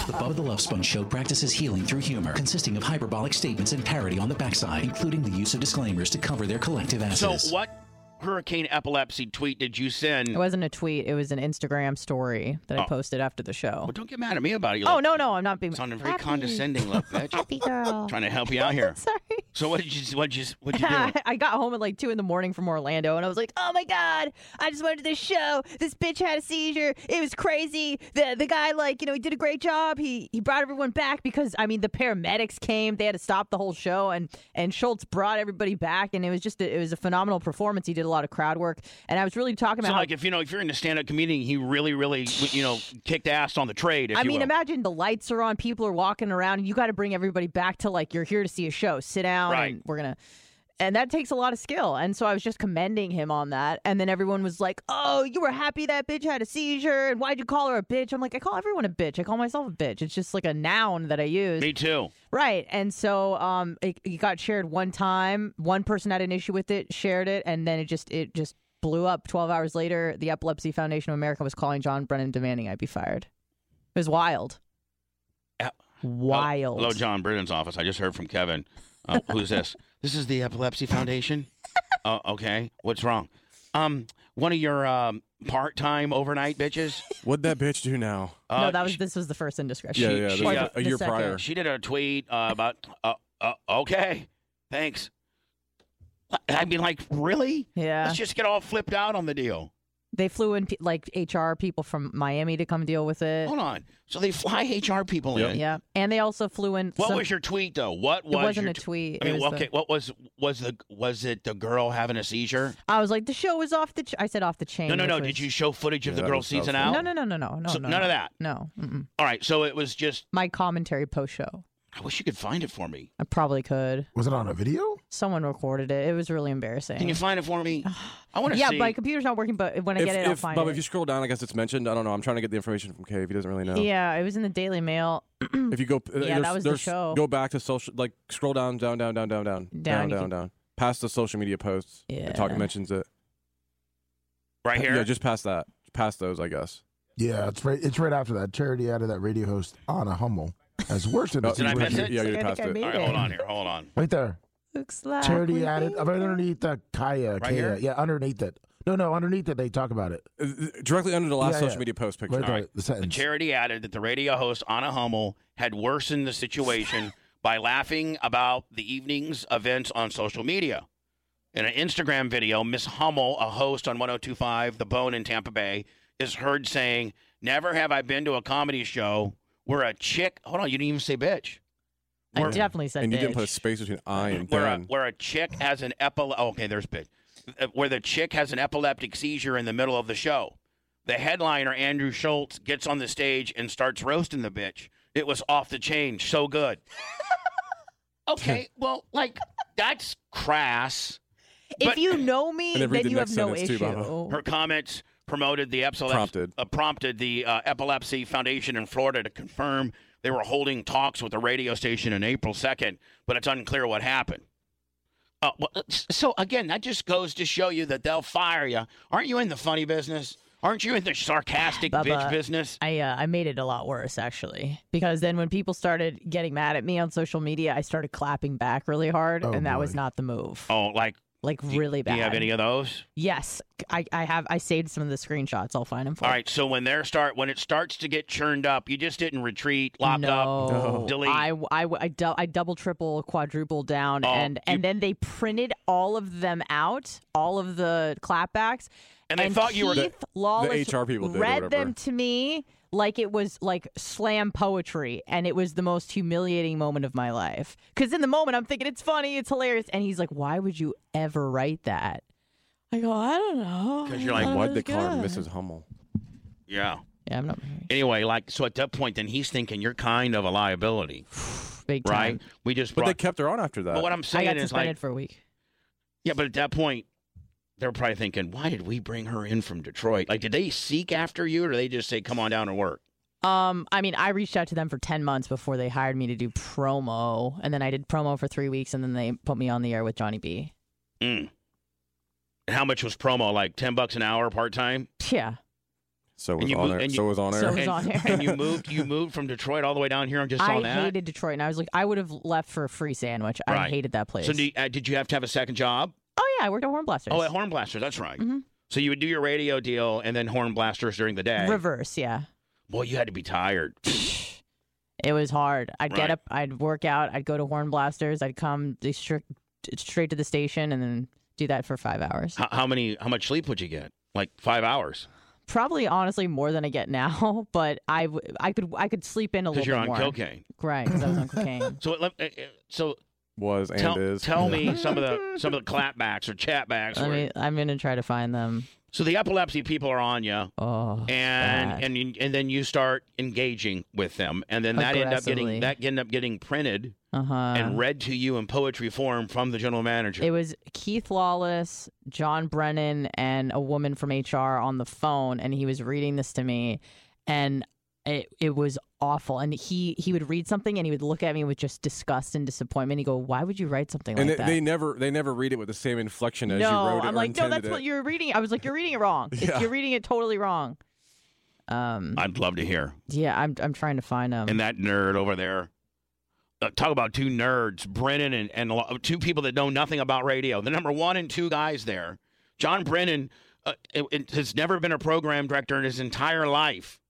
Speaker 2: The Bubba the Love Sponge Show practices healing through humor, consisting of hyperbolic statements and parody on the backside, including the use of disclaimers to cover their collective
Speaker 4: So
Speaker 2: asses.
Speaker 4: what hurricane epilepsy tweet did you send?
Speaker 6: it wasn't a tweet. It was an Instagram story that
Speaker 4: Oh.
Speaker 6: I posted after the show.
Speaker 4: Well, don't get mad at me about it. You
Speaker 6: oh
Speaker 4: look-
Speaker 6: no, no, I'm not being.
Speaker 4: sounded very condescending, look, bitch.
Speaker 6: Happy girl.
Speaker 4: Trying to help you out here.
Speaker 6: Sorry.
Speaker 4: So what did you what did you what did you do?
Speaker 6: I got home at like two in the morning from Orlando, and I was like, "Oh my god, I just went to this show. This bitch had a seizure. It was crazy. the The guy, like, you know, he did a great job. He he brought everyone back because I mean, the paramedics came. They had to stop the whole show, and and Schultz brought everybody back, and it was just a, it was a phenomenal performance. He did a lot of crowd work, and I was really talking about
Speaker 4: So
Speaker 6: how
Speaker 4: like if you know if you're in a stand up comedian, he really really you know kicked ass on the trade. If
Speaker 6: I
Speaker 4: you
Speaker 6: mean,
Speaker 4: will.
Speaker 6: imagine the lights are on, people are walking around, and you got to bring everybody back to like you're here to see a show. Sit down,
Speaker 4: Right.
Speaker 6: and we're gonna. And that takes a lot of skill. And so I was just commending him on that. And then everyone was like, "Oh, you were happy that bitch had a seizure, and why'd you call her a bitch?" I'm like, I call everyone a bitch. I call myself a bitch. It's just like a noun that I use.
Speaker 4: me too.
Speaker 6: Right. And so um it, it got shared one time. One person had an issue with it, shared it, and then it just it just blew up 12 hours later. The Epilepsy Foundation of America was calling John Brennan demanding I be fired. It was wild. Wild.
Speaker 4: Hello, John Brennan's office. I just heard from Kevin. Uh, who's this? This is the Epilepsy Foundation. Uh, okay, what's wrong? Um, one of your um, part-time overnight bitches.
Speaker 7: What'd that bitch do now?
Speaker 4: Uh,
Speaker 6: no, that was this was the first indiscretion.
Speaker 7: Yeah, yeah, this
Speaker 6: Or
Speaker 7: was
Speaker 6: the-
Speaker 7: a
Speaker 6: the
Speaker 7: year
Speaker 6: second.
Speaker 7: prior.
Speaker 4: She did a tweet uh, about. Uh, uh, okay, thanks. I'd be like, really?
Speaker 6: Yeah.
Speaker 4: Let's just get all flipped out on the deal.
Speaker 6: They flew in pe- like HR people from Miami to come deal with it.
Speaker 4: Hold on. So they fly HR people in.
Speaker 6: Yeah. And they also flew in
Speaker 4: What
Speaker 6: some-
Speaker 4: was your tweet though? What was
Speaker 6: wasn't
Speaker 4: your
Speaker 6: a
Speaker 4: tw-
Speaker 6: tweet.
Speaker 4: I
Speaker 6: It
Speaker 4: mean,
Speaker 6: was
Speaker 4: okay,
Speaker 6: the-
Speaker 4: what was was the was it the girl having a seizure?
Speaker 6: I was like the show was off the ch- I said off the chain.
Speaker 4: No, no,
Speaker 6: which
Speaker 4: no.
Speaker 6: was-
Speaker 4: Did you show footage of
Speaker 6: Yeah,
Speaker 4: the
Speaker 6: that
Speaker 4: girl
Speaker 6: was- that was
Speaker 4: seizing
Speaker 6: the-
Speaker 4: out?
Speaker 6: No, no, no, no, no, no,
Speaker 4: So
Speaker 6: no,
Speaker 4: none
Speaker 6: no.
Speaker 4: of that.
Speaker 6: No. Mm-mm.
Speaker 4: All right, so it was just.
Speaker 6: My commentary post show.
Speaker 4: I wish you could find it for me.
Speaker 6: I probably could.
Speaker 12: Was it on a video?
Speaker 6: Someone recorded it. It was really embarrassing.
Speaker 4: Can you find it for me? I want to
Speaker 6: yeah,
Speaker 4: see.
Speaker 6: my computer's not working, but when I
Speaker 7: if,
Speaker 6: get it,
Speaker 7: if,
Speaker 6: I'll find
Speaker 7: Bubba,
Speaker 6: it.
Speaker 7: if you scroll down, I guess it's mentioned. I don't know. I'm trying to get the information from Cave. He doesn't really know.
Speaker 6: Yeah, it was in the Daily Mail.
Speaker 7: If you go, uh,
Speaker 6: Yeah,
Speaker 7: there's-
Speaker 6: that was the
Speaker 7: there's-
Speaker 6: show.
Speaker 7: Go back to social, like scroll down, down, down, down, down, down,
Speaker 6: Down,
Speaker 7: down,
Speaker 6: you
Speaker 7: down,
Speaker 6: can-
Speaker 7: down. Past the social media posts.
Speaker 6: Yeah.
Speaker 7: It talk mentions it.
Speaker 4: Right here?
Speaker 7: Yeah, just past that. Past those, I guess.
Speaker 12: Yeah, it's right. It's right after that. Charity added that radio host Anna Hummel as worst
Speaker 4: Oh,
Speaker 12: in the
Speaker 7: Did I miss
Speaker 12: situation.
Speaker 7: it? Yeah, you
Speaker 6: I
Speaker 7: passed
Speaker 6: think I
Speaker 7: it.
Speaker 6: made
Speaker 4: All right, hold on here. Hold on.
Speaker 12: Right there.
Speaker 6: Looks like
Speaker 12: Charity
Speaker 6: we
Speaker 12: added right underneath the Kaya. Kaya.
Speaker 4: here?
Speaker 12: Yeah, underneath it. No, no, underneath it they talk about it.
Speaker 7: Uh, Directly under the last
Speaker 12: Yeah,
Speaker 7: social
Speaker 12: yeah.
Speaker 7: media post picture.
Speaker 12: Right there, the
Speaker 4: The
Speaker 12: sentence.
Speaker 4: charity added that the radio host Anna Hummel had worsened the situation by laughing about the evening's events on social media. In an Instagram video, Miss Hummel, a host on 1025 The Bone in Tampa Bay, is heard saying, Never have I been to a comedy show where a chick, hold on, you didn't even say bitch,
Speaker 6: I definitely said
Speaker 7: And you didn't put a
Speaker 6: bitch.
Speaker 7: space between I and
Speaker 4: where a,
Speaker 7: Ben.
Speaker 4: where a chick has an epileptic, okay, there's bitch, Uh, where the chick has an epileptic seizure in the middle of the show. The headliner, Andrew Schultz, gets on the stage and starts roasting the bitch. It was off the chain, so good. Okay, well, like that's crass.
Speaker 6: If
Speaker 4: but-
Speaker 6: you know me, then you have no issue.
Speaker 4: Her comments promoted the epilepsy
Speaker 13: Prompted.
Speaker 4: uh, prompted the uh, epilepsy foundation in Florida to confirm they were holding talks with the radio station in April 2nd, but it's unclear what happened. Uh, well, uh, s- so again, that just goes to show you that they'll fire you. Aren't you in the funny business? Aren't you in the sarcastic bitch
Speaker 6: Bubba,
Speaker 4: business?
Speaker 6: I uh, I made it a lot worse actually because then when people started getting mad at me on social media, I started clapping back really hard,
Speaker 4: Oh,
Speaker 6: and that was
Speaker 4: boy.
Speaker 6: not the move.
Speaker 4: Oh, like
Speaker 6: like really
Speaker 4: Do you have
Speaker 6: bad.
Speaker 4: any of those?
Speaker 6: Yes, I, I have. I saved some of the screenshots. I'll find them for.
Speaker 4: All
Speaker 6: you.
Speaker 4: right. So when they start, when it starts to get churned up, you just didn't retreat, locked
Speaker 6: No.
Speaker 4: up, delete.
Speaker 6: I, I, I, dou- I double, triple, quadruple down,
Speaker 4: Oh,
Speaker 6: and and then they printed all of them out, all of the clapbacks,
Speaker 13: And they thought you were- The-
Speaker 6: Keith
Speaker 13: the
Speaker 6: Lawless
Speaker 13: HR people did or
Speaker 6: read
Speaker 13: whatever.
Speaker 6: them to me like it was like slam poetry, and it was the most humiliating moment of my life. Because in the moment, I'm thinking it's funny, it's hilarious, and he's like, "Why would you ever write that?" I go, "I don't know."
Speaker 4: Because you're like,
Speaker 6: I
Speaker 4: "Why'd
Speaker 6: was
Speaker 4: they call her
Speaker 6: good."
Speaker 4: Mrs.
Speaker 13: Hummel.
Speaker 4: yeah.
Speaker 6: Yeah, I'm not.
Speaker 4: Anyway, like so at that point, then he's thinking you're kind of a liability,
Speaker 6: Big time.
Speaker 4: right? We just
Speaker 13: But
Speaker 4: brought,
Speaker 13: they kept her on after that.
Speaker 4: But what I'm saying
Speaker 6: I got
Speaker 4: is
Speaker 6: suspended
Speaker 4: like,
Speaker 6: for a week.
Speaker 4: yeah, but at that point, they're probably thinking, why did we bring her in from Detroit? Like, did they seek after you, or did they just say, come on down and work?
Speaker 6: Um, I mean, I reached out to them for ten months before they hired me to do promo, and then I did promo for three weeks, and then they put me on the air with Johnny B.
Speaker 4: Mm. And How much was promo? Like ten bucks an hour, part time.
Speaker 6: Yeah,
Speaker 13: So
Speaker 4: was
Speaker 13: on air- so was on
Speaker 6: So air. was on air.
Speaker 4: And you moved. You moved from Detroit all the way down here. I just saw
Speaker 6: I
Speaker 4: that.
Speaker 6: hated Detroit, and I was like, I would have left for a free sandwich. I
Speaker 4: Right.
Speaker 6: hated that place.
Speaker 4: So do you- uh, did you have to have a second job?
Speaker 6: oh Mm-hmm. yeah, I worked at Hornblasters.
Speaker 4: Oh, at Horn Blasters. That's right. So you would do your radio deal and then Horn Blasters during the day.
Speaker 6: Reverse, yeah.
Speaker 4: Boy, you had to be tired.
Speaker 6: It was hard. I'd
Speaker 4: Right.
Speaker 6: get up, I'd work out, I'd go to Hornblasters, I'd come dis- straight to the station, and then do that for five hours.
Speaker 4: how, how many? How much sleep would you get? Like five hours.
Speaker 6: Probably, honestly, more than I get now, but I, w- I could, I could sleep in a little
Speaker 4: Because you're
Speaker 6: bit
Speaker 4: on
Speaker 6: more.
Speaker 4: cocaine.
Speaker 6: Right, because I was on cocaine.
Speaker 4: So let, uh, uh, so
Speaker 13: was and
Speaker 4: tell,
Speaker 13: is.
Speaker 4: tell me some of the some of the clapbacks or chatbacks.
Speaker 6: I
Speaker 4: were-
Speaker 6: mean, I'm gonna try to find them.
Speaker 4: so the epilepsy people are on you.
Speaker 6: Oh,
Speaker 4: and and you- and then you start engaging with them, and then that end up getting
Speaker 6: Aggressively.
Speaker 4: that end up getting printed
Speaker 6: Uh huh.
Speaker 4: and read to you in poetry form from the general manager.
Speaker 6: It was Keith Lawless, John Brennan, and a woman from HR on the phone, and he was reading this to me, and it it was awful. And he he would read something, and he would look at me with just disgust and disappointment. He would go, "Why would you write something
Speaker 7: And
Speaker 6: like
Speaker 7: they,
Speaker 6: that?"
Speaker 7: they never they never read it with the same inflection as
Speaker 6: no,
Speaker 7: you wrote it.
Speaker 6: I'm
Speaker 7: or
Speaker 6: like, no, that's
Speaker 7: intended
Speaker 6: what
Speaker 7: it.
Speaker 6: you're reading. I was like, you're reading it wrong. It's-
Speaker 7: Yeah.
Speaker 6: You're reading it totally wrong. Um,
Speaker 4: I'd love to hear.
Speaker 6: yeah, I'm I'm trying to find him.
Speaker 4: And that nerd over there. Uh, talk about two nerds, Brennan and, and lo- two people that know nothing about radio. The number one and two guys there. John Brennan uh, it- it has never been a program director in his entire life.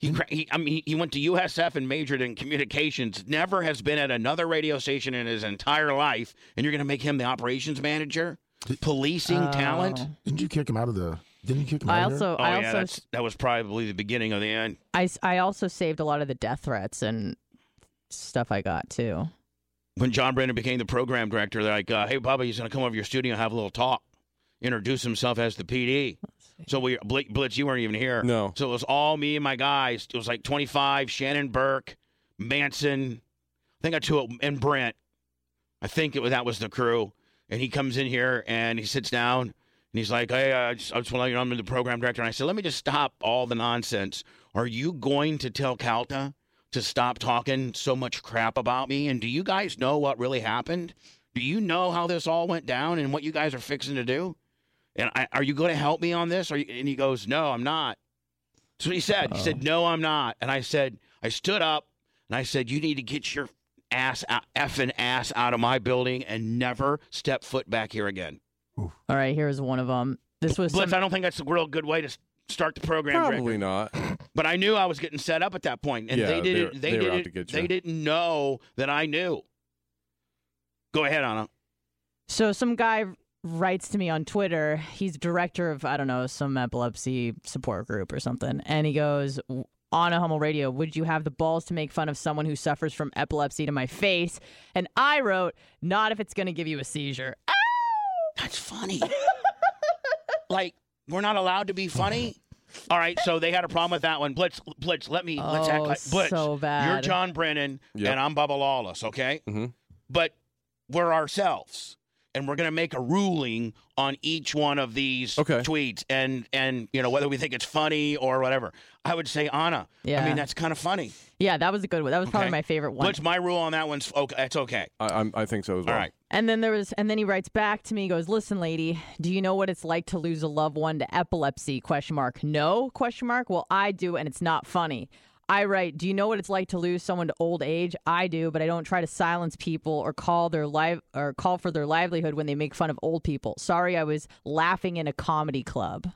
Speaker 4: He, cra- he, I mean, he- he went to USF and majored in communications. Never has been at another radio station in his entire life. And you're going to make him the operations manager, policing talent.
Speaker 12: Oh. Didn't you kick him out of the? Didn't you kick him
Speaker 6: Oh. I
Speaker 12: out? of here?
Speaker 6: also-
Speaker 4: Oh
Speaker 6: I
Speaker 4: yeah,
Speaker 6: also-
Speaker 4: that's, that was probably the beginning of the end.
Speaker 6: I s- I also saved a lot of the death threats and stuff I got too.
Speaker 4: when John Brennan became the program director, they're like, uh, "Hey, Bubba, he's going to come over to your studio and have a little talk, introduce himself as the PD." So we Blitz, Blitz, you weren't even here.
Speaker 7: No.
Speaker 4: So it was all me and my guys. It was like 25, Shannon Burke, Manson. I think I two and Brent. I think it was that was the crew. And he comes in here and he sits down and he's like, "Hey, I just, I just want to let you know I'm the program director." And I said, "Let me just stop all the nonsense. Are you going to tell Calta to stop talking so much crap about me? And do you guys know what really happened? Do you know how this all went down and what you guys are fixing to do? And I, are you going to help me on this?" Are you, and he goes, "No, I'm not." That's what he said. He said, "No, I'm not." And I said, I stood up and I said, "You need to get your ass out, effing ass out of my building and never step foot back here again."
Speaker 6: All right, here's one of them. This was
Speaker 4: Blitz,
Speaker 6: some-
Speaker 4: I don't think that's a real good way to s- start the program.
Speaker 7: Probably
Speaker 4: Rick.
Speaker 7: not.
Speaker 4: But I knew I was getting set up at that point, and
Speaker 7: Yeah,
Speaker 4: they
Speaker 7: they
Speaker 4: didn't.
Speaker 7: were-
Speaker 4: They,
Speaker 7: they were out to
Speaker 4: didn't.
Speaker 7: get you.
Speaker 4: They didn't know that I knew. Go ahead, Anna.
Speaker 6: So some guy writes to me on Twitter. He's director of I don't know some epilepsy support group or something, and he goes on a Hummel radio. Would you have the balls to make fun of someone who suffers from epilepsy to my face? And I wrote, not if it's going to give you a seizure. Ah!
Speaker 4: That's funny. like we're not allowed to be funny. All right, so they had a problem with that one. Blitz, Blitz, let me let's act
Speaker 6: Oh,
Speaker 4: like Blitz.
Speaker 6: so
Speaker 4: You're
Speaker 6: bad.
Speaker 4: John Brennan,
Speaker 7: Yep.
Speaker 13: Mm-hmm.
Speaker 4: and I'm Bubba Lawless. Okay.
Speaker 7: Mhm.
Speaker 4: but we're ourselves, and we're going to make a ruling on each one of these tweets, and and you know whether we think it's funny or whatever. I would say Anna. I
Speaker 6: Yeah.
Speaker 4: mean that's kind of funny.
Speaker 6: Yeah, that was a good one. That was probably
Speaker 4: Okay.
Speaker 6: my favorite one.
Speaker 4: What's my rule on that one's okay? That's okay.
Speaker 13: I, I'm, I think so as well.
Speaker 4: All right.
Speaker 6: And then there was, and then he writes back to me, he goes, "Listen, lady, do you know what it's like to lose a loved one to epilepsy?" Question mark. No? Question mark. Well, I do, and it's not funny. I write, "Do you know what it's like to lose someone to old age?" I do, but I don't try to silence people or call their live or call for their livelihood when they make fun of old people. Sorry, I was laughing in a comedy club.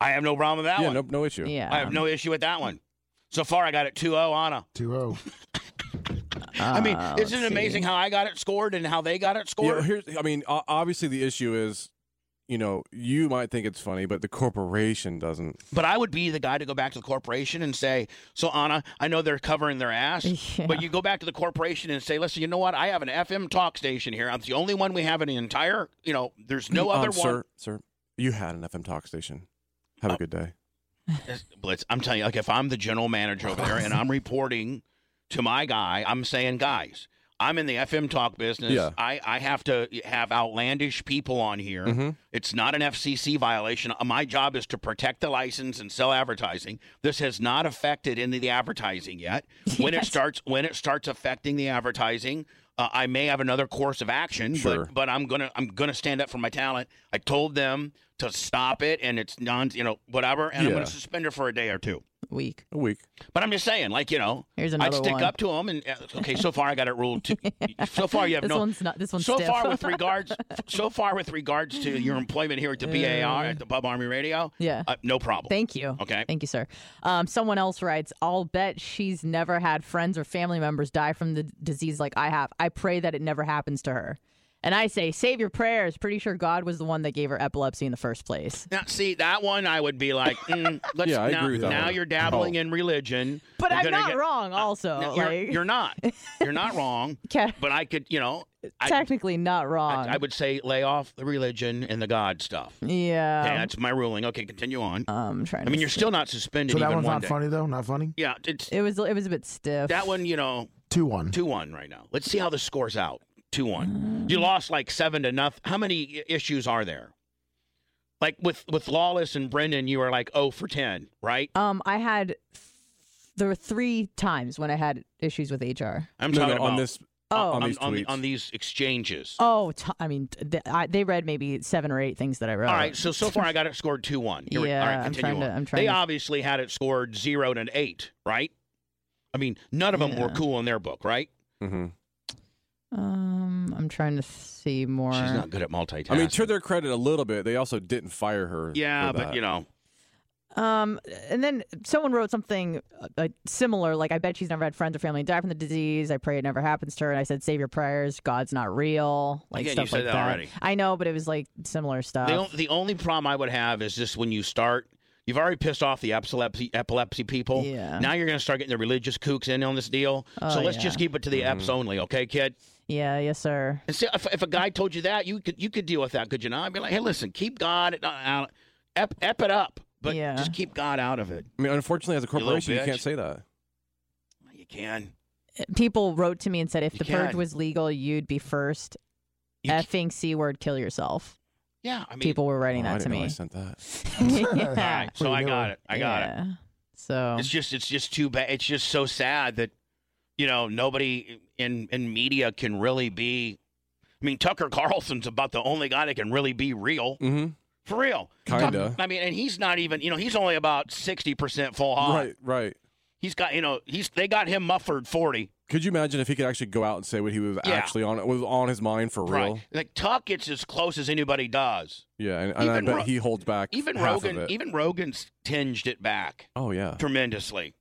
Speaker 4: I have no problem with that
Speaker 13: Yeah,
Speaker 4: one.
Speaker 13: no, no issue.
Speaker 6: Yeah.
Speaker 4: I have no issue with that one. So far, I got it 2 0 Anna.
Speaker 12: 2 0.
Speaker 4: I mean,
Speaker 13: Uh, let's
Speaker 4: isn't it amazing
Speaker 13: see.
Speaker 4: how I got it scored and how they got it
Speaker 13: Yeah,
Speaker 4: scored?
Speaker 13: here's, I mean, o- obviously the issue is, you know, you might think it's funny, but the corporation doesn't.
Speaker 4: But I would be the guy to go back to the corporation and say, "So Anna, I know they're covering their ass, but you go back to the corporation and say, listen, you know what? I have an FM talk station here. I'm the only one we have in the entire. You know, there's no
Speaker 13: Um,
Speaker 4: other one. Oh.
Speaker 13: Sir, sir, you had an FM talk station. Have a good day.
Speaker 4: Blitz, I'm telling you, like if I'm the general manager over there and I'm reporting to my guy, I'm saying, guys, I'm in the FM talk business.
Speaker 13: Yeah.
Speaker 4: I, I have to have outlandish people on here.
Speaker 13: Mhm.
Speaker 4: It's not an FCC violation. Uh, My job is to protect the license and sell advertising. This has not affected any of the advertising yet. When it starts, when it starts affecting the advertising. Uh, I may have another course of action,
Speaker 13: Sure.
Speaker 4: but but I'm gonna I'm gonna stand up for my talent. I told them to stop it, and it's non you know whatever, and I'm
Speaker 13: Yeah.
Speaker 4: gonna suspend her for a day or two.
Speaker 6: Week.
Speaker 13: A week.
Speaker 4: But I'm just saying, like you know,
Speaker 6: Here's
Speaker 4: I'd
Speaker 6: another
Speaker 4: stick
Speaker 6: one.
Speaker 4: up to them. And uh, okay, so far I got it ruled. Two. So far you have
Speaker 6: this
Speaker 4: no.
Speaker 6: one's not. This one's
Speaker 4: so
Speaker 6: stiff.
Speaker 4: far with regards, so far with regards to your employment here at the BAR at the Bub Army Radio.
Speaker 6: Yeah.
Speaker 4: uh, no problem.
Speaker 6: Thank you.
Speaker 4: Okay.
Speaker 6: Thank you, sir. Um, someone else writes, I'll bet she's never had friends or family members die from the d- disease like I have. I pray that it never happens to her. And I say, save your prayers. Pretty sure God was the one that gave her epilepsy in the first place.
Speaker 4: Now, see that one, I would be like, mm, let's,
Speaker 6: Yeah, I
Speaker 4: now,
Speaker 6: agree with that
Speaker 4: now
Speaker 6: one.
Speaker 4: you're dabbling in religion,
Speaker 6: But
Speaker 4: We're
Speaker 6: I'm
Speaker 4: gonna
Speaker 6: not
Speaker 4: get-
Speaker 6: wrong, also.
Speaker 4: No, you're,
Speaker 6: like,
Speaker 4: you're not. You're not wrong.
Speaker 6: Okay.
Speaker 4: But I could, you know, I,
Speaker 6: technically not wrong.
Speaker 4: I would say lay off the religion and the God stuff.
Speaker 6: yeah.
Speaker 4: Okay, that's my ruling. Okay, continue on.
Speaker 6: Um, I'm trying.
Speaker 4: I mean, you're still not suspended.
Speaker 12: So that
Speaker 4: even
Speaker 12: one's
Speaker 4: one
Speaker 12: not
Speaker 4: day.
Speaker 12: funny, though? Not funny?
Speaker 4: Yeah, it's
Speaker 6: it was it was a bit stiff.
Speaker 4: that one. You know,
Speaker 12: 2 1.
Speaker 4: two one right now. Let's see how this scores out. Two one.
Speaker 6: Um,
Speaker 4: You lost like seven to nothing. How many i- issues are there? Like with with Lawless and Brendan, you were like oh for ten, right?
Speaker 6: Um, I had there were three times when I had issues with HR.
Speaker 4: I'm
Speaker 13: No,
Speaker 4: talking
Speaker 13: no, on
Speaker 4: about
Speaker 13: this-
Speaker 6: Oh. on
Speaker 4: on, on,
Speaker 6: these
Speaker 4: the-
Speaker 6: tweets.
Speaker 4: on these exchanges.
Speaker 6: Oh, t- I mean, th- I, they read maybe seven or eight things that I wrote.
Speaker 4: All right, so so far I got it scored two one.
Speaker 6: Yeah,
Speaker 4: all right,
Speaker 6: I'm
Speaker 4: continue
Speaker 6: trying
Speaker 4: on.
Speaker 6: to- I'm trying
Speaker 4: They
Speaker 6: to-
Speaker 4: obviously had it scored zero and eight, right? I mean, none of them were cool in their book, right?
Speaker 13: Mm-hmm.
Speaker 6: Um, I'm trying to see more.
Speaker 4: She's not good at multitasking.
Speaker 13: I mean, to their credit, a little bit, they also didn't fire her.
Speaker 4: yeah,
Speaker 13: for
Speaker 4: but
Speaker 13: that.
Speaker 4: you know,
Speaker 6: Um, and then someone wrote something uh, uh, similar, like, "I bet she's never had friends or family die from the disease. I pray it never happens to her." And I said, "Save your prayers. God's not real." Like
Speaker 4: Again, you
Speaker 6: stuff
Speaker 4: said
Speaker 6: like
Speaker 4: that already.
Speaker 6: I know, but it was like similar stuff.
Speaker 4: the, on- the only problem I would have is just when you start. You've already pissed off the epilepsy epilepsy people.
Speaker 6: Yeah.
Speaker 4: Now you're going to start getting the religious kooks in on this deal. so
Speaker 6: Oh,
Speaker 4: let's
Speaker 6: yeah.
Speaker 4: just keep it to the
Speaker 13: Mm-hmm.
Speaker 4: eps only, okay, kid?
Speaker 6: yeah, yes, sir.
Speaker 4: And see, if, if a guy told you that, you could you could deal with that, could you not? I'd be like, hey, listen, keep God uh, out, ep, ep it up, but just keep God out of it.
Speaker 13: I mean, unfortunately, as a
Speaker 4: You little
Speaker 13: corporation, you,
Speaker 4: bitch.
Speaker 13: can't say that.
Speaker 4: You can.
Speaker 6: People wrote to me and said, "If
Speaker 4: You
Speaker 6: the purge
Speaker 4: can.
Speaker 6: was legal, you'd be first. effing c word, kill yourself."
Speaker 4: Yeah, I mean,
Speaker 6: people were writing
Speaker 4: Oh, I
Speaker 6: that to
Speaker 4: didn't know
Speaker 6: me.
Speaker 4: I
Speaker 13: sent that.
Speaker 4: All right, so I got it. I got it.
Speaker 6: So
Speaker 4: It's just it's just too bad. It's just so sad that you know nobody in in media can really be. I mean, Tucker Carlson's about the only guy that can really be real.
Speaker 13: Mm-hmm.
Speaker 4: For real,
Speaker 13: Kinda.
Speaker 4: Tuck- I mean, and he's not even. You know, he's only about sixty percent full hog.
Speaker 13: Right, right.
Speaker 4: He's got. You know, he's they got him muffled forty.
Speaker 13: Could you imagine if he could actually go out and say what he was
Speaker 4: Yeah.
Speaker 13: actually on was on his mind for real?
Speaker 4: Right. Like Tuck gets as close as anybody does.
Speaker 13: Yeah, and, and I
Speaker 4: Even
Speaker 13: bet
Speaker 4: Ro-
Speaker 13: he holds back.
Speaker 4: Even
Speaker 13: half of
Speaker 4: Rogan.
Speaker 13: it.
Speaker 4: Even Rogan's tinged it back.
Speaker 13: oh yeah,
Speaker 4: tremendously.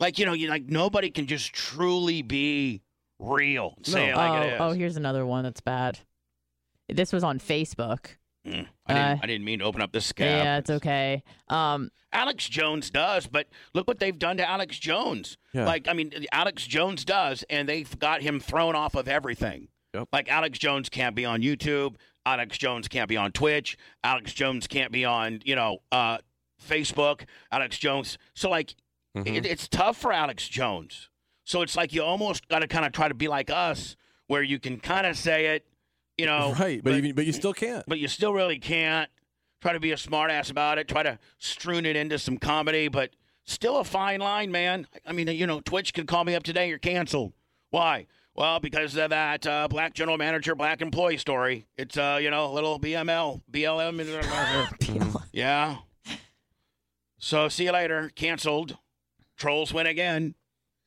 Speaker 4: Like you know, you like nobody can just truly be real. Say it like
Speaker 6: oh,
Speaker 4: it is.
Speaker 6: oh, here's another one that's bad. This was on Facebook.
Speaker 4: Mm, I, didn't, I didn't mean to open up this scab.
Speaker 6: uh, Yeah, it's okay. Um,
Speaker 4: Alex Jones does, but look what they've done to Alex Jones.
Speaker 6: Yeah.
Speaker 4: Like I mean, Alex Jones does, and they've got him thrown off of everything. Like Alex Jones can't be on YouTube. Alex Jones can't be on Twitch. Alex Jones can't be on you know uh, Facebook. Alex Jones. So like,
Speaker 13: Mm-hmm.
Speaker 4: it, it's tough for Alex Jones. So it's like you almost got to kind of try to be like us. where you can kind of say it, you know.
Speaker 13: Right, but even- but you still can't.
Speaker 4: But you still really can't. Try to be a smartass about it. Try to strewn it into some comedy, but still a fine line, man. I mean, you know, Twitch could call me up today. You're canceled. Why? Well, because of that uh, black general manager, black employee story. It's uh, you know, a little BML, BLM. yeah. So see you later. Canceled. Trolls win again.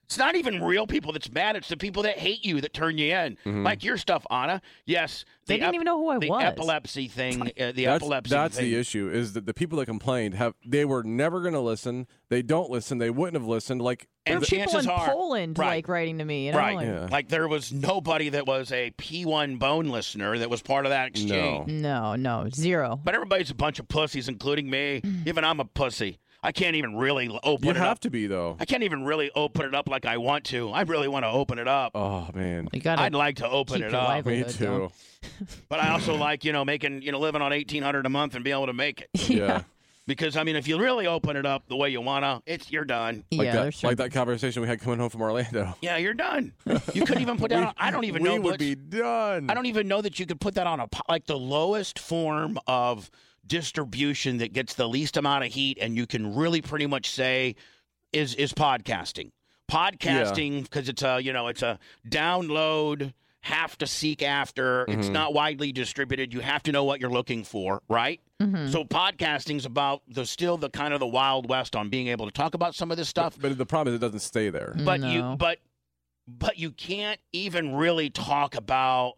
Speaker 4: It's not even real people that's mad. It's the people that hate you that turn you in.
Speaker 13: Mhm.
Speaker 4: Like your stuff, Anna. Yes,
Speaker 6: Mm-hmm. They
Speaker 4: the
Speaker 6: didn't even know who I
Speaker 4: the
Speaker 6: was.
Speaker 4: Epilepsy thing. Uh, the
Speaker 13: that's,
Speaker 4: epilepsy.
Speaker 13: That's
Speaker 4: thing.
Speaker 13: the issue. Is that the people that complained have they were never going to listen. They don't listen. They wouldn't have listened. Like
Speaker 6: There
Speaker 13: the-
Speaker 6: are people in Poland
Speaker 4: Right.
Speaker 6: like writing to me, and
Speaker 4: Right.
Speaker 6: I'm like,
Speaker 4: Like there was nobody that was a P1 bone listener that was part of that exchange.
Speaker 6: no, no, zero.
Speaker 4: But everybody's a bunch of pussies, including me.
Speaker 6: Mm.
Speaker 4: even I'm a pussy. I can't even really l- open
Speaker 13: You
Speaker 4: it
Speaker 13: have
Speaker 4: up.
Speaker 13: to be though.
Speaker 4: I can't even really open it up like I want to. I really want to open it up.
Speaker 13: Oh man,
Speaker 4: I'd like to open it up. but I also like you know making you know living on eighteen hundred a month and being able to make it.
Speaker 13: Yeah.
Speaker 4: Because I mean, if you really open it up the way you wanna, it's you're done.
Speaker 13: Like that, like that conversation we had coming home from Orlando.
Speaker 4: Yeah, you're done. You couldn't even put that. on, I don't even
Speaker 13: we
Speaker 4: know.
Speaker 13: would
Speaker 4: Butch.
Speaker 13: be done.
Speaker 4: I don't even know that you could put that on a po- like the lowest form of distribution that gets the least amount of heat, and you can really pretty much say is is podcasting. Podcasting because it's a you know it's a download have to seek after. It's
Speaker 13: Mhm.
Speaker 4: not widely distributed. You have to know what you're looking for, right? So podcasting's about the still the kind of the wild west on being able to talk about some of this stuff
Speaker 13: But the problem is it doesn't stay there.
Speaker 4: but you but but you can't even really talk about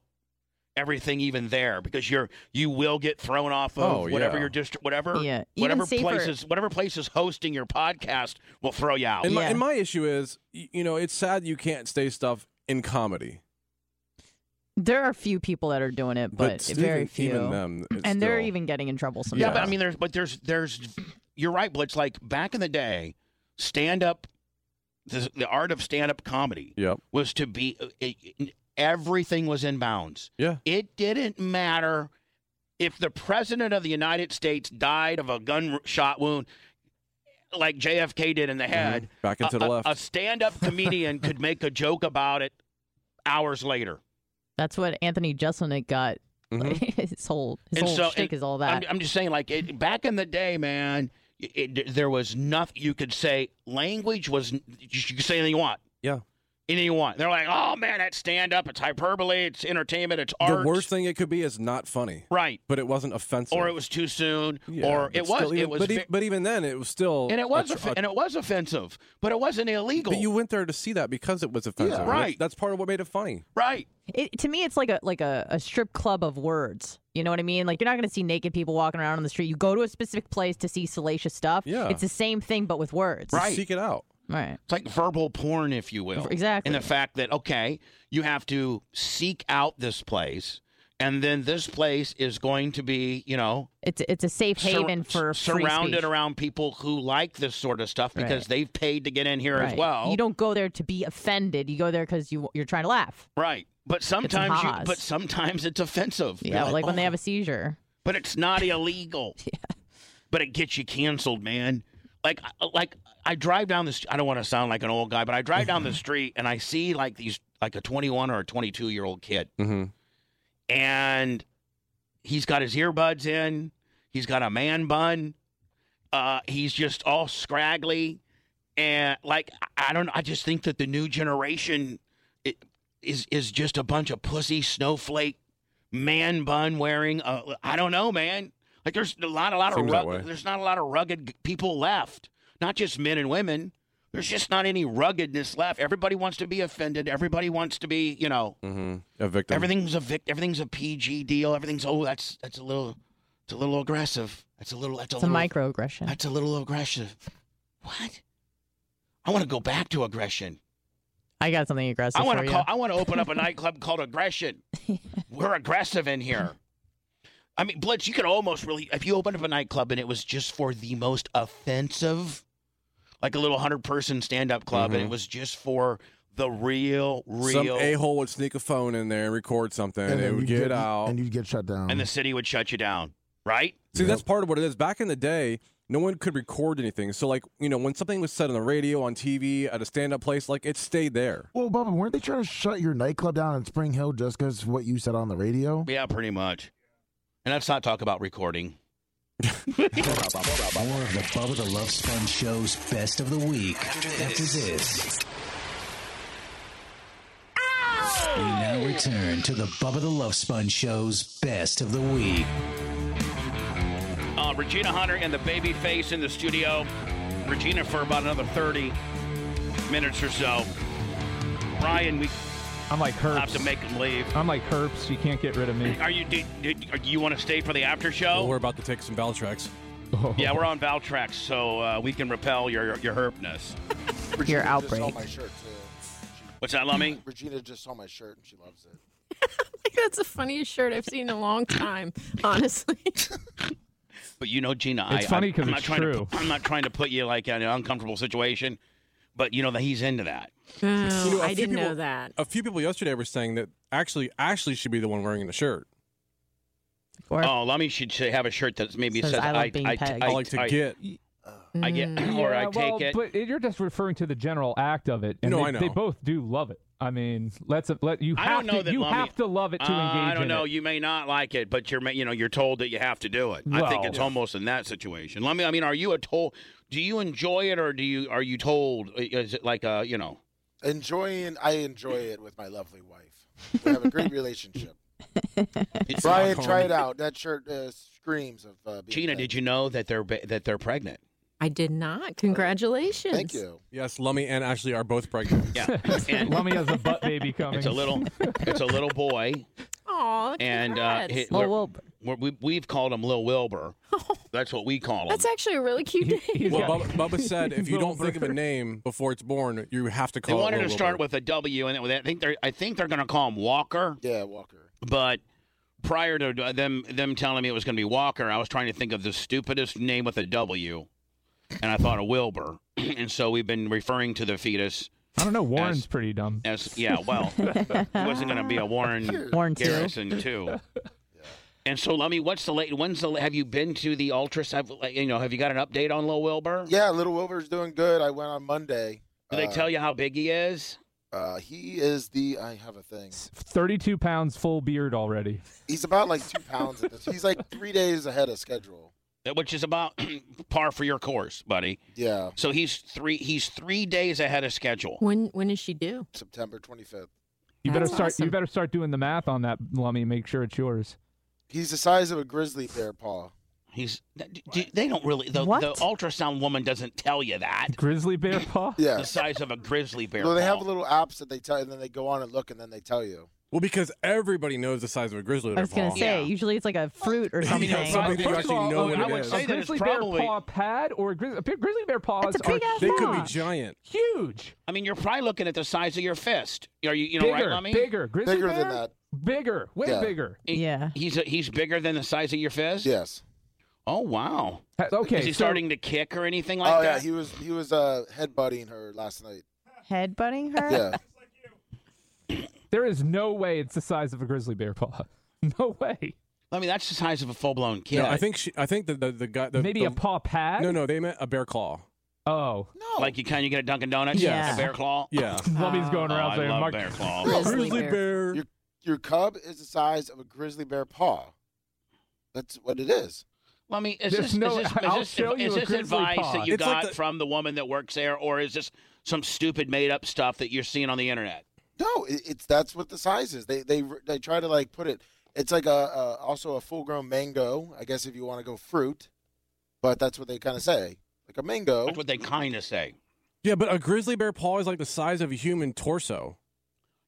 Speaker 4: everything even there because you're you will get thrown off of
Speaker 13: Oh,
Speaker 4: whatever
Speaker 13: yeah.
Speaker 4: your district whatever
Speaker 13: Yeah, even
Speaker 4: whatever
Speaker 13: safer-
Speaker 4: places whatever place is hosting your podcast will throw you out
Speaker 13: And, my, and my issue is, y- you know, it's sad you can't stay stuff in comedy.
Speaker 6: There are few people that are doing it, but,
Speaker 13: But
Speaker 6: very
Speaker 13: even-
Speaker 6: few.
Speaker 13: even them,
Speaker 6: and
Speaker 13: it's
Speaker 6: they're
Speaker 13: still-
Speaker 6: even getting in trouble sometimes.
Speaker 4: yeah but i mean there's but there's there's you're right blitz like back in the day stand up the, the art of stand up comedy
Speaker 13: Yep.
Speaker 4: was to be it, it- everything was in bounds.
Speaker 13: Yeah.
Speaker 4: It didn't matter if the president of the United States died of a gunshot wound like JFK did in the head.
Speaker 13: Mm-hmm. Back into
Speaker 4: a,
Speaker 13: the
Speaker 4: a-
Speaker 13: left.
Speaker 4: A stand-up comedian could make a joke about it hours later.
Speaker 6: That's what Anthony Jeselnik got.
Speaker 13: Mm-hmm.
Speaker 6: his whole his whole shtick
Speaker 4: and
Speaker 6: is all that.
Speaker 4: I'm, I'm just saying, like it, back in the day, man, it, it- there was nothing you could say. Language was you could say anything you want.
Speaker 13: Yeah.
Speaker 4: Anything you want. They're like, oh man, that's stand up. It's hyperbole. It's entertainment. It's art.
Speaker 13: The worst thing it could be is not funny.
Speaker 4: Right.
Speaker 13: But it wasn't offensive.
Speaker 4: Or it was too soon.
Speaker 13: Yeah,
Speaker 4: or
Speaker 13: but
Speaker 4: it was.
Speaker 13: still
Speaker 4: it
Speaker 13: even-
Speaker 4: was.
Speaker 13: But, e-
Speaker 4: ve-
Speaker 13: but even then, it was still.
Speaker 4: and it was.
Speaker 13: a-
Speaker 4: off-
Speaker 13: a-
Speaker 4: and it was offensive. But it wasn't illegal.
Speaker 13: But you went there to see that because it was offensive.
Speaker 4: right.
Speaker 13: That's part of what made it funny.
Speaker 4: Right.
Speaker 6: It, to me, it's like a like a, a strip club of words. You know what I mean? Like you're not going to see naked people walking around on the street. You go to a specific place to see salacious stuff.
Speaker 4: Yeah.
Speaker 6: It's the same thing, but with words.
Speaker 4: Right. Seek
Speaker 13: it out.
Speaker 6: Right.
Speaker 4: It's like verbal porn, if you will.
Speaker 6: Exactly.
Speaker 4: And the fact that, okay, you have to seek out this place, and then this place is going to be, you know,
Speaker 6: It's it's a safe
Speaker 4: sur-
Speaker 6: haven for free
Speaker 4: surrounded
Speaker 6: speech.
Speaker 4: around people who like this sort of stuff because
Speaker 6: Right.
Speaker 4: they've paid to get in here as
Speaker 6: Right.
Speaker 4: well.
Speaker 6: You don't go there to be offended. You go there because you you're trying to laugh.
Speaker 4: right. But sometimes you,
Speaker 6: haas.
Speaker 4: but sometimes it's offensive. You're
Speaker 6: Yeah, like, when they
Speaker 4: "Oh,
Speaker 6: have a seizure.
Speaker 4: but it's not illegal. But it gets you canceled, man. Like, like I drive down this. I don't want to sound like an old guy, but I drive down the street and I see like these, like a 21 or a 22 year old kid,
Speaker 12: Mm-hmm.
Speaker 4: and he's got his earbuds in. He's got a man bun. Uh, he's just all scraggly, and like I I don't. I just think that the new generation i- is is just a bunch of pussy snowflake man bun wearing. Uh, I don't know, man. Like there's a lot, a lot
Speaker 13: Seems
Speaker 4: of
Speaker 13: that
Speaker 4: rug,
Speaker 13: way.
Speaker 4: there's not a lot of rugged g- people left. Not just men and women. There's just not any ruggedness left. Everybody wants to be offended. Everybody wants to be, you know,
Speaker 13: Mm-hmm. A victim.
Speaker 4: Everything's a vic- everything's a PG deal. Everything's oh that's that's a little it's a little aggressive. That's a little that's a
Speaker 6: It's a
Speaker 4: little
Speaker 6: microaggression.
Speaker 4: That's a little aggressive. What? I want to go back to aggression.
Speaker 6: I got something aggressive
Speaker 4: I want
Speaker 6: for
Speaker 4: to
Speaker 6: you.
Speaker 4: call I want to open up a nightclub called Aggression. We're aggressive in here. I mean, Blitz, you could almost really if you opened up a nightclub and it was just for the most offensive like a little 100 person stand up club and
Speaker 13: Mhm.
Speaker 4: it was just for the real real
Speaker 13: Some a hole would sneak a phone in there and record something.
Speaker 12: And
Speaker 13: And it
Speaker 12: then
Speaker 13: would
Speaker 12: you'd
Speaker 13: get,
Speaker 12: get-
Speaker 13: out.
Speaker 12: and you'd get shut down.
Speaker 4: and the city would shut you down, right?
Speaker 13: See, that's part of what it is. Back in the day, no one could record anything. So like you know when something was said on the radio, on TV, at a stand up place, like it stayed there.
Speaker 12: Well, Bubba, weren't they trying to shut your nightclub down in Spring Hill just because what you said on the radio?
Speaker 4: Yeah, pretty much. And let's not talk about recording.
Speaker 2: More of the Bubba the Love Sponge Show's best of the week after this. We now return to the Bubba the Love Sponge Show's best of the week.
Speaker 4: Uh, Regina Hunter and the baby face in the studio. Regina for about another 30 minutes or so. Brian, we
Speaker 10: I'm like Herbst.
Speaker 4: have to make him leave.
Speaker 10: I'm like Herbst. You can't get rid of me.
Speaker 4: Are you? Do, do, do you want to stay for the after show?
Speaker 13: We're about to take some bell tracks.
Speaker 4: yeah, we're on Valtrex, so uh, we can repel your your herpness.
Speaker 6: Your
Speaker 9: Just saw
Speaker 6: outbreak.
Speaker 9: my shirt too.
Speaker 4: What's that, Lummy?
Speaker 9: Regina just saw my shirt and she loves it.
Speaker 14: That's the funniest shirt I've seen in a long time, honestly.
Speaker 4: But you know, Gina,
Speaker 10: It's
Speaker 4: I,
Speaker 10: funny 'cause
Speaker 4: I'm, I'm not
Speaker 10: it's
Speaker 4: trying To,
Speaker 10: true.
Speaker 4: pu- I'm not trying to put you like in an uncomfortable situation, but you know that he's into that.
Speaker 13: You know, a
Speaker 14: Oh, I
Speaker 13: few
Speaker 14: didn't know
Speaker 13: people-
Speaker 14: that.
Speaker 13: A few people yesterday were saying that actually Ashley should be the one wearing the shirt.
Speaker 4: oh, Lummy should say- have a shirt that maybe says,
Speaker 13: Says, "I like being
Speaker 4: I,
Speaker 13: pegged." Mm.
Speaker 4: I,
Speaker 13: I like to get.
Speaker 4: I get, or I
Speaker 10: Yeah, well,
Speaker 4: take it.
Speaker 10: But it- you're just referring to the general act of it. And
Speaker 4: No,
Speaker 10: they,
Speaker 4: I know.
Speaker 10: they both do love it. I mean, let's let you
Speaker 4: I
Speaker 10: have
Speaker 4: don't know
Speaker 10: to
Speaker 4: that
Speaker 10: you
Speaker 4: Lummi-
Speaker 10: have to love it to
Speaker 4: Uh,
Speaker 10: engage.
Speaker 4: I don't
Speaker 10: in
Speaker 4: know.
Speaker 10: It.
Speaker 4: You may not like it, but you're ma- you know you're told that you have to do it. I think
Speaker 10: Well-
Speaker 4: it's almost in that situation. Let me. I mean, are you a told? Do you enjoy it, or do you are you told? Is it like a you know?
Speaker 9: Enjoying, I enjoy it with my lovely wife. We have a great relationship.
Speaker 4: It's
Speaker 9: Brian,
Speaker 4: not
Speaker 9: try
Speaker 4: calling.
Speaker 9: it out. That shirt uh, screams of uh, being
Speaker 4: Gina,
Speaker 9: fat.
Speaker 4: did you know that they're ba- that they're pregnant?
Speaker 14: I did not. Congratulations.
Speaker 9: Thank you.
Speaker 13: Yes, Lummy and Ashley are both pregnant.
Speaker 4: Yeah. And
Speaker 10: Lummy has a butt baby coming.
Speaker 4: It's a little, it's a little boy,
Speaker 14: Aw,
Speaker 4: and uh,
Speaker 14: congrats.
Speaker 4: he- we're- we're- we, we've called him Lil Wilbur. That's what we call him.
Speaker 14: That's actually a really cute name.
Speaker 13: Well, Bubba, Bubba said if you don't think of a name before it's born, you have to
Speaker 4: they
Speaker 13: call. it
Speaker 4: wanted
Speaker 13: Lil
Speaker 4: to
Speaker 13: Wilbur.
Speaker 4: start with a W, and I think they're, I think they're going to call him Walker.
Speaker 9: Yeah, Walker.
Speaker 4: But prior to them, them telling me it was going to be Walker, I was trying to think of the stupidest name with a W, and I thought of Wilbur, and so we've been referring to the fetus.
Speaker 10: I don't know. Warren's pretty dumb.
Speaker 4: As yeah, well, it wasn't going to be a Warren,
Speaker 10: Warren two.
Speaker 4: Garrison too. And so, Lummy, what's the late? When's the? la- Have you been to the ultrasound? like, You know, have you got an update on Lil Wilbur?
Speaker 9: Yeah, little Wilbur's doing good. I went on Monday.
Speaker 4: Do they
Speaker 9: Uh,
Speaker 4: tell you how big he is?
Speaker 9: Uh, he is the. I have a thing.
Speaker 10: 32 pounds full beard already.
Speaker 9: He's about like two pounds at this. He's like three days ahead of schedule.
Speaker 4: Which is about par for your course, buddy.
Speaker 9: Yeah.
Speaker 4: So he's three. He's three days ahead of schedule.
Speaker 14: When when is she due?
Speaker 9: September 25th.
Speaker 10: You better
Speaker 14: That's
Speaker 10: start.
Speaker 14: awesome.
Speaker 10: You better start doing the math on that, Lummy. Make sure it's yours.
Speaker 9: He's the size of a grizzly bear paw.
Speaker 4: He's. Do- they don't really. The,
Speaker 9: What?
Speaker 4: the ultrasound woman doesn't tell you that.
Speaker 10: Grizzly bear paw.
Speaker 9: Yeah.
Speaker 4: The size of a grizzly bear.
Speaker 9: No, they have
Speaker 4: paw.
Speaker 9: little apps that they tell, and then they go on and look, and then they tell you.
Speaker 13: Well, because everybody knows the size of a grizzly.
Speaker 6: I was
Speaker 13: bear
Speaker 6: gonna
Speaker 13: paw.
Speaker 6: say, usually it's like a fruit or something.
Speaker 13: know, something that you
Speaker 10: First of
Speaker 13: actually
Speaker 10: all,
Speaker 13: know what
Speaker 10: I
Speaker 13: it
Speaker 10: would
Speaker 13: is.
Speaker 10: say
Speaker 13: Say that
Speaker 10: that
Speaker 13: it's
Speaker 10: grizzly
Speaker 13: probably-
Speaker 10: bear paw pad or grizzly, grizzly bear paws are
Speaker 13: They could be giant.
Speaker 10: huge.
Speaker 4: I mean, you're probably looking at the size of your fist. Are you? You know,
Speaker 10: bigger,
Speaker 4: right, Lummy?
Speaker 10: bigger, grizzly
Speaker 9: Bigger
Speaker 10: bear?
Speaker 9: than that.
Speaker 10: Bigger, way
Speaker 9: Yeah.
Speaker 10: bigger.
Speaker 6: Yeah.
Speaker 4: He's a, he's bigger than the size of your fist.
Speaker 9: Yes.
Speaker 4: Oh wow.
Speaker 10: Okay.
Speaker 4: Is he
Speaker 10: so-
Speaker 4: starting to kick or anything like
Speaker 9: oh
Speaker 4: that?
Speaker 9: yeah, he was he was uh headbutting her last night.
Speaker 6: Headbutting her?
Speaker 9: Yeah.
Speaker 10: There is no way it's the size of a grizzly bear paw. No way.
Speaker 4: I mean, that's the size of a full blown kid.
Speaker 13: No, I think she, I think the the, the guy the,
Speaker 10: Maybe
Speaker 13: the-
Speaker 10: a paw pad.
Speaker 13: No, no, they meant a bear claw.
Speaker 10: Oh.
Speaker 4: Like you kind of get a Dunkin' Donuts,
Speaker 13: Yes.
Speaker 4: a bear claw.
Speaker 13: Yeah.
Speaker 10: Lummi's going around
Speaker 4: Oh, I
Speaker 10: saying,
Speaker 4: love
Speaker 10: "Mark-
Speaker 4: bear claw.
Speaker 13: bear.
Speaker 9: Your, your cub is the size of a grizzly bear paw. That's what it is.
Speaker 4: Let me. Is
Speaker 10: There's
Speaker 4: this,
Speaker 10: no-
Speaker 4: is this, is
Speaker 10: I'll
Speaker 4: this,
Speaker 10: show you
Speaker 4: is
Speaker 10: a
Speaker 4: this
Speaker 10: grizzly
Speaker 4: advice
Speaker 10: paw.
Speaker 4: that you
Speaker 10: It's like
Speaker 4: got
Speaker 10: the-
Speaker 4: from the woman that works there, or is this some stupid made up stuff that you're seeing on the internet?
Speaker 9: No, it, it's that's what the size is. They they they try to like put it. It's like a, a also a full grown mango. I guess if you want to go fruit, but that's what they kind of say, like a mango.
Speaker 4: That's what they kind of say.
Speaker 13: Yeah, but a grizzly bear paw is like the size of a human torso.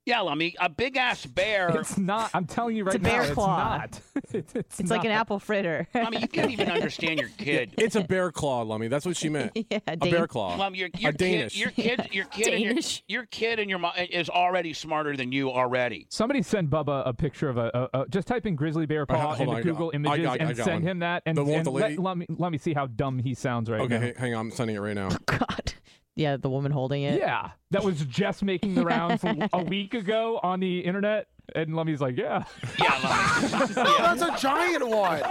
Speaker 4: Yeah, I mean, a big ass bear.
Speaker 10: It's not. I'm telling you right
Speaker 6: a
Speaker 10: now,
Speaker 6: bear
Speaker 10: it's
Speaker 6: claw.
Speaker 10: not. it's
Speaker 6: It's like an
Speaker 10: not.
Speaker 6: apple fritter.
Speaker 4: I mean, you can't even understand your kid.
Speaker 13: It's a bear claw, Lummy. That's what she meant.
Speaker 6: yeah,
Speaker 13: a bear claw.
Speaker 4: Plum, your, your
Speaker 13: a Danish.
Speaker 4: Kid, your kid, your kid, and your, your kid, and your mom is already smarter than you already.
Speaker 10: Somebody send Bubba a picture of a, a, a just type in grizzly bear
Speaker 13: All right,
Speaker 10: paw
Speaker 13: hold on, I
Speaker 10: into
Speaker 13: got-
Speaker 10: Google
Speaker 13: I
Speaker 10: Images
Speaker 13: got- I
Speaker 10: and
Speaker 13: got
Speaker 10: send
Speaker 13: one.
Speaker 10: him that and,
Speaker 13: The one with
Speaker 10: and
Speaker 13: the
Speaker 10: let,
Speaker 13: lady?
Speaker 10: let, me, let me see how dumb he sounds right
Speaker 13: okay,
Speaker 10: now.
Speaker 13: hang, hang on. I'm sending it right now.
Speaker 6: Yeah, the woman holding it.
Speaker 10: Yeah, that was just making the rounds a a week ago on the internet, and Lummy's like, yeah.
Speaker 9: Oh, that's a giant one.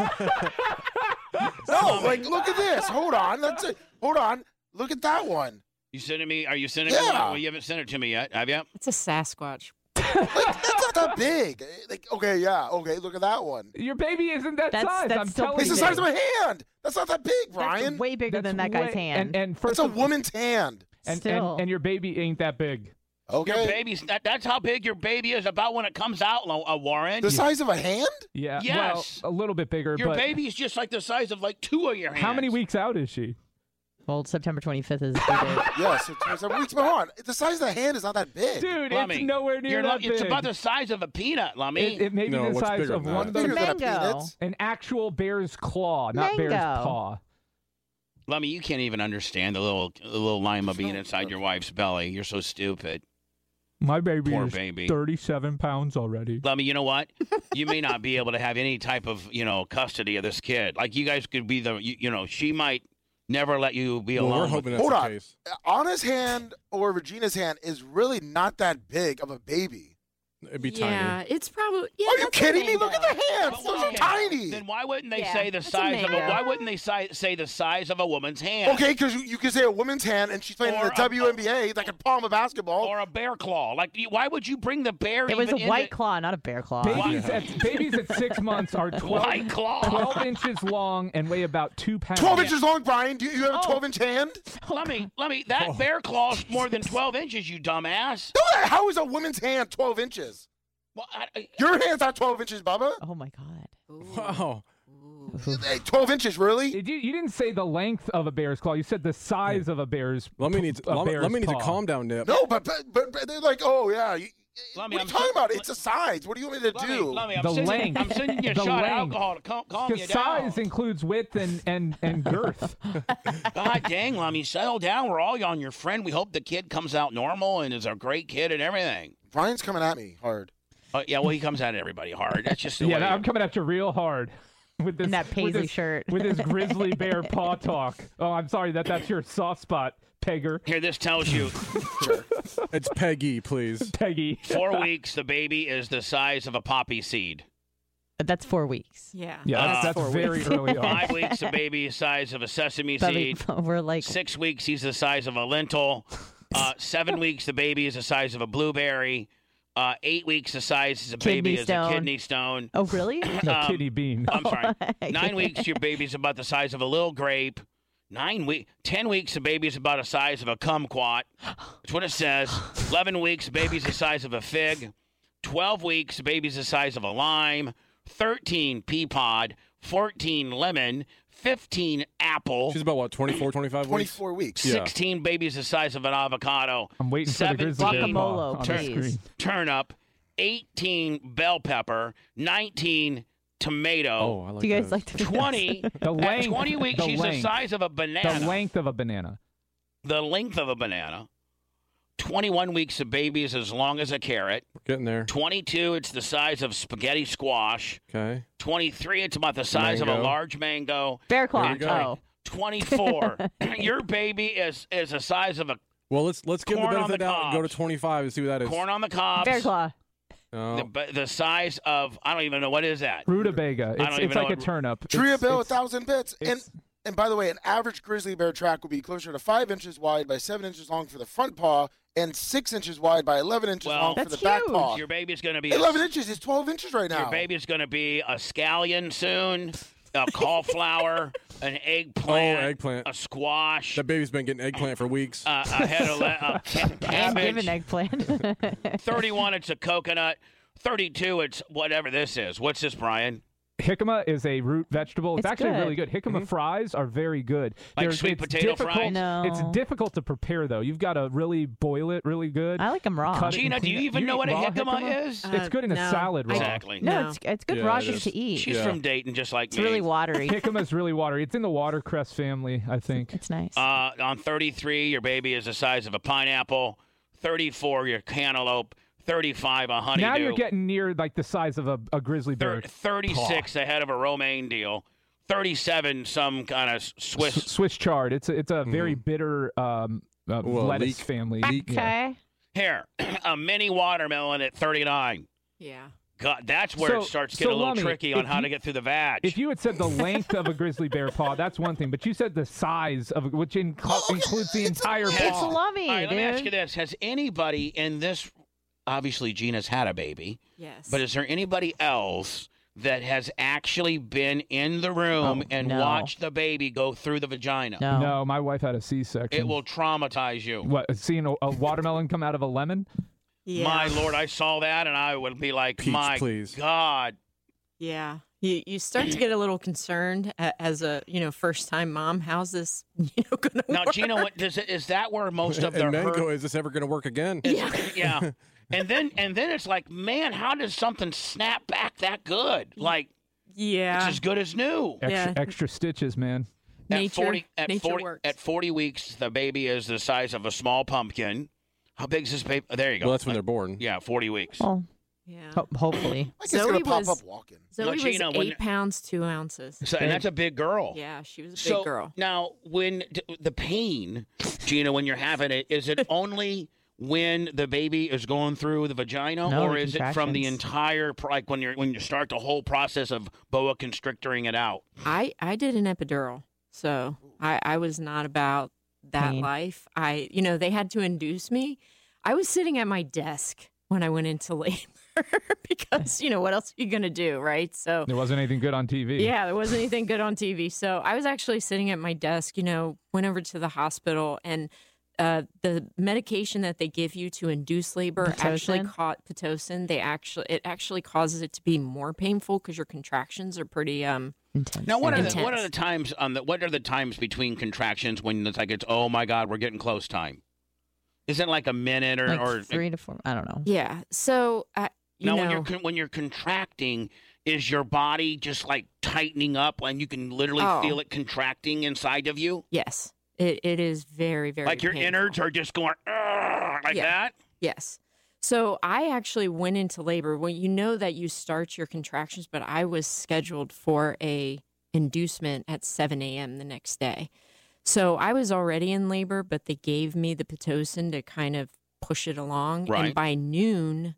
Speaker 9: No, like look at this. Hold on. That's it. Hold on. Look at that one.
Speaker 4: You sending me? Are you sending me?
Speaker 9: Yeah.
Speaker 4: Well, you haven't sent it to me yet, have you?
Speaker 14: It's a Sasquatch.
Speaker 9: That's not that big. Like okay, yeah, okay. Look at that one.
Speaker 10: Your baby isn't that
Speaker 9: That's-
Speaker 10: size.
Speaker 9: that's
Speaker 10: I'm
Speaker 9: still
Speaker 10: telling
Speaker 9: pretty
Speaker 10: you.
Speaker 9: It's the size of my hand. That's not that big, Ryan.
Speaker 6: way bigger than that
Speaker 10: That's
Speaker 6: guy's
Speaker 10: way-
Speaker 6: hand.
Speaker 10: And, and first
Speaker 9: That's a
Speaker 10: of-
Speaker 9: woman's hand.
Speaker 10: And,
Speaker 6: Still.
Speaker 10: and and your baby ain't that big.
Speaker 4: Your baby's that, that's how big your baby is about when it comes out, Lo- uh, Warren.
Speaker 10: The size
Speaker 9: of a hand?
Speaker 10: Yeah.
Speaker 4: Yes.
Speaker 10: Well, a little bit bigger.
Speaker 4: Your
Speaker 10: but
Speaker 4: baby's just like the size of like two of your hands.
Speaker 10: How many weeks out is she?
Speaker 6: Well, September 25th is the date.
Speaker 9: Yes, it's, it's a week's behind. The size of the hand is not that big.
Speaker 10: Dude,
Speaker 4: Lummy, you're lucky- It's about the
Speaker 9: the
Speaker 4: size of a peanut, Lummy.
Speaker 10: It, it may be the size of one of
Speaker 4: It's
Speaker 10: those.
Speaker 4: bigger than a Mango. peanut.
Speaker 10: An actual bear's claw, not bear's
Speaker 4: Mango.
Speaker 10: paw.
Speaker 4: Lummy, you can't even understand the little the little lima bean inside your wife's belly. You're so stupid.
Speaker 10: My baby
Speaker 4: Poor
Speaker 10: is
Speaker 4: baby.
Speaker 10: 37 pounds already.
Speaker 4: Lummy, you know what? You may not be able to have any type of you know custody of this kid. Like you guys could be the you, you know she might never let you be alone. with-
Speaker 9: Hold on. Anna's hand or Regina's hand is really not that big of a baby.
Speaker 13: It'd be
Speaker 14: Yeah, it's probably. Yeah,
Speaker 9: Are you
Speaker 14: that's a
Speaker 9: kidding me? Look at
Speaker 14: mango.
Speaker 9: the hands. Those are tiny.
Speaker 4: Then why wouldn't they
Speaker 14: Yeah,
Speaker 4: say the
Speaker 14: that's a
Speaker 4: size of a?
Speaker 14: mango.
Speaker 4: Why wouldn't they si- say the size of a woman's hand?
Speaker 9: Okay, because you, you can say a woman's hand and she's playing in
Speaker 4: Or
Speaker 9: the
Speaker 4: a-
Speaker 9: WNBA that can palm a basketball.
Speaker 4: Or a bear claw. Like, you- why would you bring the bear?
Speaker 6: It was
Speaker 4: even
Speaker 6: a
Speaker 4: in
Speaker 6: white
Speaker 4: the-
Speaker 6: claw, not a bear claw.
Speaker 10: Babies at, babies at six months are 12,
Speaker 4: White claw.
Speaker 10: 12 inches long and weigh about two pounds. Oh.
Speaker 9: 12 inches long, Brian. Do you, you have a 12 inch hand?
Speaker 4: Lummy, Lummy, that
Speaker 9: Oh.
Speaker 4: bear claw's more than 12 inches, you dumbass.
Speaker 9: No, that- how is a woman's hand 12 inches?
Speaker 4: Well, I, I-
Speaker 9: Your hand's not 12 inches, Bubba.
Speaker 6: Oh, my God.
Speaker 13: Wow.
Speaker 9: Hey, 12 inches, really?
Speaker 10: You, you didn't say the length of a bear's claw. You said the size of a bear's
Speaker 13: Let me need to,
Speaker 10: a
Speaker 13: let, me-
Speaker 10: bear's
Speaker 13: let me need to
Speaker 10: paw.
Speaker 13: calm down, Nip.
Speaker 9: No, but, but, but, but they're like, oh, yeah. You,
Speaker 4: Lummy,
Speaker 9: what are
Speaker 4: I'm
Speaker 9: you talking
Speaker 4: so-
Speaker 9: about? It's a size. What do you want me to
Speaker 4: Lummy,
Speaker 9: do?
Speaker 4: Lummy, I'm
Speaker 10: The
Speaker 4: sending,
Speaker 10: length.
Speaker 4: I'm sending you a
Speaker 10: The
Speaker 4: shot of
Speaker 10: length.
Speaker 4: alcohol to calm, calm you
Speaker 10: Because
Speaker 4: down.
Speaker 10: size includes width and, and, and girth.
Speaker 4: God dang, Lummy, settle down. We're all on your friend. We hope the kid comes out normal and is a great kid and everything.
Speaker 9: Brian's coming at me hard.
Speaker 4: Uh, yeah, well, he comes at everybody hard. That's just the
Speaker 10: yeah,
Speaker 4: way.
Speaker 10: I'm coming at you real hard. With this,
Speaker 6: In that
Speaker 10: with
Speaker 6: paisley
Speaker 10: this-
Speaker 6: shirt.
Speaker 10: with this grizzly bear paw talk. Oh, I'm sorry that that's your soft spot, Pegger.
Speaker 4: Here, this tells you
Speaker 13: It's Peggy, please.
Speaker 10: Peggy.
Speaker 4: four weeks, the baby is the size of a poppy seed.
Speaker 6: But that's four weeks.
Speaker 14: Yeah.
Speaker 10: Yeah, that's,
Speaker 4: Uh,
Speaker 10: that's very early on.
Speaker 4: Five weeks, the baby is size of a sesame
Speaker 6: But
Speaker 4: seed.
Speaker 6: we're like,
Speaker 4: Six weeks, he's the size of a lentil. Uh, seven weeks, the baby is the size of a blueberry. Uh, eight weeks, the size of a baby
Speaker 6: Kidney
Speaker 4: is
Speaker 6: stone.
Speaker 4: a kidney stone.
Speaker 6: oh, really?
Speaker 10: No,
Speaker 4: Um,
Speaker 10: kidney bean.
Speaker 4: I'm sorry.
Speaker 6: my
Speaker 4: Nine
Speaker 6: God.
Speaker 4: weeks, your baby's about the size of a little grape. Nine week, ten weeks, the baby's about the size of a kumquat. That's what it says. Eleven weeks, the baby's the size of a fig. Twelve weeks, the baby's the size of a lime. Thirteen pea pod. Fourteen lemon. Fifteen apple.
Speaker 13: She's about what, 24, 25 weeks?
Speaker 9: 24 weeks.
Speaker 13: Yeah.
Speaker 4: 16 babies the size of an avocado.
Speaker 10: I'm waiting for the
Speaker 4: 17
Speaker 10: grizzly bear paw on the
Speaker 4: tur-
Speaker 10: screen.
Speaker 4: turnip. 18 bell pepper. 19 tomato.
Speaker 13: Oh, I like
Speaker 6: Do you guys
Speaker 13: those.
Speaker 6: like to be
Speaker 4: 20.
Speaker 10: The
Speaker 4: at
Speaker 10: length.
Speaker 4: 20 weeks,
Speaker 10: the
Speaker 4: she's
Speaker 10: length,
Speaker 4: the size of a banana.
Speaker 10: The length of a banana.
Speaker 4: The length of a banana. 21 weeks, the baby is as long as a carrot.
Speaker 13: We're getting there.
Speaker 4: 22, it's the size of spaghetti squash.
Speaker 13: Okay.
Speaker 4: 23, it's about the size of a
Speaker 13: Mango.
Speaker 4: large mango.
Speaker 6: Bear claw.
Speaker 13: There you
Speaker 6: Oh.
Speaker 13: go.
Speaker 4: 24. Your baby is is the size of a
Speaker 13: Well, let's let's give the
Speaker 4: Corn on
Speaker 13: benefit of the
Speaker 4: the
Speaker 13: doubt and go to
Speaker 4: cobs.
Speaker 13: 25 and see what that is. Oh.
Speaker 4: corn on the cob.
Speaker 6: Bear claw.
Speaker 13: No.
Speaker 4: the, but the size of I don't even know what is that.
Speaker 10: Rutabaga. It's,
Speaker 4: even
Speaker 10: it's
Speaker 4: know
Speaker 10: like a
Speaker 4: what-
Speaker 10: turnip. It's-
Speaker 9: Tria Bill, a
Speaker 10: it's-
Speaker 9: thousand bits. And
Speaker 10: it's-
Speaker 9: and by the way, an average grizzly bear track would be closer to five inches wide by seven inches long for the front paw and six inches wide by eleven inches
Speaker 4: Well,
Speaker 9: long for
Speaker 4: That's
Speaker 9: the back
Speaker 6: huge.
Speaker 9: paw.
Speaker 4: Your baby's gonna be a,
Speaker 9: Eleven inches is twelve inches right now.
Speaker 4: your baby's gonna be a scallion soon, a cauliflower, an eggplant,
Speaker 13: Oh, eggplant.
Speaker 4: a squash,
Speaker 13: That baby's been getting eggplant for weeks.
Speaker 4: uh, a head of la- a ca-
Speaker 6: And give an
Speaker 4: cabbage.
Speaker 6: eggplant.
Speaker 4: Thirty-one, it's a coconut. Thirty-two, it's whatever this is. What's this, Brian?
Speaker 10: Jicama is a root vegetable. It's,
Speaker 6: It's
Speaker 10: actually really
Speaker 6: good. Mm-hmm.
Speaker 10: good. Jicama fries are very good.
Speaker 4: Like sweet
Speaker 10: it's
Speaker 4: potato fries?
Speaker 10: difficult-
Speaker 6: No.
Speaker 10: It's difficult to prepare though. You've got to really boil it really good.
Speaker 6: I like them raw.
Speaker 10: Cut it and
Speaker 4: Gina, do
Speaker 10: clean
Speaker 4: you
Speaker 10: it.
Speaker 4: even know
Speaker 10: eat
Speaker 4: what a
Speaker 10: raw Uh,
Speaker 4: jicama is?
Speaker 10: It's good in a
Speaker 14: no.
Speaker 10: salad raw.
Speaker 4: Exactly.
Speaker 6: No,
Speaker 14: No.
Speaker 6: it's it's good
Speaker 13: Yeah,
Speaker 6: raw
Speaker 13: it
Speaker 6: just
Speaker 13: is.
Speaker 6: to eat.
Speaker 4: She's
Speaker 13: Yeah.
Speaker 4: from Dayton, just like
Speaker 6: It's
Speaker 4: me.
Speaker 6: really watery.
Speaker 10: Jicama's really watery. It's in the watercress family, I think.
Speaker 6: It's nice.
Speaker 4: Uh, on 33, your baby is the size of a pineapple. 34, your cantaloupe. 35, a honeydew.
Speaker 10: now you're getting near like the size of a, a grizzly
Speaker 4: Thir-
Speaker 10: bear.
Speaker 4: 36, the head of a romaine deal. 37, some kind of
Speaker 10: S-
Speaker 4: Swiss.
Speaker 10: Swiss chard. It's a, it's a very bitter um, uh,
Speaker 13: Mm. Well,
Speaker 10: lettuce
Speaker 13: leek-
Speaker 10: family.
Speaker 13: leek.
Speaker 10: Yeah.
Speaker 6: Okay.
Speaker 4: Here, a mini watermelon at 39.
Speaker 14: Yeah.
Speaker 1: God, that's where
Speaker 10: So-
Speaker 1: it starts
Speaker 10: so
Speaker 1: getting a little
Speaker 10: Lummi,
Speaker 1: tricky on
Speaker 10: if
Speaker 1: how
Speaker 10: you-
Speaker 1: to get through the vat.
Speaker 10: If you had said the length of a grizzly bear paw, that's one thing, but you said the size of, a- which
Speaker 14: Oh,
Speaker 10: inc- includes the entire paw.
Speaker 4: All right, let me ask you this: Has anybody in this? Obviously, Gina's had a baby.
Speaker 14: Yes.
Speaker 4: But is there anybody else that has actually been in the room
Speaker 10: Oh,
Speaker 4: and
Speaker 10: no.
Speaker 4: watched the baby go through the vagina?
Speaker 10: No, my wife had a C-section.
Speaker 4: It will traumatize you.
Speaker 10: What? Seeing a, a watermelon come out of a lemon?
Speaker 4: My lord, I saw that and I would be like, my
Speaker 10: please.
Speaker 4: God.
Speaker 14: Yeah. You, you start to get a little concerned a- as a you know first time mom. How's this?
Speaker 4: Now, Gina, what, does it, is that where most of their
Speaker 13: and men
Speaker 4: hurt?
Speaker 13: go, is this ever going to work again?
Speaker 4: yeah. And then and then it's like, man, how does something snap back that good? Like,
Speaker 14: yeah,
Speaker 4: it's as good as new.
Speaker 10: Extra, extra stitches, man.
Speaker 4: at 40, at 40, At 40 weeks, the baby is the size of a small pumpkin. How big is this baby? Oh, there you go.
Speaker 13: Well, that's when they're born.
Speaker 4: Yeah, 40 weeks.
Speaker 6: Oh.
Speaker 14: Yeah.
Speaker 6: hopefully.
Speaker 9: Like it's gonna pop up walking.
Speaker 14: Zoe
Speaker 4: No,
Speaker 14: was
Speaker 4: Gina,
Speaker 14: eight
Speaker 4: when-
Speaker 14: pounds two ounces.
Speaker 4: So, and that's a big girl.
Speaker 14: Yeah, she was a big
Speaker 4: so
Speaker 14: girl.
Speaker 4: Now, when d- the pain, Gina, when you're having it, is it only when the baby is going through the vagina,
Speaker 1: No,
Speaker 4: or
Speaker 1: the
Speaker 4: is it from the
Speaker 1: contractions.
Speaker 4: entire pro- like when you're when you start the whole process of boa constrictoring it out?
Speaker 14: I I did an epidural, so I I was not about that
Speaker 4: Pain.
Speaker 14: life. I you know they had to induce me. I was sitting at my desk when I went into labor because you know what else are you gonna do, right? So
Speaker 10: There wasn't anything good on TV.
Speaker 14: Yeah, there wasn't anything good on TV. So I was actually sitting at my desk, you know, went over to the hospital and uh, the medication that they give you to induce labor actually
Speaker 6: Pitocin?
Speaker 14: caught pitocin. They actually it actually causes it to be more painful because your contractions are pretty um intense.
Speaker 4: Now, what are the, what are the times on the what are the times between contractions when it's like it's oh my god we're getting close time? Is it like a minute or
Speaker 6: Like
Speaker 4: or
Speaker 6: three to four. I don't know.
Speaker 14: Yeah. So uh, you
Speaker 4: now
Speaker 14: know,
Speaker 4: when you're con- when you're contracting, is your body just like tightening up and you can literally
Speaker 14: Oh.
Speaker 4: feel it contracting inside of you?
Speaker 14: yes, it, it is very very
Speaker 4: like your
Speaker 14: painful.
Speaker 4: innards are just going "Argh," like
Speaker 14: Yeah.
Speaker 4: that.
Speaker 14: Yes. So I actually went into labor when you know that you start your contractions, but I was scheduled for a inducement at 7 a.m. the next day. So I was already in labor, but they gave me the pitocin to kind of push it along.
Speaker 15: Right.
Speaker 14: And by noon,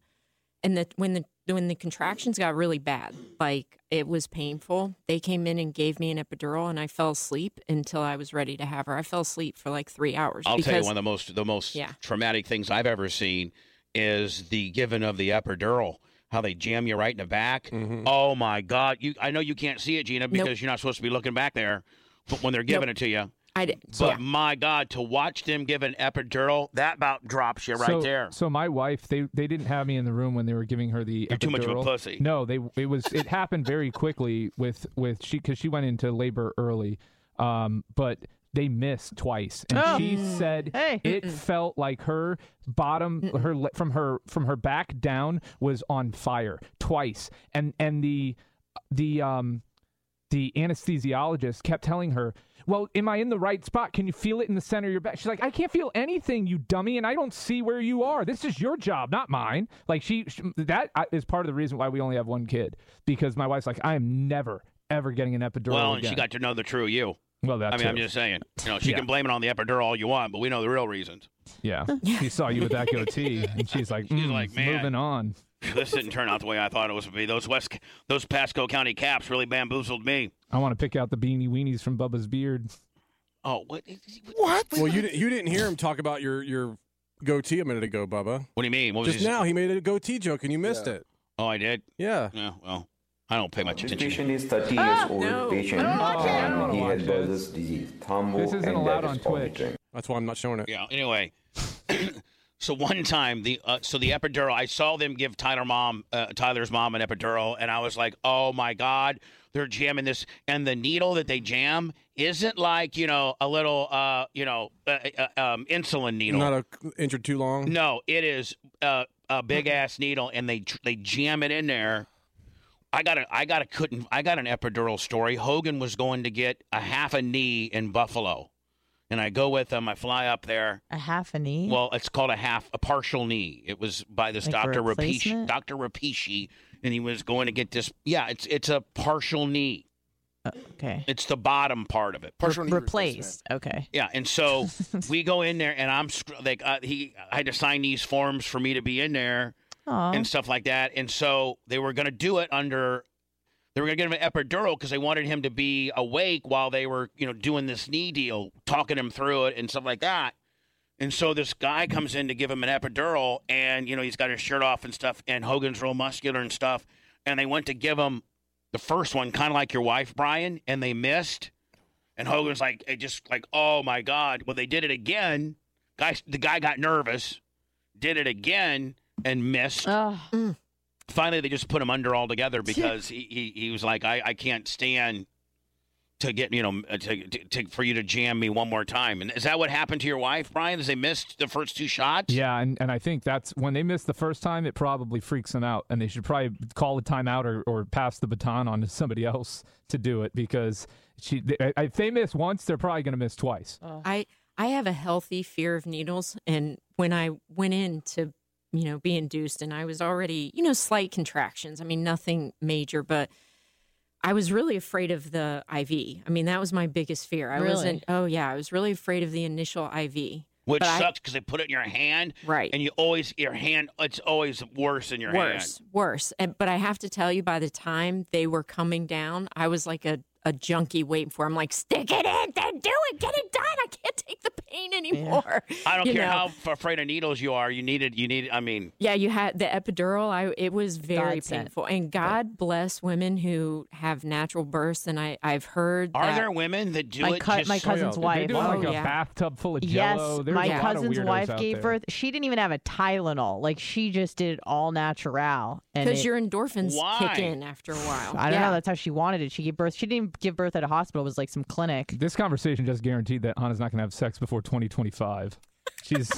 Speaker 14: and the when the when the contractions got really bad, like it was painful, they came in and gave me an epidural, and I fell asleep until I was ready to have her. I fell asleep for like three hours.
Speaker 4: I'll tell you
Speaker 14: because-
Speaker 4: one of the most the most
Speaker 14: Yeah.
Speaker 4: traumatic things I've ever seen is the giving of the epidural. How they jam you right in the back.
Speaker 10: Mm-hmm.
Speaker 4: Oh my God! You I know you can't see it, Gina, because you're not supposed to be looking back there. But when they're giving it to you,
Speaker 14: I did.
Speaker 4: But my God, to watch them give an epidural, that about drops you right
Speaker 10: so,
Speaker 4: there.
Speaker 10: So my wife, they they didn't have me in the room when they were giving her the.
Speaker 4: You're too much of a
Speaker 10: epidural.
Speaker 4: pussy.
Speaker 10: No, they it was it happened very quickly with with she because she went into labor early, um, but they missed twice, and
Speaker 4: Ah.
Speaker 7: Oh.
Speaker 10: she
Speaker 7: Mm.
Speaker 10: said
Speaker 7: Hey.
Speaker 10: it
Speaker 7: Mm-mm.
Speaker 10: felt like her bottom her le- from her from her back down was on fire twice, and and the the um the anesthesiologist kept telling her, Well, am I in the right spot? Can you feel it in the center of your back? She's like, I can't feel anything, you dummy, and I don't see where you are. This is your job, not mine. Like, she, sh that I- is part of the reason why we only have one kid because my wife's like, I am never, ever getting an epidural.
Speaker 4: well, and
Speaker 10: again.
Speaker 4: she got to know the true you.
Speaker 10: Well, that
Speaker 4: I mean,
Speaker 10: too.
Speaker 4: I'm just saying. You know, she
Speaker 10: Yeah.
Speaker 4: can blame it on the epidural all you want, but we know the real reasons.
Speaker 10: Yeah. she saw you with that goatee, and she's like, She's like,
Speaker 4: "Man."
Speaker 10: moving on.
Speaker 4: this didn't turn out the way I thought it was going to be. Those West, those Pasco County caps really bamboozled me.
Speaker 10: I want to pick out the beanie weenies from Bubba's beard.
Speaker 4: Oh, what?
Speaker 13: What? Well, you di- you didn't hear him talk about your your goatee a minute ago, Bubba.
Speaker 4: What do you mean? What was
Speaker 13: Just
Speaker 4: his-
Speaker 13: now, he made a goatee joke and you missed it.
Speaker 4: Oh, I did.
Speaker 13: Yeah.
Speaker 4: Yeah. Well, I don't pay much
Speaker 16: This
Speaker 4: attention.
Speaker 16: patient is 30 years old patient. and he had Buzzard's disease. Thumbo and that is omnitrend.
Speaker 13: That's why I'm not showing it.
Speaker 4: Yeah. Anyway, so one time the uh, so the epidural, I saw them give Tyler mom uh, Tyler's mom an epidural, and I was like, oh my god, they're jamming this, and the needle that they jam isn't like you know a little uh you know uh, uh, um, insulin needle.
Speaker 13: Not a inch or too long.
Speaker 4: No, it is a, a big ass needle, and they they jam it in there. I got a I got a couldn't I got an epidural story. Hogan was going to get a half a knee in Buffalo, and I go with him. I fly up there.
Speaker 6: A half a knee.
Speaker 4: Well, it's called a half a partial knee. It was by this
Speaker 6: Like a
Speaker 4: doctor Rapishi,
Speaker 6: replacement?
Speaker 4: Doctor Rapishi, and he was going to get this. Yeah, it's it's a partial knee.
Speaker 6: okay.
Speaker 4: It's the bottom part of it.
Speaker 6: Re- replaced. Okay.
Speaker 4: Yeah, and so we go in there, and I'm sc- like, uh, he, I had to sign these forms for me to be in there,
Speaker 6: Aw.
Speaker 4: and stuff like that. And so they were going to do it under, they were going to give him an epidural because they wanted him to be awake while they were, you know, doing this knee deal, talking him through it and stuff like that. And so this guy comes in to give him an epidural, and you know he's got his shirt off and stuff, and Hogan's real muscular and stuff. And they went to give him the first one, kind of like your wife, Brian, and they missed. And Hogan's like, it just like, oh my god. Well, they did it again. Guys, the guy got nervous, did it again, and missed. Finally, they just put him under altogether because he, he he was like, I I can't stand to get you know uh, to, to, to for you to jam me one more time. And is that what happened to your wife, Brian? Is they missed the first two shots?
Speaker 10: Yeah, and, and I think that's when they miss the first time, it probably freaks them out, and they should probably call a timeout or, or pass the baton on to somebody else to do it because she they, if they miss once, they're probably going to miss twice.
Speaker 14: I I have a healthy fear of needles, and when I went in to you know be induced, and I was already you know slight contractions. I mean nothing major, but I was really afraid of the IV. I mean that was my biggest fear. I
Speaker 4: Really?
Speaker 14: wasn't. Oh yeah, I was really afraid of the initial IV.
Speaker 4: Which
Speaker 14: But I-
Speaker 4: sucks because they put it in your hand, right? And you always your hand. It's always worse in your
Speaker 14: worse,
Speaker 4: hand.
Speaker 14: worse. And, but I have to tell you, by the time they were coming down, I was like a, a junkie waiting for. 'em. I'm like, stick it in, then do it, get it done. I can't take the pain anymore.
Speaker 4: I don't
Speaker 14: You
Speaker 4: care
Speaker 14: know?
Speaker 4: how f- afraid of needles you are. You needed. You need. I mean,
Speaker 14: Yeah, you had the epidural. I it was very
Speaker 4: Godsend.
Speaker 14: painful, and God bless women who have natural births. And I I've heard
Speaker 4: are
Speaker 14: that-
Speaker 4: there women that do
Speaker 14: My
Speaker 4: it?
Speaker 14: cou-
Speaker 4: just
Speaker 14: my cousin's
Speaker 10: They do it
Speaker 14: wife.
Speaker 10: like
Speaker 14: Oh,
Speaker 10: a
Speaker 14: yeah.
Speaker 10: bathtub full of
Speaker 6: Yes,
Speaker 10: jello. There's
Speaker 6: my
Speaker 10: a lot of
Speaker 6: cousin's
Speaker 10: weirdos
Speaker 6: wife
Speaker 10: out
Speaker 6: gave
Speaker 10: there.
Speaker 6: birth. She didn't even have a Tylenol. Like she just did it all natural. and
Speaker 14: because
Speaker 6: it-
Speaker 14: your endorphins
Speaker 6: Why?
Speaker 14: kick in after a
Speaker 4: Oh,
Speaker 14: while.
Speaker 6: I don't
Speaker 14: Yeah.
Speaker 6: know. That's how she wanted it. She gave birth. She didn't even give birth at a hospital. It was like some clinic.
Speaker 10: This conversation just guaranteed that Hannah's not going to have sex before 2025. She's,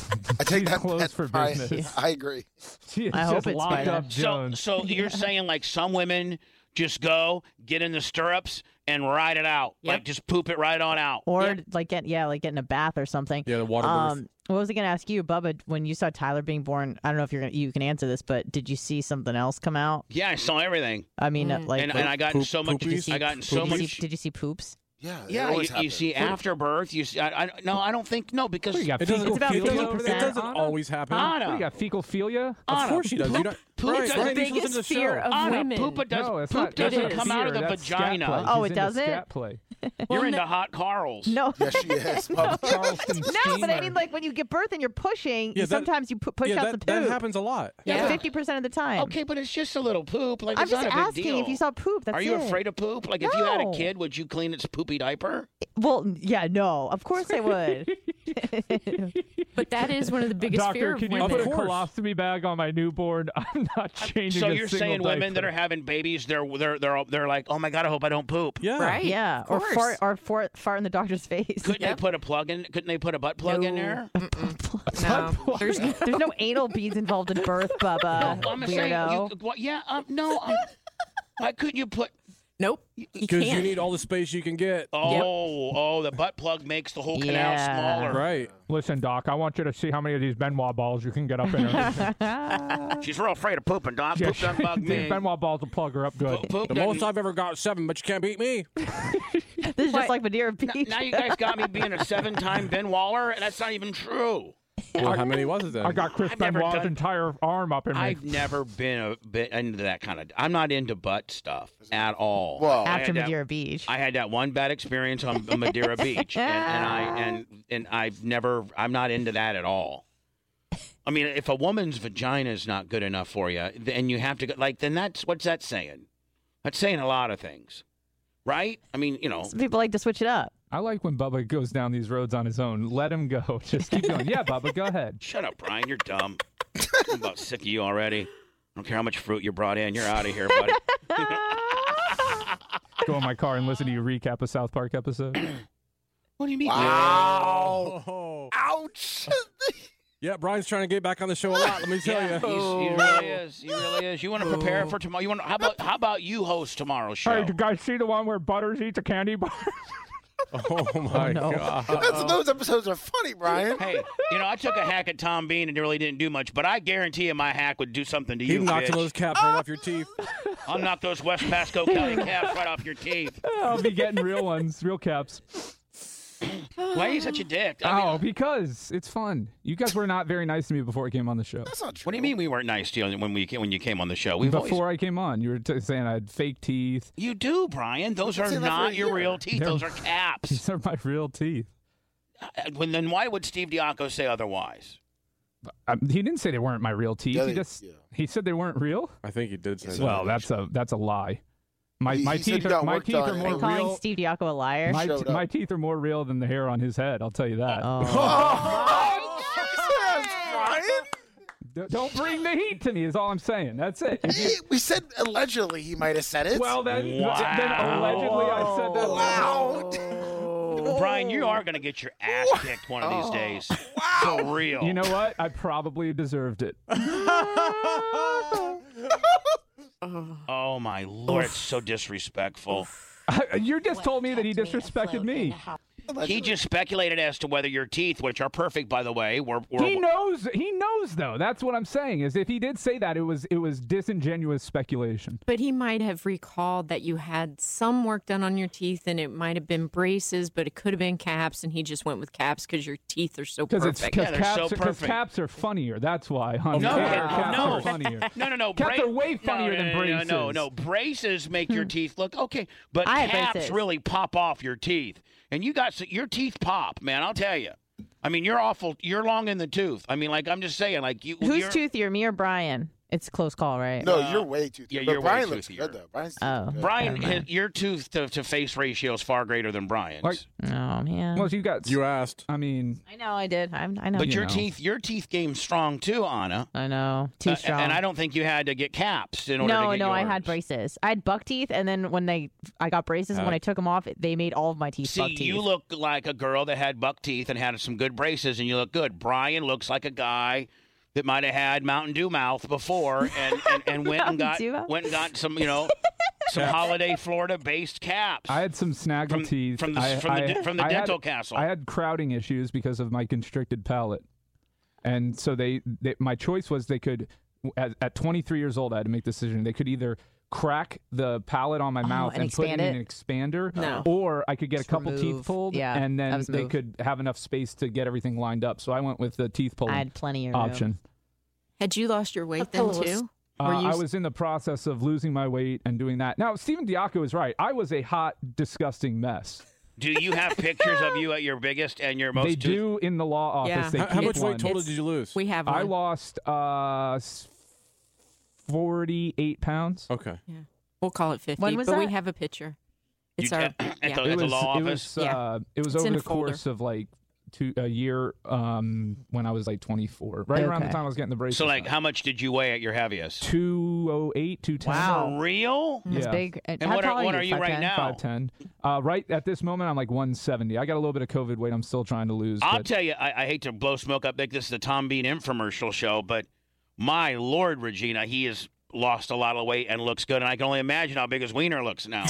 Speaker 10: she's closed for business.
Speaker 9: I agree.
Speaker 10: She is I hope just it's locked better. up
Speaker 4: So,
Speaker 10: Jones.
Speaker 4: so you're saying like some women just go get in the stirrups and ride it out, like just poop it right on out.
Speaker 6: Or like get yeah, like getting a bath or something.
Speaker 4: Yeah, the water birth.
Speaker 6: Um, what was I going to ask you, Bubba? When you saw Tyler being born, I don't know if you're gonna, you can answer this, but did you see something else come out?
Speaker 4: Yeah, I saw everything.
Speaker 6: I mean,
Speaker 10: Mm.
Speaker 6: uh, like,
Speaker 4: and, and I got in so much.
Speaker 6: Did you see-
Speaker 4: I got in so
Speaker 6: did you see-
Speaker 4: much.
Speaker 6: did you see poops?
Speaker 9: Yeah,
Speaker 4: Yeah, you, you see after birth, you see. I, I, no, I don't think no because
Speaker 13: It doesn't, it doesn't, it doesn't always happen.
Speaker 4: Anna.
Speaker 10: What, you got fecal philia?
Speaker 13: Of course she does. You don't-
Speaker 4: Poop
Speaker 13: Right,
Speaker 4: is
Speaker 13: right,
Speaker 4: the
Speaker 13: she's listening to
Speaker 4: biggest
Speaker 13: the
Speaker 4: fear
Speaker 13: show.
Speaker 4: of Anna, women. poop it does-
Speaker 10: no, it's
Speaker 4: poop
Speaker 10: not, that's
Speaker 4: doesn't
Speaker 10: not
Speaker 4: come
Speaker 10: fear,
Speaker 4: out of the
Speaker 10: that's scat
Speaker 4: vagina.
Speaker 10: play.
Speaker 6: Oh,
Speaker 10: She's
Speaker 6: it
Speaker 10: into
Speaker 6: doesn't?
Speaker 10: Scat play.
Speaker 4: You're into hot Carls.
Speaker 6: No.
Speaker 9: Yes, she is.
Speaker 4: Oh,
Speaker 10: Charleston
Speaker 6: No, but I mean, like when you give birth and you're pushing,
Speaker 13: Yeah,
Speaker 6: you
Speaker 13: that-
Speaker 6: sometimes you pu- push
Speaker 13: yeah,
Speaker 6: out
Speaker 13: that,
Speaker 6: the poop.
Speaker 13: that happens a lot.
Speaker 6: Yeah, fifty percent of the time.
Speaker 4: Okay, but it's just a little poop. Like
Speaker 6: I'm
Speaker 4: it's
Speaker 6: just
Speaker 4: not a big
Speaker 6: asking
Speaker 4: deal.
Speaker 6: if you saw poop. That's
Speaker 4: Are you
Speaker 6: it.
Speaker 4: afraid of poop? Like if you had a
Speaker 6: No.
Speaker 4: kid, would you clean its poopy diaper?
Speaker 6: Well, yeah, no. Of course I would.
Speaker 14: but that is one of the biggest
Speaker 10: Doctor,
Speaker 14: fear
Speaker 10: can
Speaker 14: of
Speaker 10: you
Speaker 14: women.
Speaker 10: put a colostomy bag on my newborn? I'm not changing.
Speaker 4: So
Speaker 10: a
Speaker 4: you're
Speaker 10: single
Speaker 4: saying women that
Speaker 10: diaper.
Speaker 4: are having babies, they're they're they're they're like, oh my god, I hope I don't poop.
Speaker 6: Yeah. Or fart, or fart, fart in the doctor's face.
Speaker 4: Couldn't they put a plug in? Couldn't they put a butt plug in there?
Speaker 6: No, there's, there's no anal beads involved in birth, Bubba.
Speaker 4: No, I'm
Speaker 6: weirdo.
Speaker 4: saying you could- what- yeah, um, no. um, why couldn't you put?
Speaker 14: Nope.
Speaker 13: Because you need all the space you can get.
Speaker 4: Oh, oh, the butt plug makes the whole canal smaller.
Speaker 13: Right.
Speaker 10: Listen, Doc, I want you to see how many of these Benoit balls you can get up in her.
Speaker 4: She's real afraid of pooping. Don't
Speaker 10: Yeah,
Speaker 4: poop doesn't bug
Speaker 10: these
Speaker 4: me.
Speaker 10: Benoit balls will plug her up good.
Speaker 13: The most I've ever got is seven, but you can't beat me.
Speaker 6: This is just like Madeira Beach.
Speaker 4: Now you guys got me being a seven-time Ben Waller, and that's not even true.
Speaker 13: Well, how many was it then?
Speaker 10: I got Chris
Speaker 4: I've never
Speaker 10: Benoit's
Speaker 4: done-
Speaker 10: entire arm up in me.
Speaker 4: I've never been a bit into that kind of. I'm not into butt stuff at all.
Speaker 6: Well-
Speaker 4: I had
Speaker 6: After
Speaker 4: that-
Speaker 6: Madeira Beach.
Speaker 4: I had that one bad experience on Madeira Beach, and, and I and and I've never. I'm not into that at all. I mean, if a woman's vagina is not good enough for you, then you have to go. Like, then that's what's that saying? That's saying a lot of things, right? I mean, you know,
Speaker 6: Some people like to switch it up.
Speaker 10: I like when Bubba goes down these roads on his own. Let him go. Just keep going. Yeah, Bubba, go ahead.
Speaker 4: Shut up, Brian. You're dumb. I'm about sick of you already. I don't care how much fruit you brought in. You're out of here, buddy.
Speaker 10: Go in my car and listen to you recap a South Park episode.
Speaker 4: What do you mean?
Speaker 13: Wow.
Speaker 9: Ouch.
Speaker 13: Oh. yeah, Brian's trying to get back on the show a lot. Let me tell Oh.
Speaker 4: Yeah,
Speaker 13: you.
Speaker 4: he's- he really is. He really is. You want to prepare for tomorrow? You want? How about how about you host tomorrow's show?
Speaker 10: Hey, did you guys see the one where Butters eats a candy bar?
Speaker 13: Oh my god.
Speaker 9: That's, those episodes are funny, Brian.
Speaker 4: Hey, you know, I took a hack at Tom Bean and it really didn't do much, but I guarantee you my hack would do something to
Speaker 13: He
Speaker 4: you.
Speaker 13: knocked
Speaker 4: bitch.
Speaker 13: those caps right off your teeth.
Speaker 4: I'll knock those West Pasco County caps right off your teeth.
Speaker 10: I'll be getting real ones, real caps.
Speaker 4: Why are you such a dick? I mean,
Speaker 10: oh, because it's fun. You guys were not very nice to me before I came on the show.
Speaker 4: What do you mean we weren't nice to you when we when you came on the show? We've always-
Speaker 10: before I came on, you were t- saying I had fake teeth.
Speaker 4: you do, Brian. Those
Speaker 10: I've
Speaker 4: are
Speaker 10: been saying that for
Speaker 4: not
Speaker 10: a
Speaker 4: your
Speaker 10: year.
Speaker 4: real teeth.
Speaker 10: They're-
Speaker 4: Those are caps.
Speaker 10: These are my real teeth.
Speaker 4: Uh, When then why would Steve Diaco say otherwise?
Speaker 10: Um, he didn't say they weren't my real teeth.
Speaker 4: Yeah,
Speaker 10: he
Speaker 4: they-
Speaker 10: just he said they weren't real.
Speaker 13: I think he did say that.
Speaker 10: Well, that's a that's a lie. My
Speaker 13: He-
Speaker 10: my
Speaker 13: he said
Speaker 10: teeth
Speaker 13: he got
Speaker 10: are my
Speaker 13: worked
Speaker 10: teeth
Speaker 13: on
Speaker 10: are
Speaker 13: it.
Speaker 10: more
Speaker 6: Calling
Speaker 10: real.
Speaker 6: Steve Diaco a liar.
Speaker 10: My, t- my teeth are more real than the hair on his head. I'll tell you that. D- Don't bring the heat to me. Is all I'm saying. That's it. If you-
Speaker 9: We said allegedly he might have said it.
Speaker 10: Well, then- Wow. then allegedly
Speaker 4: oh,
Speaker 10: I said that.
Speaker 9: Wow.
Speaker 4: Brian, you are going to get your ass kicked one of these days. For real.
Speaker 10: You know what? I probably deserved it.
Speaker 4: Oh my lord, it's so disrespectful.
Speaker 10: you just told me that he disrespected me.
Speaker 4: He just speculated as to whether your teeth, which are perfect by the way, were, were
Speaker 10: He knows. He knows, though. That's what I'm saying. Is if he did say that, it was it was disingenuous speculation.
Speaker 14: But he might have recalled that you had some work done on your teeth and it might have been braces, but it could have been caps. And he just went with caps because your teeth are so
Speaker 10: Because it's
Speaker 14: perfect.
Speaker 10: because caps, are- 'cause caps are funnier. That's why, honey.
Speaker 4: No,
Speaker 10: Caps
Speaker 4: no,
Speaker 10: are
Speaker 4: no.
Speaker 10: funnier.
Speaker 4: No, no, no.
Speaker 10: Caps are way funnier
Speaker 4: no, no,
Speaker 10: than
Speaker 4: no,
Speaker 10: braces. Hmm.
Speaker 4: No, no, no. Braces make your teeth look okay, but
Speaker 10: I have
Speaker 4: caps
Speaker 10: braces.
Speaker 4: really pop off your teeth. And you got s- your teeth pop, man. I'll tell you. I mean, you're awful. You're long in the tooth. I mean, like I'm just saying, like you.
Speaker 6: Who's
Speaker 4: you're,
Speaker 6: toothier, me or Brian? It's a close call, right?
Speaker 10: Uh,
Speaker 4: No, you're
Speaker 9: way toothier.
Speaker 4: Yeah,
Speaker 9: But
Speaker 4: you're
Speaker 9: Brian
Speaker 4: way
Speaker 9: looks
Speaker 4: toothier.
Speaker 9: good though. Brian's
Speaker 6: Oh,
Speaker 4: Brian, his, your tooth to, to face ratio is far greater than Brian's.
Speaker 6: oh man.
Speaker 10: Well, you got.
Speaker 13: You asked.
Speaker 10: I mean,
Speaker 6: I know I did. I'm, I know.
Speaker 4: but your teeth, your teeth game's strong too, Anna. Uh,
Speaker 6: I know. Teeth strong.
Speaker 4: and I don't think you had to get caps in order
Speaker 6: no,
Speaker 4: to get
Speaker 6: no, I
Speaker 4: yours.
Speaker 6: had braces. I had buck teeth, and then when they, I got braces. and
Speaker 4: Uh,
Speaker 6: when I took them off, they made all of my teeth buck
Speaker 4: See,
Speaker 6: teeth.
Speaker 4: you look like a girl that had buck teeth and had some good braces, and you look good. Brian looks like a guy that might have had Mountain Dew mouth before, and, and, and went and
Speaker 10: Mountain
Speaker 4: got
Speaker 10: Dew mouth?
Speaker 4: went and got some, you know, some
Speaker 10: Yeah.
Speaker 4: holiday Florida-based caps.
Speaker 10: I had some snaggle teeth
Speaker 4: from the-
Speaker 10: I-
Speaker 4: from the
Speaker 10: I-
Speaker 4: de- from the
Speaker 10: I had-
Speaker 4: dental castle.
Speaker 10: I had crowding issues because of my constricted palate, and so they, they my choice was they could at, at 23 years old I had to make the decision. They could either crack the palate on my mouth
Speaker 6: Oh, and
Speaker 10: and put it in
Speaker 6: expand
Speaker 10: an
Speaker 6: it? No.
Speaker 10: expander, or I could get
Speaker 6: Just
Speaker 10: a couple
Speaker 6: remove.
Speaker 10: teeth pulled,
Speaker 6: Yeah,
Speaker 10: and
Speaker 6: that
Speaker 10: then
Speaker 6: was a
Speaker 10: they
Speaker 6: move.
Speaker 10: could have enough space to get everything lined up. So I went with the teeth pulling.
Speaker 6: I had plenty of room.
Speaker 10: option.
Speaker 14: Had you lost your weight then too?
Speaker 10: Uh,
Speaker 14: Were you
Speaker 10: I was in the process of losing my weight and doing that. Now, Stephen Diaco is right. I was a hot, disgusting mess.
Speaker 4: Do you have pictures of you at your biggest and your most?
Speaker 10: they
Speaker 4: tooth-
Speaker 10: do in the law office.
Speaker 4: Yeah.
Speaker 10: They
Speaker 4: How- how
Speaker 10: keep
Speaker 4: much weight
Speaker 10: one.
Speaker 4: total did
Speaker 13: you lose?
Speaker 14: We have
Speaker 10: I
Speaker 14: one.
Speaker 10: lost uh, s- forty-eight pounds.
Speaker 13: Okay.
Speaker 14: We'll call it 50,
Speaker 10: When was
Speaker 14: but we
Speaker 10: that?
Speaker 14: have a picture. It's
Speaker 4: You-
Speaker 14: our.
Speaker 4: at the-
Speaker 14: yeah.
Speaker 4: at the
Speaker 10: it was,
Speaker 4: law
Speaker 10: it
Speaker 4: office?
Speaker 10: was,
Speaker 4: Yeah.
Speaker 10: uh, it was
Speaker 14: It's
Speaker 10: over
Speaker 14: in
Speaker 10: the
Speaker 14: a folder.
Speaker 10: course of like two a year um, when I was like twenty-four, right around the
Speaker 4: Okay.
Speaker 10: time I was getting the braces.
Speaker 4: So, like, how much did you weigh at your heaviest?
Speaker 10: two oh eight, two ten.
Speaker 4: For real?
Speaker 10: Yeah.
Speaker 4: And what are, what are you right now?
Speaker 10: Five ten. Uh, right at this moment, I'm like one seventy. I got a little bit of COVID weight. I'm still trying to lose.
Speaker 4: I'll
Speaker 10: but-
Speaker 4: tell you, I, I hate to blow smoke up. Like this is the Tom Bean infomercial show, but my lord, Regina, he has lost a lot of weight and looks good. And I can only imagine how big his wiener looks now.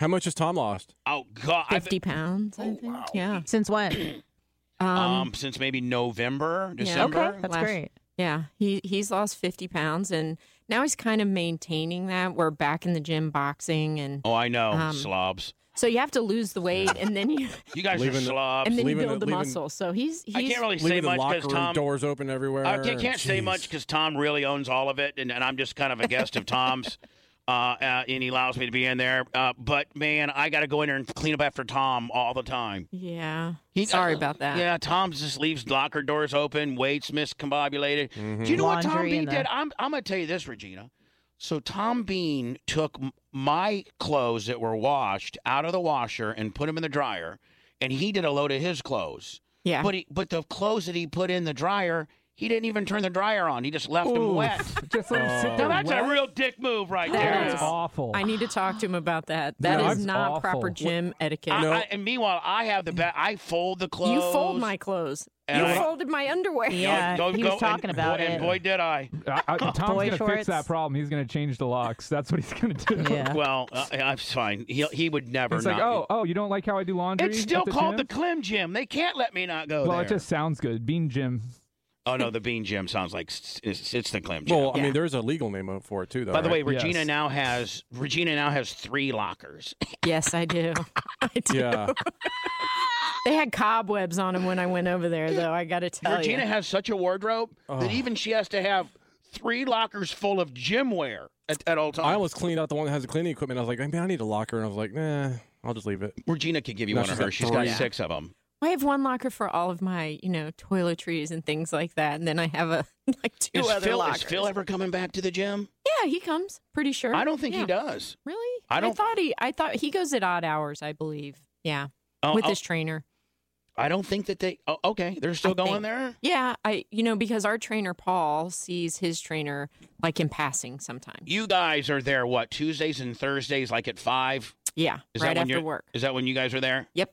Speaker 13: How much has Tom lost?
Speaker 4: oh God, I oh,
Speaker 14: Fifty pounds, I think. Yeah.
Speaker 6: Since when?
Speaker 14: um,
Speaker 4: um, since maybe November,
Speaker 14: yeah.
Speaker 4: December.
Speaker 14: Last- Yeah, he he's lost fifty pounds, and now he's kind of maintaining that. We're back in the gym boxing, and
Speaker 4: Oh, I know,
Speaker 14: Um,
Speaker 4: slobs.
Speaker 14: so you have to lose the weight, and then you
Speaker 4: You guys
Speaker 13: Leaving
Speaker 4: are
Speaker 13: the-
Speaker 4: slobs.
Speaker 14: and then you
Speaker 13: Leaving
Speaker 14: build
Speaker 13: the-
Speaker 14: the
Speaker 13: leaving-
Speaker 14: muscle. So he's, he's
Speaker 4: I can't really say
Speaker 13: Leaving the
Speaker 4: much
Speaker 13: locker
Speaker 4: because
Speaker 13: room
Speaker 4: Tom.
Speaker 13: doors open everywhere.
Speaker 4: I can't, can't say
Speaker 13: Jeez.
Speaker 4: much because Tom really owns all of it, and, and I'm just kind of a guest of Tom's, uh, uh, and he allows me to be in there. Uh, but man, I got to go in there and clean up after Tom all the time.
Speaker 14: Yeah. Sorry about that.
Speaker 4: Yeah, Tom just leaves locker doors open, weights miscombobulated.
Speaker 9: Mm-hmm.
Speaker 4: Do you know what Tom
Speaker 14: Hmm. Laundry
Speaker 4: Bean
Speaker 14: and the-
Speaker 4: did? I'm, I'm going to tell you this, Regina. So Tom Bean took m- my clothes that were washed out of the washer and put them in the dryer, and he did a load of his clothes.
Speaker 14: Yeah.
Speaker 4: But he, but the clothes that he put in the dryer, he didn't even turn the dryer on. He just left them
Speaker 10: Ooh,
Speaker 4: wet.
Speaker 10: Just let him sit
Speaker 4: Now
Speaker 10: there
Speaker 4: that's
Speaker 10: wet.
Speaker 4: a real dick move right
Speaker 10: That
Speaker 4: there.
Speaker 10: is awful.
Speaker 14: I need to talk to him about that.
Speaker 4: No,
Speaker 14: That is
Speaker 4: that's
Speaker 14: not
Speaker 4: awful.
Speaker 14: proper gym etiquette.
Speaker 4: I- I- and meanwhile, I have the ba- I fold the clothes.
Speaker 14: you fold my clothes.
Speaker 4: And
Speaker 14: you
Speaker 4: I-
Speaker 14: folded my underwear.
Speaker 4: and boy, And boy, did I.
Speaker 10: I, I, Uh, Tom's
Speaker 4: Boy
Speaker 10: gonna
Speaker 4: shorts.
Speaker 10: fix that problem. He's gonna change the locks. That's what he's gonna do.
Speaker 4: Well, uh, I'm fine. He he would never.
Speaker 10: It's
Speaker 4: not
Speaker 10: like, oh, oh, you don't like how I do laundry?
Speaker 4: It's still
Speaker 10: at the
Speaker 4: called
Speaker 10: gym?
Speaker 4: the Clem Gym. They can't let me not go
Speaker 10: Well,
Speaker 4: there.
Speaker 10: it just sounds good. Bean Jim.
Speaker 4: Oh no, the bean jam sounds like s- it's, it's the clam jam.
Speaker 13: Well, I mean, there's a legal name for it too, though.
Speaker 4: By the way,
Speaker 13: right?
Speaker 4: Regina now has Regina now has three lockers.
Speaker 14: Oh, Yes, I do. I do.
Speaker 13: Yeah.
Speaker 14: They had cobwebs on them when I went over there, though. I got to tell
Speaker 4: Regina
Speaker 14: you.
Speaker 4: has such a wardrobe that even she has to have three lockers full of gym wear at, at all times.
Speaker 13: I almost cleaned out the one that has the cleaning equipment. I was like, I mean, I need a locker, and I was like, nah, I'll just leave it.
Speaker 4: Regina could give you
Speaker 13: Now
Speaker 4: one of
Speaker 13: she's got
Speaker 4: hers. She's got
Speaker 13: three.
Speaker 4: six of them.
Speaker 14: I have one locker for all of my, you know, toiletries and things like that, and then I have a like two
Speaker 4: Is
Speaker 14: other
Speaker 4: Phil,
Speaker 14: lockers.
Speaker 4: is Phil ever coming back to the gym?
Speaker 14: yeah, he comes. Pretty sure.
Speaker 4: I don't think
Speaker 14: Yeah.
Speaker 4: he does.
Speaker 14: Really?
Speaker 4: I don't-
Speaker 14: thought he. I thought he goes at odd hours. I believe. Yeah.
Speaker 4: Oh,
Speaker 14: With
Speaker 4: oh.
Speaker 14: his trainer.
Speaker 4: I don't think that they. Oh, okay, they're still
Speaker 14: I
Speaker 4: going
Speaker 14: think.
Speaker 4: there.
Speaker 14: Yeah, I you know because our trainer Paul sees his trainer like in passing sometimes.
Speaker 4: You guys are there what Tuesdays and Thursdays, like at five.
Speaker 14: Yeah,
Speaker 4: that
Speaker 14: right
Speaker 4: when
Speaker 14: after
Speaker 4: you're-
Speaker 14: work.
Speaker 4: Is that when you guys are there?
Speaker 14: Yep,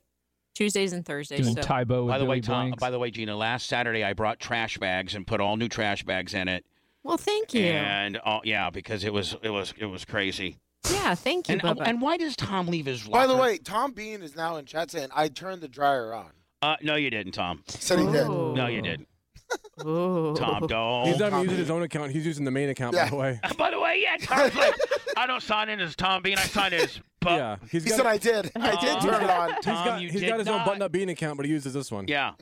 Speaker 14: Tuesdays and Thursdays. so.
Speaker 4: By the way, Tom. By the way, Gina. Last Saturday, I brought trash bags and put all new trash bags in it.
Speaker 14: Well, thank you.
Speaker 4: And uh, yeah, because it was it was it was crazy.
Speaker 14: yeah, thank you.
Speaker 4: And,
Speaker 14: Bubba.
Speaker 4: and why does Tom leave his? Locker?
Speaker 9: By the way, Tom Bean is now in chat saying, "I turned the dryer on."
Speaker 4: uh, no, you didn't, Tom.
Speaker 9: Said he did.
Speaker 4: No, you didn't. Tom, don't.
Speaker 13: He's not even using his own account. He's using the main account, by the way.
Speaker 4: By the way, yeah, Tom's like, I don't sign in as Tom Bean. I sign in as. But
Speaker 13: yeah, he's
Speaker 9: He
Speaker 13: got
Speaker 9: said,
Speaker 13: a-
Speaker 9: "I did. I did turn it on."
Speaker 13: He's got,
Speaker 4: you
Speaker 13: he's
Speaker 4: did
Speaker 13: got his
Speaker 4: not.
Speaker 13: own button-up bean account, but he uses this one.
Speaker 4: Yeah,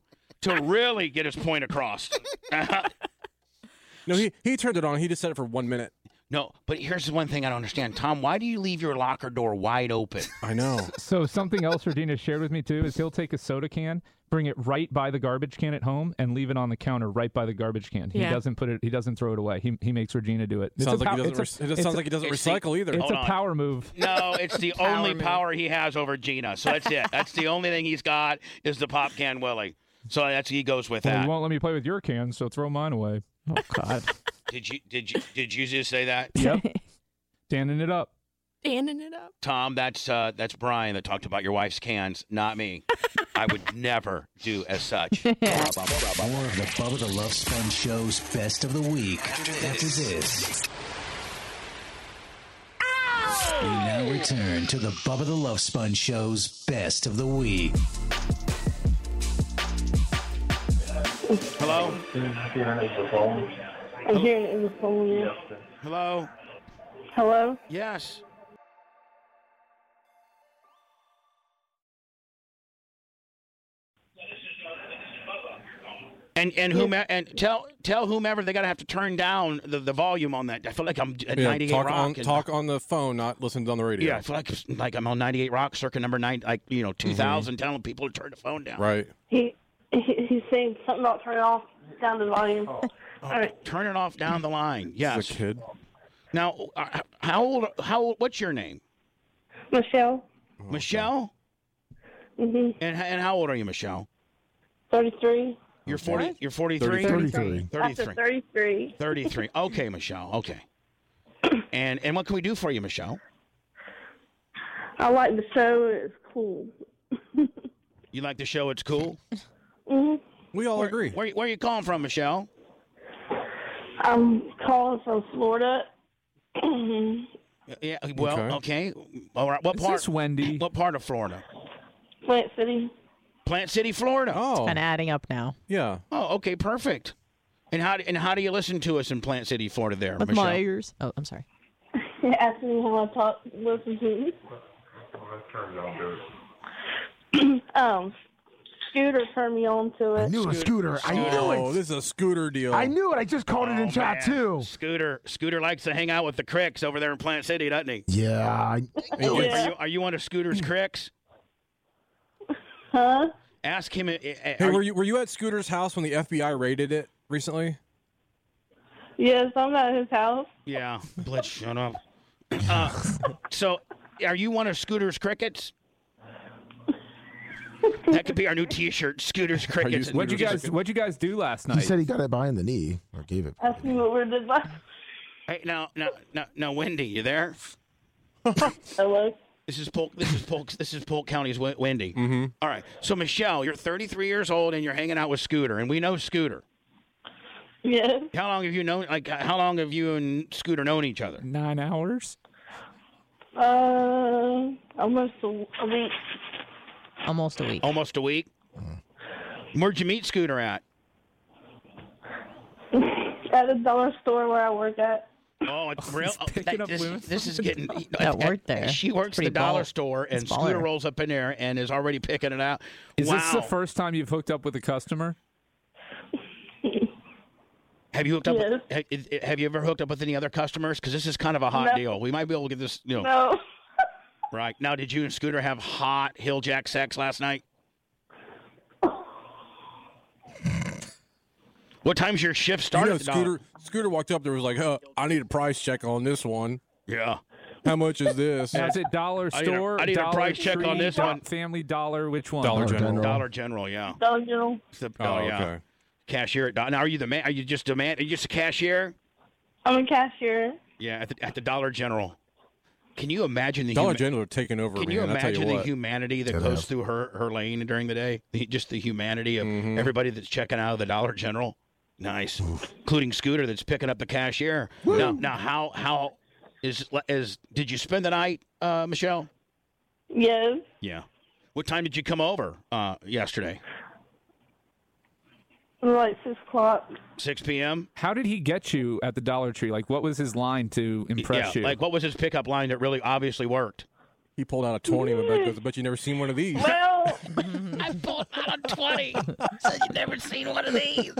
Speaker 4: to really get his point across.
Speaker 13: No, he he turned it on. He just set it for one minute.
Speaker 4: no, but here's the one thing I don't understand, Tom. Why do you leave your locker door wide open?
Speaker 13: I know.
Speaker 10: So something else Regina shared with me too is he'll take a soda can, bring it right by the garbage can at home, and leave it on the counter right by the garbage can. He
Speaker 13: Yeah.
Speaker 10: doesn't put it. He doesn't throw it away. He, he makes Regina do it. It's
Speaker 13: Sounds
Speaker 10: a
Speaker 13: like he
Speaker 10: pow-
Speaker 13: doesn't
Speaker 10: it's a-
Speaker 13: re- it
Speaker 10: it's
Speaker 13: sounds
Speaker 10: a-
Speaker 13: like he doesn't
Speaker 10: it's a-
Speaker 13: recycle either.
Speaker 10: It's
Speaker 4: Hold
Speaker 10: a
Speaker 4: on.
Speaker 10: power move.
Speaker 4: No, it's the
Speaker 10: Power
Speaker 4: only
Speaker 10: move.
Speaker 4: power he has over Gina. So that's it. That's the only thing he's got is the pop can Willie. So that's he goes with
Speaker 10: Well,
Speaker 4: that.
Speaker 10: you won't let me play with your can, so throw mine away. Oh God,
Speaker 4: Did you did you did you just say that?
Speaker 10: Yep. standing it up.
Speaker 14: standing it up.
Speaker 4: Tom, that's uh, that's Brian that talked about your wife's cans, not me. I would never do as such.
Speaker 2: More of the Bubba the Love Sponge Show's best of the week after this. We now return to the Bubba the Love Sponge Show's best of the week.
Speaker 4: Hello.
Speaker 15: I hear it in the phone. yeah.
Speaker 4: Hello.
Speaker 15: Hello?
Speaker 4: Yes. And and whom and tell tell whomever they gotta have to turn down the, the volume on that. I feel like I'm at
Speaker 13: Yeah,
Speaker 4: 98
Speaker 13: talk
Speaker 4: Rock.
Speaker 13: on
Speaker 4: and-
Speaker 13: talk on the phone, not listen on the radio.
Speaker 4: Yeah, I feel like like I'm on 98 Rock, circa number nine, like you know 2000, telling people to turn the phone down.
Speaker 13: Mm-hmm. Right.
Speaker 15: He, he he's saying something about turn it off down the volume. All right.
Speaker 4: Turn it off down the line. Yes.
Speaker 13: He's a kid.
Speaker 4: Now, uh, how old? How old? What's your name?
Speaker 15: Michelle,
Speaker 13: Oh,
Speaker 4: Michelle.
Speaker 15: Mhm.
Speaker 4: And h- and how old are you, Michelle?
Speaker 15: 33.
Speaker 4: You're forty.
Speaker 15: What?
Speaker 4: You're 43?
Speaker 15: 33. After
Speaker 4: 33.
Speaker 15: 33.
Speaker 4: 33. Okay, Michelle. Okay. And and what can we do for you, Michelle?
Speaker 15: I like the show. It's cool.
Speaker 4: You like the show? It's cool.
Speaker 6: Mm-hmm.
Speaker 15: Mhm.
Speaker 13: We all
Speaker 4: where,
Speaker 13: agree.
Speaker 4: Where where you calling from, Michelle?
Speaker 15: I'm calling from Florida. Wait,
Speaker 4: Yeah. Well, okay. All right. What
Speaker 10: Is
Speaker 4: part?
Speaker 10: this Wendy?
Speaker 4: What part of Florida?
Speaker 15: City.
Speaker 4: Plant City, Florida.
Speaker 13: Oh.
Speaker 6: Kind of adding up now.
Speaker 13: Yeah.
Speaker 4: Oh, okay, perfect. And how and how do you listen to us in Plant City, Florida? There,
Speaker 6: With
Speaker 4: Michelle.
Speaker 6: my ears. Oh, I'm sorry.
Speaker 15: They asked me how I talk, listen to me. um, Scooter turned me on to it.
Speaker 12: I knew a Scooter. I knew
Speaker 13: Oh,
Speaker 12: it.
Speaker 13: this is a scooter deal.
Speaker 12: I knew it. I just called it in chat too.
Speaker 4: Oh, Scooter, Scooter likes to hang out with the Cricks over there in Plant City, doesn't he?
Speaker 12: Yeah. I knew
Speaker 4: Are,
Speaker 12: it.
Speaker 4: you, are you one of Scooter's Cricks?
Speaker 15: Huh?
Speaker 4: Ask him. eh, Hey,
Speaker 13: Hey, were you were you at Scooter's house when the FBI raided it recently?
Speaker 15: Yes, I'm at his house.
Speaker 4: Yeah, Blitz, shut up. Uh, so, are you one of Scooter's Crickets? That could be our new T-shirt, Scooter's Crickets.
Speaker 10: What'd you guys What'd you guys do last
Speaker 12: He
Speaker 10: night?
Speaker 12: said he got it behind the knee or gave it.
Speaker 15: Asked me what we did last.
Speaker 4: Hey, now, now, now, now, Wendy, you there?
Speaker 15: Hello.
Speaker 4: This is Polk. This is Polk. This is Polk County's Wen- Wendy. All right. So Michelle, you're 33 years old and you're hanging out with Scooter, and we know Scooter.
Speaker 15: Yes.
Speaker 4: How long have you known? Like, how long have you and Scooter known each other?
Speaker 10: Nine hours.
Speaker 15: Uh, almost a, a week.
Speaker 6: Almost a week.
Speaker 4: Almost a week. Where'd you meet Scooter at?
Speaker 15: at the dollar store where I work at.
Speaker 4: Oh, it's real. oh, that- this, this is getting. You know,
Speaker 6: That
Speaker 4: it's-
Speaker 6: worked there.
Speaker 4: She
Speaker 6: It's
Speaker 4: works the
Speaker 6: pretty
Speaker 4: dollar
Speaker 6: baller.
Speaker 4: store, and
Speaker 10: It's
Speaker 4: Scooter
Speaker 10: baller.
Speaker 4: rolls up in there and is already picking it out.
Speaker 10: Is
Speaker 4: wow.
Speaker 10: this the first time you've hooked up with a customer?
Speaker 4: Have you hooked up? With, ha- have you ever hooked up with any other customers? Because this is kind of a hot
Speaker 15: No.
Speaker 4: deal. We might be able to get this. You know,
Speaker 15: No,
Speaker 4: Right now, did you and Scooter have hot hill jack sex last night? What time's your shift
Speaker 13: You
Speaker 4: started?
Speaker 13: know, Scooter, Scooter walked up there was like, uh, I need a price check on this one.
Speaker 4: Yeah.
Speaker 13: How much is this?
Speaker 10: Is it Dollar
Speaker 13: I need a-
Speaker 10: Store?
Speaker 13: I need a
Speaker 10: Dollar
Speaker 13: price check on
Speaker 10: Tree,
Speaker 13: this one.
Speaker 10: Family Dollar, which one?
Speaker 13: Dollar Dollar General. General.
Speaker 4: Dollar General, yeah.
Speaker 15: Dollar General.
Speaker 4: It's the-
Speaker 13: Oh,
Speaker 4: oh, yeah.
Speaker 13: okay.
Speaker 4: Cashier at Dollar. Now, are you the man? Are you just a man? Are you just a cashier?
Speaker 15: I'm a cashier.
Speaker 4: Yeah, at the, at the Dollar General. Can you imagine the
Speaker 13: Dollar
Speaker 4: huma-
Speaker 13: General are taking over,
Speaker 4: Can
Speaker 13: man.
Speaker 4: you
Speaker 13: I tell
Speaker 4: imagine
Speaker 13: you
Speaker 4: the
Speaker 13: what.
Speaker 4: humanity that
Speaker 13: Yeah, they
Speaker 4: goes
Speaker 13: have.
Speaker 4: through her her lane during the day? The, just the humanity of
Speaker 13: Mm-hmm.
Speaker 4: everybody that's checking out of the Dollar General. Nice, including Scooter that's picking up the cashier. Now, now, how how is is did you spend the night, uh, Michelle?
Speaker 15: Yes.
Speaker 4: Yeah. What time did you come over uh, yesterday?
Speaker 15: Like six o'clock.
Speaker 4: 6 p.m.
Speaker 10: How did he get you at the Dollar Tree? Like, what was his line to impress
Speaker 4: yeah.
Speaker 10: you?
Speaker 4: Like, what was his pickup line that really obviously worked?
Speaker 13: He pulled out a 20 and Rebecca goes, I bet you never seen one of these.
Speaker 15: Well,
Speaker 11: I pulled out a 20. Said you've never seen one of these.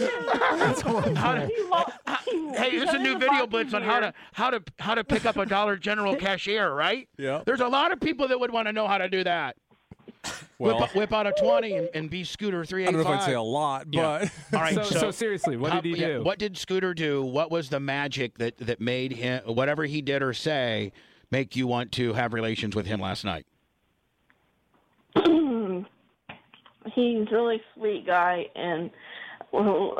Speaker 4: How to- hey, there's a new video blitz on how to how to how to pick up a Dollar General cashier, right?
Speaker 13: Yeah.
Speaker 4: There's a lot of people that would want to know how to do that.
Speaker 13: Well-
Speaker 4: whip, whip out a twenty and, and be Scooter three
Speaker 13: I
Speaker 4: eight
Speaker 13: don't
Speaker 4: five.
Speaker 13: know if I'd say a lot, but.
Speaker 4: All right.
Speaker 10: So-
Speaker 4: So,
Speaker 10: so seriously, what
Speaker 4: how-
Speaker 10: did he
Speaker 4: yeah,
Speaker 10: do?
Speaker 4: what did Scooter do? What was the magic that that made him whatever he did or say make you want to have relations with him last night?
Speaker 15: He's a really sweet guy, and well,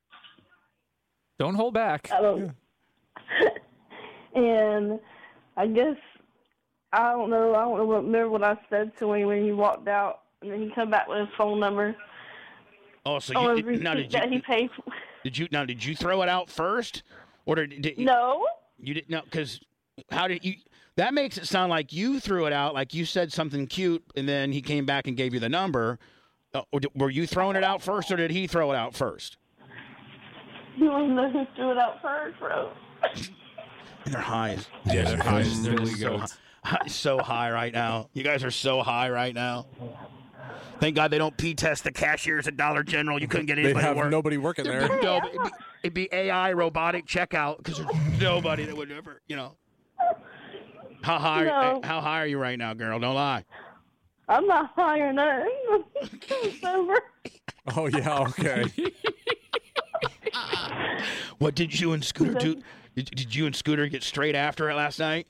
Speaker 10: Don't hold back.
Speaker 15: I don't. and I guess I don't know. I don't know what- remember what I said to him when he walked out, and then he come back with his phone number.
Speaker 4: Oh, so
Speaker 15: oh, and
Speaker 4: you did, now
Speaker 15: receipt
Speaker 4: did you
Speaker 15: that he paid. For.
Speaker 4: did you now did you throw it out first, or did, did
Speaker 15: No,
Speaker 4: You didn't know because how did you? That makes it sound like you threw it out, like you said something cute, and then he came back and gave you the number. Uh, or did- were you throwing it out first, or did he throw it out first?
Speaker 15: he wasn't the who threw it out first, bro.
Speaker 4: They're high. as- Yeah, they're high. as- They're just so high, so high right now. You guys are so high right now. Thank God they don't p test the cashiers at Dollar General. You couldn't get
Speaker 13: They
Speaker 4: anybody.
Speaker 13: have
Speaker 4: to work.
Speaker 13: nobody working
Speaker 4: There'd
Speaker 13: there.
Speaker 4: be no- it'd, be, it'd be AI robotic checkout because there's nobody that would ever, you know. How high? eh,
Speaker 15: No.
Speaker 4: How high are you right now, girl? Don't lie.
Speaker 15: I'm not hiring none. it's over.
Speaker 13: Oh yeah, okay.
Speaker 4: What did you and Scooter do? Did, did you and Scooter get straight after it last night?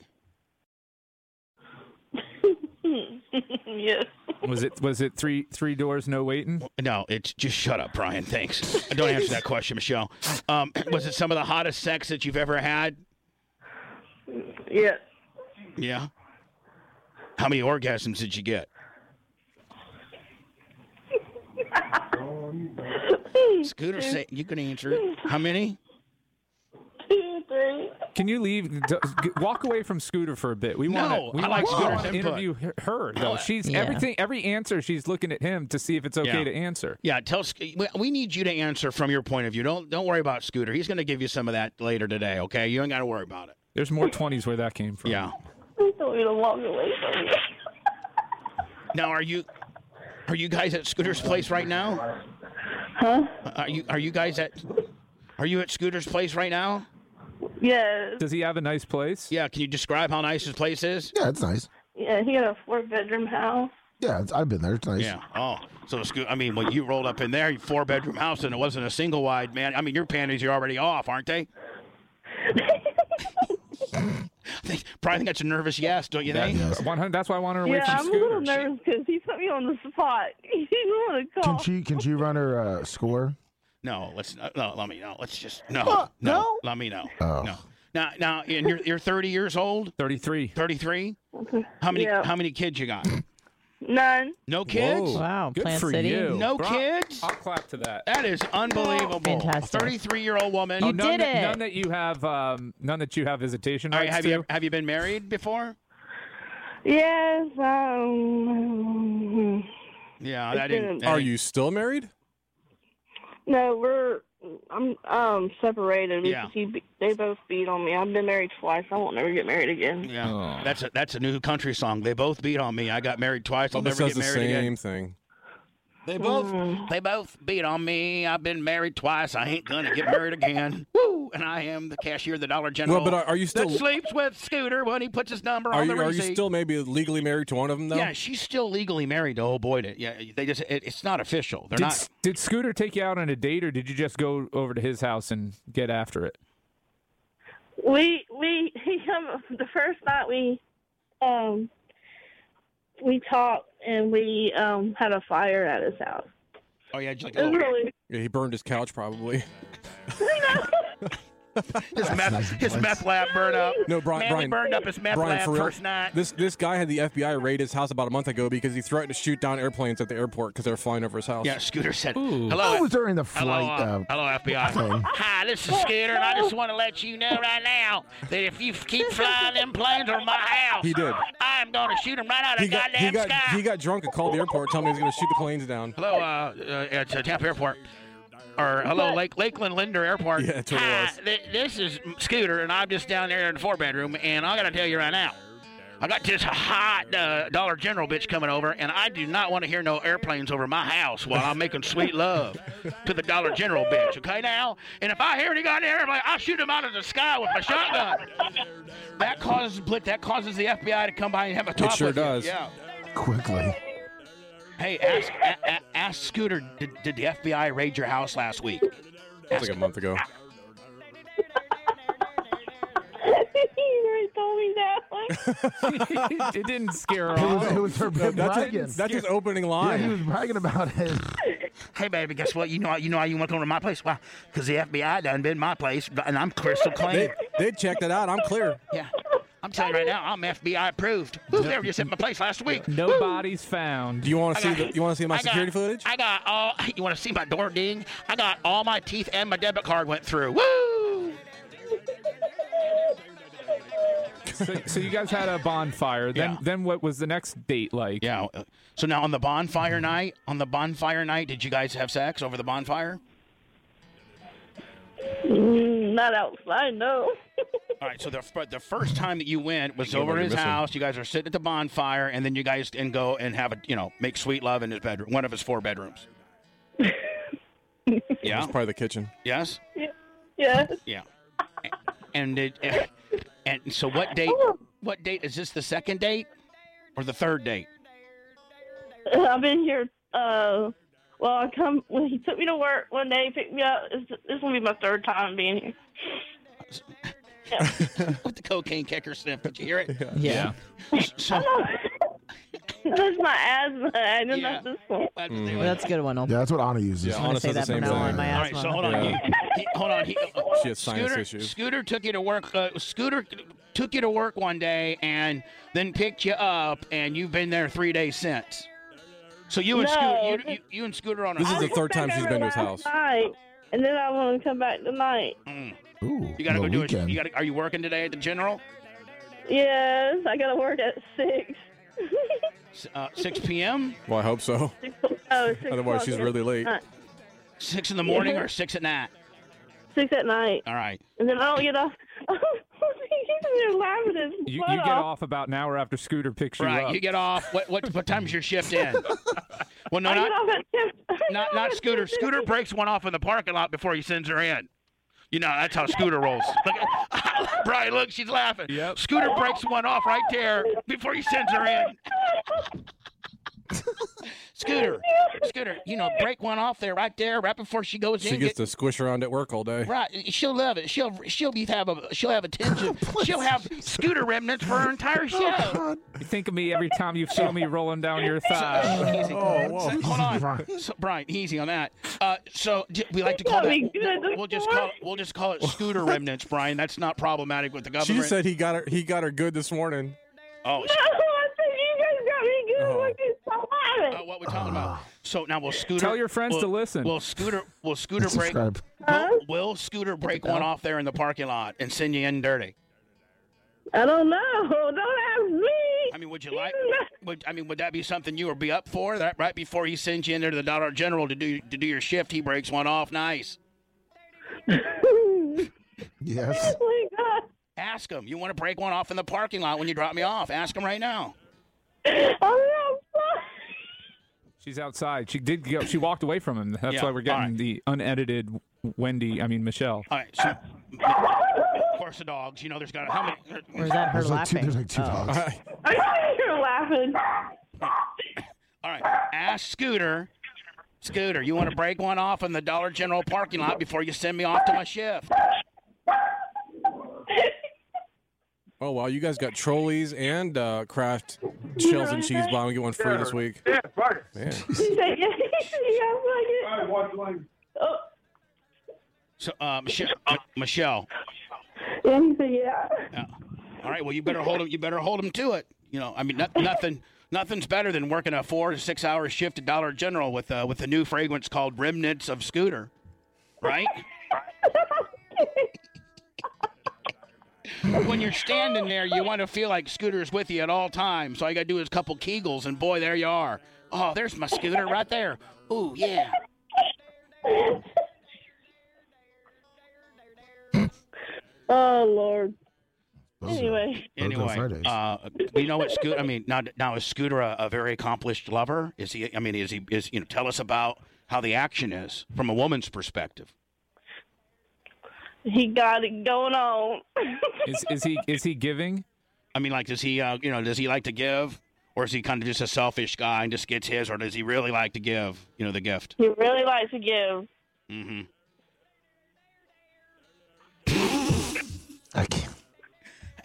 Speaker 15: yes.
Speaker 10: was it was it three three doors no waiting?
Speaker 4: No, it's just shut up, Brian. Thanks. Don't answer that question, Michelle. Um, was it some of the hottest sex that you've ever had?
Speaker 15: Yeah.
Speaker 4: Yeah. How many orgasms did you get? Scooter,
Speaker 15: Mm.
Speaker 4: say you can answer. it. How many?
Speaker 15: Two, three.
Speaker 10: Can you leave? d- g- walk away from Scooter for a bit. We
Speaker 4: No,
Speaker 10: want to. We
Speaker 4: I like
Speaker 10: wanna
Speaker 4: Scooter's input.
Speaker 10: interview her- her though. She's
Speaker 4: Yeah.
Speaker 10: everything. Every answer, she's looking at him to see if it's okay
Speaker 4: Yeah.
Speaker 10: to answer.
Speaker 4: Yeah, tell Sc- we- we need you to answer from your point of view. Don't don't worry about Scooter. He's going to give you some of that later today. Okay, you ain't got to worry about it.
Speaker 10: There's more twenties where that came from.
Speaker 4: Yeah.
Speaker 15: Please don't even walk away from me.
Speaker 4: Now, are you are you guys at Scooter's place right now?
Speaker 15: Huh?
Speaker 4: Are you are you guys at are you at Scooter's place right now?
Speaker 15: Yes.
Speaker 10: Does he have a nice place?
Speaker 4: Yeah. Can you describe how nice his place is?
Speaker 12: Yeah, it's nice.
Speaker 15: Yeah, he had a four bedroom house.
Speaker 12: Yeah, it's, I've been there. It's nice.
Speaker 4: Yeah. Oh, so Scoot. I mean, when you rolled up in there, your four bedroom house, and it wasn't a single wide, man. I mean, your panties are already off, aren't they? I think, probably think that's a nervous yes, don't you think?
Speaker 10: One hundred. That's why I wanted her away
Speaker 15: Yeah, I'm
Speaker 10: from
Speaker 15: a
Speaker 10: Scooter.
Speaker 15: little nervous because he put me on the spot. He didn't want to
Speaker 12: Can
Speaker 15: call.
Speaker 12: she can she run her uh, score?
Speaker 4: No, let's no, no, let me no. Let's just no,
Speaker 12: Uh,
Speaker 4: no,
Speaker 12: no?
Speaker 4: let me know.
Speaker 12: Oh.
Speaker 4: No. Now, now, and you're you're 30 years old.
Speaker 10: 33.
Speaker 4: 33. How many
Speaker 15: Yeah.
Speaker 4: how many kids you got?
Speaker 15: None.
Speaker 4: No kids.
Speaker 10: Whoa. Wow, Good Plant for City. you.
Speaker 4: No
Speaker 10: Bro-
Speaker 4: kids.
Speaker 10: I'll clap to that.
Speaker 4: That is unbelievable.
Speaker 10: Fantastic.
Speaker 4: 33 year old woman.
Speaker 10: Oh, none that, None that you have. Um, none that you have visitation
Speaker 4: All right,
Speaker 10: rights
Speaker 4: have
Speaker 10: to.
Speaker 4: you have you been married before?
Speaker 15: Yes. Um.
Speaker 4: Yeah,
Speaker 15: It's
Speaker 4: that didn't.
Speaker 15: been-
Speaker 4: that
Speaker 13: Are
Speaker 4: didn't-
Speaker 13: you still married?
Speaker 15: No, we're I'm um separated
Speaker 4: Yeah.
Speaker 15: because he be- they both beat on me. I've been married twice. I won't never get married again.
Speaker 4: Yeah,
Speaker 13: Oh.
Speaker 4: that's a that's a new country song. They both beat on me. I got married twice. I'll
Speaker 13: Almost
Speaker 4: never
Speaker 13: says
Speaker 4: get
Speaker 13: the
Speaker 4: married
Speaker 13: same
Speaker 4: again.
Speaker 13: thing.
Speaker 4: They both they both beat on me. I've been married twice. I ain't gonna get married again. Woo! And I am the cashier of the Dollar General.
Speaker 13: but are- are you still-
Speaker 4: that sleeps with Scooter when he puts his number
Speaker 13: Are
Speaker 4: on
Speaker 13: you
Speaker 4: the
Speaker 13: are you
Speaker 4: receipt?
Speaker 13: still maybe legally married to one of them though?
Speaker 4: Yeah, she's still legally married to old Boyd. Yeah, they just it, it's not official. They're
Speaker 10: did,
Speaker 4: not.
Speaker 10: did Scooter take you out on a date, or did you just go over to his house and get after it?
Speaker 15: We we he come the first night we um we talked and we um had a fire at his house.
Speaker 4: Oh yeah, just like,
Speaker 15: It was
Speaker 4: oh,
Speaker 15: really
Speaker 13: Yeah, he burned his couch probably.
Speaker 4: his meth his meth lab burned up.
Speaker 13: No, Brian.
Speaker 4: Man, he
Speaker 13: Brian
Speaker 4: burned up his meth
Speaker 13: Brian,
Speaker 4: lab
Speaker 13: for real,
Speaker 4: first night.
Speaker 13: This this guy had the FBI raid his house about a month ago because he threatened to shoot down airplanes at the airport because they were flying over his house.
Speaker 4: Yeah, Scooter said,
Speaker 12: That
Speaker 4: "Hello,
Speaker 12: was Oh, during the
Speaker 4: Hello,
Speaker 12: flight.
Speaker 4: uh,
Speaker 12: uh,
Speaker 4: hello, FBI.
Speaker 12: thing.
Speaker 4: Hi, this is Scooter, and I just want to let you know right now that if you keep flying them planes over my house,
Speaker 13: He did.
Speaker 4: I am going to shoot them right out of
Speaker 13: He got,
Speaker 4: goddamn
Speaker 13: he, got,
Speaker 4: sky.
Speaker 13: he got drunk and called the airport, telling me he was going to shoot the planes down.
Speaker 4: Hello, uh, uh, it's uh, Tampa Airport. Or hello, Lake Lakeland Linder Airport.
Speaker 13: Yeah, that's what it
Speaker 4: Hi,
Speaker 13: was.
Speaker 4: th- this is Scooter, and I'm just down there in the four bedroom, and I gotta tell you right now, I got this hot uh, Dollar General bitch coming over, and I do not want to hear no airplanes over my house while I'm making sweet love to the Dollar General bitch. Okay now, and if I hear any goddamn airplane, I'll shoot him out of the sky with my shotgun. That causes Blit. That causes the FBI to come by and have a talk.
Speaker 13: sure
Speaker 4: with you.
Speaker 13: does.
Speaker 4: Yeah.
Speaker 12: quickly.
Speaker 4: Hey, ask a, a, ask Scooter. Did, did the FBI raid your house last week?
Speaker 13: That was like a month ago.
Speaker 15: you already told me that one.
Speaker 10: it didn't scare her
Speaker 12: It was,
Speaker 10: off.
Speaker 12: it was her
Speaker 13: That's,
Speaker 12: bragging.
Speaker 13: his, that's his opening
Speaker 12: Yeah,
Speaker 13: line.
Speaker 12: he was bragging about his
Speaker 4: Hey, baby, guess what? You know, you know how you want to come to my place? Why? Because the FBI done been my place, but- and I'm crystal
Speaker 13: they,
Speaker 4: clean.
Speaker 13: they checked it out. I'm clear.
Speaker 4: Yeah, I'm telling you right now, I'm FBI approved. Woo, they were just at my place last week.
Speaker 10: No bodies found.
Speaker 13: Do you want
Speaker 4: I
Speaker 13: to see
Speaker 4: got-
Speaker 13: the, you want to see my
Speaker 4: I got-
Speaker 13: security footage?
Speaker 4: I got all. You want to see my door ding? I got all my teeth and my debit card went through. Woo!
Speaker 10: so, so you guys had a bonfire. Then,
Speaker 4: Yeah.
Speaker 10: then what was the next date like?
Speaker 4: Yeah. uh, So now on the bonfire night, on the bonfire night, did you guys have sex over the bonfire?
Speaker 15: Mm, Not outside, no.
Speaker 4: All right, so the but the first time that you went was
Speaker 13: Think
Speaker 4: over
Speaker 13: about
Speaker 4: at
Speaker 13: it,
Speaker 4: his
Speaker 13: missing.
Speaker 4: house. You guys are sitting at the bonfire, and then you guys and go and have a you know make sweet love in his bedroom, one of his four bedrooms. yeah.
Speaker 13: It's probably the kitchen.
Speaker 4: Yes.
Speaker 15: Yeah.
Speaker 4: Yeah. And it, and, and so what date? What date is this? The second date or the third date?
Speaker 15: I've been here. Uh, well, I come when he took me to work one day, picked me up. It's, this will be my third time being here.
Speaker 4: With the cocaine kicker sniff. Did you hear it?
Speaker 10: Yeah.
Speaker 4: So,
Speaker 15: That's my asthma. I didn't
Speaker 4: Yeah.
Speaker 15: know this one.
Speaker 6: That's a good one. I'll
Speaker 12: Yeah, that's what Anna uses.
Speaker 13: Yeah,
Speaker 6: I'm
Speaker 13: Anna
Speaker 6: gonna say
Speaker 13: says the
Speaker 6: that
Speaker 13: same
Speaker 6: from now on. My
Speaker 13: thing.
Speaker 4: all right.
Speaker 6: asthma.
Speaker 4: So hold on.
Speaker 13: Yeah.
Speaker 4: He, he- hold on. He, uh,
Speaker 13: She has science
Speaker 4: Scooter,
Speaker 13: issues.
Speaker 4: Scooter took you to work. Uh, Scooter took you to work one day and then picked you up, and you've been there three days since. So you and
Speaker 15: No.
Speaker 4: Scooter, you, you, you and Scooter on a
Speaker 13: This is the
Speaker 15: I
Speaker 13: third time
Speaker 15: came
Speaker 13: she's
Speaker 15: over
Speaker 13: been to his
Speaker 15: last
Speaker 13: house.
Speaker 15: Night, and then I want to come back tonight.
Speaker 4: Mm.
Speaker 12: Ooh,
Speaker 4: You gotta
Speaker 12: the
Speaker 4: go do
Speaker 12: weekend.
Speaker 4: it. You gotta. Are you working today at the general?
Speaker 15: Yes, I gotta work at six.
Speaker 4: S- Uh, 6 p.m.
Speaker 13: Well, I hope so.
Speaker 15: oh, six
Speaker 13: Otherwise, she's
Speaker 15: o'clock
Speaker 13: really late.
Speaker 15: at night.
Speaker 4: Six in the morning
Speaker 15: Yeah.
Speaker 4: or six at night.
Speaker 15: Six at night,
Speaker 4: All right.
Speaker 15: and then I don't get off. You're laughing his
Speaker 10: You,
Speaker 15: butt
Speaker 10: you get
Speaker 15: off.
Speaker 10: off about an hour after Scooter picks you
Speaker 4: right.
Speaker 10: up.
Speaker 4: You get off. What what what time's your shift end? well, no,
Speaker 15: I
Speaker 4: not
Speaker 15: get off at ten.
Speaker 4: not not Scooter. Scooter breaks one off in the parking lot before he sends her in. You know that's how Scooter rolls. Look, at- Brian, look, she's laughing.
Speaker 10: Yep.
Speaker 4: Scooter breaks one off right there before he sends her in. Scooter, Scooter, you know, break one off there right there, right before she goes
Speaker 13: She
Speaker 4: in.
Speaker 13: gets
Speaker 4: Get-
Speaker 13: to squish around at work all day.
Speaker 4: Right, she'll love it. She'll she'll be have a she'll have attention. she'll have scooter remnants for her
Speaker 13: Oh,
Speaker 4: entire show.
Speaker 10: You think of me every time you feel me rolling down your thigh.
Speaker 4: Easy.
Speaker 13: Oh, whoa.
Speaker 4: So, hold on, So, Brian. Easy on that. Uh, so j- we like to call
Speaker 15: That'd
Speaker 4: that.
Speaker 15: be good.
Speaker 4: We'll just call we'll just call it scooter remnants, Brian. That's not problematic with the
Speaker 13: She
Speaker 4: government.
Speaker 13: said he got her. He got her good this morning.
Speaker 4: oh,
Speaker 15: No, I said you guys got me good
Speaker 13: Oh.
Speaker 15: looking. Stop laughing.
Speaker 4: uh, what we're talking about. So now will scooter
Speaker 10: Tell your friends
Speaker 4: will-
Speaker 10: to listen.
Speaker 4: Will scooter will scooter break will,
Speaker 12: subscribe.
Speaker 4: will scooter break one off there in the parking lot and send you in dirty?
Speaker 15: I don't know. Don't ask me.
Speaker 4: I mean, would you like? Would, I mean, would that be something you would be up for? That right before he sends you in there to the Dollar General to do to do your shift, he breaks one off. Nice.
Speaker 12: Yes.
Speaker 15: my God.
Speaker 4: Ask him. You want to break one off in the parking lot when you drop me off? Ask him right now.
Speaker 10: She's outside. She did go. She walked away from him. That's
Speaker 4: Yeah,
Speaker 10: why we're getting the unedited Wendy. I mean Michelle.
Speaker 4: All right. So, of course, the dogs. You know, there's got to, how many?
Speaker 10: Or is that her There's like two-
Speaker 12: there's like two dogs.
Speaker 15: You're laughing.
Speaker 4: All right. Ask Scooter. Scooter, you want to break one off in the Dollar General parking lot before you send me off to my shift?
Speaker 13: Oh wow, you guys got trolleys and uh, Kraft shells and cheese bomb. We Get one free this week.
Speaker 15: Yeah,
Speaker 13: Man.
Speaker 15: She said, yeah, yeah, like it. Oh,
Speaker 4: So, uh, Michelle, uh, Michelle.
Speaker 15: yeah, he said, yeah.
Speaker 4: All right. Well, you better hold him. You better hold him to it. You know, I mean, no, nothing. Nothing's better than working a four to six hour shift at Dollar General with uh, with a new fragrance called Remnants of Scooter, right? when you're standing there, you want to feel like Scooter's with you at all times. So all you got to do is a couple Kegels, and boy, there you are. Oh, there's my Scooter right there. Ooh, yeah.
Speaker 15: Oh, Lord. Anyway.
Speaker 4: Anyway, uh, we know what Scooter. I mean, now, now is Scooter a, a very accomplished lover? Is he? I mean, is he? Is you know? Tell us about how the action is from a woman's perspective.
Speaker 15: He got it going on.
Speaker 10: Is is he is he giving?
Speaker 4: I mean, like, does he? Uh, you know, does he like to give, or is he kind of just a selfish guy and just gets his, or does he really like to give? You know, the gift.
Speaker 15: He really likes to give.
Speaker 4: Mm-hmm.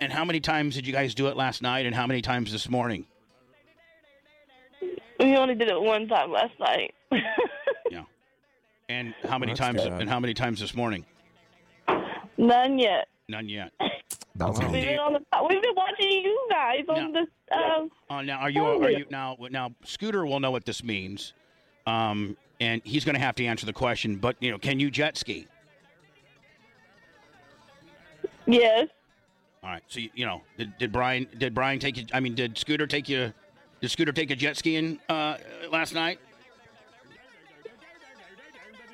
Speaker 4: And how many times did you guys do it last night, and how many times this morning?
Speaker 15: We only did it one time last night.
Speaker 4: And how many
Speaker 15: That's
Speaker 4: times?
Speaker 15: good.
Speaker 4: And how many times this morning?
Speaker 15: None yet.
Speaker 4: None yet.
Speaker 15: We've been, on the, we've been watching you guys on this. Um,
Speaker 4: Oh, now are you are you now now Scooter will know what this means, um, and he's going to have to answer the question. But you know, can you jet ski?
Speaker 15: yes.
Speaker 4: All right. So you, you know, did, did Brian did Brian take you? I mean, did Scooter take you? Did Scooter take you jet skiing uh, last night?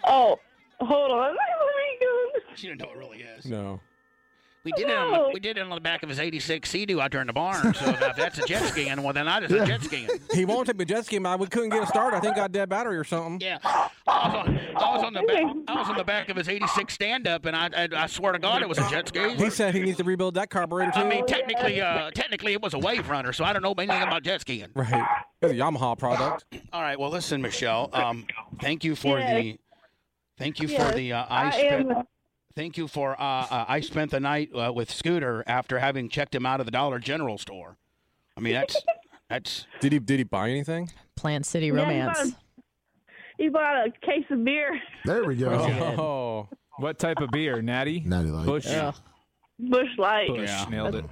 Speaker 15: Oh, hold on. Let me go.
Speaker 4: She didn't know it really is.
Speaker 13: No.
Speaker 4: We did it. On the, we did it on the back of his '86 Sea-Doo out there in the barn. So if that's a jet skiing, well then I just a jet skiing.
Speaker 13: He won't take the jet ski, man. We couldn't get it started. I think got dead battery or something.
Speaker 4: Yeah. I was on, I was on the back. I was on the back of his '86 stand-up, and I, I I swear to God it was a jet ski.
Speaker 13: He said he needs to rebuild that carburetor too.
Speaker 4: I mean, technically, uh, technically, it was a wave runner, so I don't know anything about jet skiing.
Speaker 13: right? It's a Yamaha product.
Speaker 4: All right. Well, listen, Michelle. Um, thank you for
Speaker 13: Yeah.
Speaker 4: the, thank you
Speaker 13: Yes,
Speaker 4: for the. Uh,
Speaker 13: I
Speaker 4: I, spent,
Speaker 13: am-
Speaker 4: Thank you for. Uh, uh, I spent the night uh, with Scooter after having checked him out of the Dollar General store. I mean, that's that's.
Speaker 13: Did he did he buy anything?
Speaker 6: Plant City
Speaker 15: Yeah,
Speaker 6: Romance.
Speaker 15: He bought a case of beer.
Speaker 10: There we
Speaker 15: go.
Speaker 10: Oh. What type of beer? Natty. Natty Light. Bush.
Speaker 4: Yeah.
Speaker 15: Bush Light.
Speaker 10: Bush nailed it.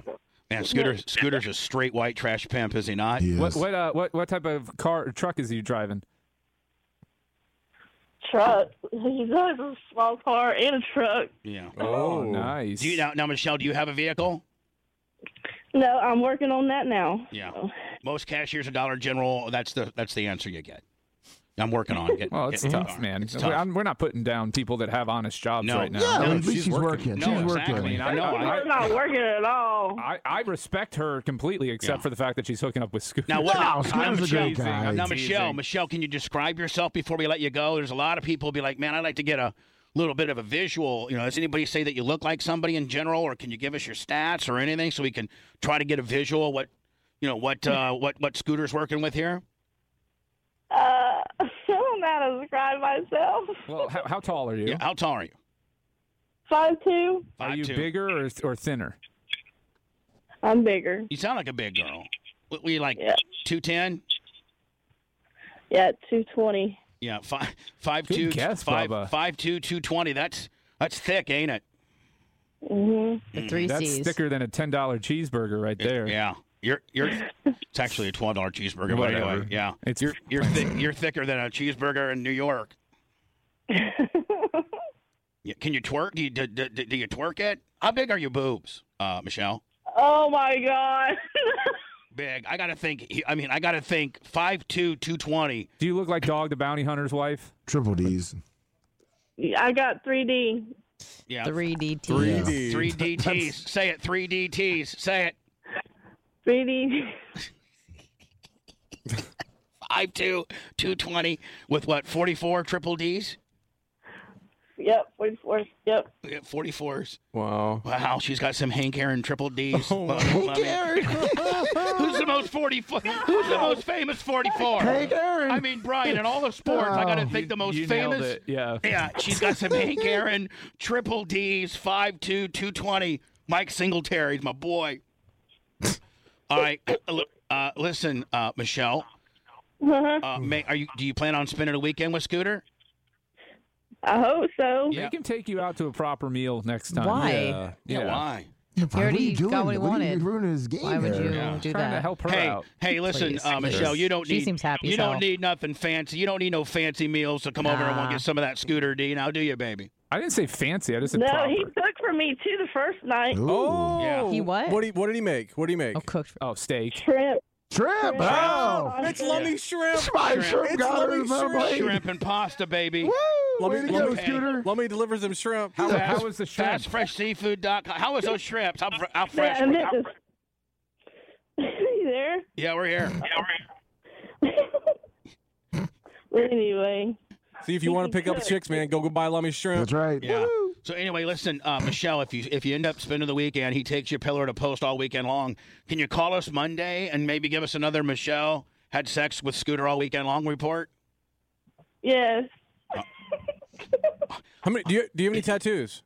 Speaker 4: Man, Scooter, Scooter's a straight white trash pimp, is he not?
Speaker 10: What what uh, what what type of car or truck is he driving?
Speaker 15: Truck. He does a small car and a truck.
Speaker 4: Yeah.
Speaker 10: Oh, nice.
Speaker 4: Do you now, now, Michelle? Do you have a vehicle?
Speaker 15: No, I'm working on that now.
Speaker 4: Yeah. Most cashiers at Dollar General. That's the that's the answer you get. I'm working on it.
Speaker 10: Well, it's
Speaker 4: Getting-
Speaker 10: tough, man.
Speaker 4: It's
Speaker 10: We're-
Speaker 4: tough.
Speaker 10: I'm- We're not putting down people that have honest jobs
Speaker 4: No.
Speaker 10: right now.
Speaker 4: Yeah, No, at least she's she's working.
Speaker 12: working. She's working.
Speaker 10: I mean, I
Speaker 12: No,
Speaker 10: know.
Speaker 15: We're not working at all.
Speaker 10: I, I respect her completely, except for the fact that she's hooking up with Scooter.
Speaker 4: Now what? now,
Speaker 10: I'm
Speaker 4: Michelle,
Speaker 10: teasing,
Speaker 4: now,
Speaker 10: I'm teasing.
Speaker 4: Michelle, Michelle, can you describe yourself before we let you go? There's a lot of people who be like, man, I'd like to get a little bit of a visual. You know, does anybody say that you look like somebody in general, or can you give us your stats or anything so we can try to get a visual what you know what uh, what what Scooter's working with here?
Speaker 15: Uh, I don't know how to describe myself.
Speaker 10: Well, how, how tall are you?
Speaker 4: Yeah, how tall are you?
Speaker 15: Five two.
Speaker 10: Are you
Speaker 4: 5'2"..
Speaker 10: bigger or, or thinner?
Speaker 15: I'm bigger.
Speaker 4: You sound like a big girl. What, were you like
Speaker 15: Yeah.
Speaker 4: two ten?
Speaker 15: Yeah, two twenty.
Speaker 4: Yeah, five five
Speaker 15: Good
Speaker 4: two
Speaker 15: guess,
Speaker 4: five
Speaker 15: Bubba.
Speaker 4: five two two twenty. That's that's thick, ain't it?
Speaker 15: Mm-hmm.
Speaker 4: The three
Speaker 10: That's
Speaker 4: Cs.
Speaker 10: thicker than a ten dollar cheeseburger right there.
Speaker 4: Yeah. You're you're. It's actually a twelve dollar cheeseburger, by the
Speaker 10: Whatever.
Speaker 4: way. Yeah,
Speaker 10: It's-
Speaker 4: you're you're thi- you're thicker than a cheeseburger in New York. Yeah, Can you twerk? Do you do, do, do you twerk it? How big are your boobs, uh, Michelle?
Speaker 15: Oh my god.
Speaker 4: big. I gotta think. he- I mean, I gotta think. 5'2", 220.
Speaker 10: Do you look like Dog the Bounty Hunter's wife?
Speaker 12: Triple D's.
Speaker 15: I got 3D.
Speaker 4: Yeah.
Speaker 6: 3D.
Speaker 4: Three DTs. Say it. Three DTs. Say it.
Speaker 15: 3D.
Speaker 4: 5'2", 220 with what? Forty four triple Ds.
Speaker 15: Yep. 44. Yep.
Speaker 4: Yeah, Forty fours.
Speaker 13: Wow.
Speaker 4: Wow. She's got some Hank Aaron triple Ds. Let me-
Speaker 3: Who
Speaker 4: let me-
Speaker 3: cares?
Speaker 4: Who's the most forty? Who's the most famous forty four?
Speaker 3: Hank Aaron.
Speaker 4: I mean, Brian. In all of sports, I
Speaker 10: Oh.
Speaker 4: gotta think the most
Speaker 10: you nailed
Speaker 4: famous.
Speaker 10: it, Yeah.
Speaker 4: Yeah, she's got some Hank Aaron triple D's, 5'2", 220. Mike Singletary's my boy. All right, look, uh, listen, uh, Michelle.
Speaker 15: Uh-huh.
Speaker 4: Uh, may, are you? Do you plan on spending a weekend with Scooter?
Speaker 15: I hope so.
Speaker 10: Make him take you out to a proper meal next time.
Speaker 15: Why?
Speaker 10: Yeah.
Speaker 4: Yeah, why?
Speaker 12: He
Speaker 10: already got what he
Speaker 12: You're
Speaker 10: wanted.
Speaker 12: ruining his game.
Speaker 10: Why would
Speaker 12: there.
Speaker 10: you Yeah. do Trying to that? help her
Speaker 4: hey,
Speaker 10: out.
Speaker 4: hey, listen,
Speaker 10: Please,
Speaker 4: uh, Michelle.
Speaker 10: please.
Speaker 4: You don't
Speaker 10: She
Speaker 4: need.
Speaker 10: seems happy
Speaker 4: You
Speaker 10: as
Speaker 4: don't
Speaker 10: hell.
Speaker 4: need nothing fancy. You don't need no fancy meals to come over and we'll
Speaker 10: Nah.
Speaker 4: get some of that Scooter D. Now, do you, baby?
Speaker 10: I didn't say fancy. I just said
Speaker 15: No,
Speaker 10: proper.
Speaker 15: he cooked for me too the first night.
Speaker 13: Oh,
Speaker 10: Yeah. He what?
Speaker 13: What, do you- what did he make? What did he make? Oh,
Speaker 6: cooked.
Speaker 10: Oh, steak.
Speaker 15: Shrimp.
Speaker 12: Shrimp. Oh.
Speaker 13: It's lummy shrimp.
Speaker 12: Spice shrimp
Speaker 13: It's
Speaker 12: got it
Speaker 13: lummy
Speaker 12: in my
Speaker 13: shrimp.
Speaker 12: plate.
Speaker 4: Shrimp and pasta, baby. Woo!
Speaker 13: Lummy,
Speaker 4: Way to go,
Speaker 13: lummy, Scooter. lummy delivers them shrimp.
Speaker 4: How,
Speaker 13: Fast-
Speaker 4: was the shrimp? FastFreshSeafood.com. How was those shrimps? How, fr- how fresh?
Speaker 15: Yeah,
Speaker 4: were-
Speaker 15: and
Speaker 4: how-
Speaker 15: it just- you there?
Speaker 4: yeah, we're here.
Speaker 15: Anyway,
Speaker 13: See if you want to pick up chicks, man. Go go buy lummy shrimp. That's
Speaker 12: right.
Speaker 4: Yeah. So anyway, listen, uh, Michelle, if you if you end up spending the weekend, he takes you pillar to post all weekend long. Can you call us Monday and maybe give us another Michelle had sex with Scooter all weekend long report?
Speaker 15: yes.
Speaker 13: How many? Do you do you have any tattoos?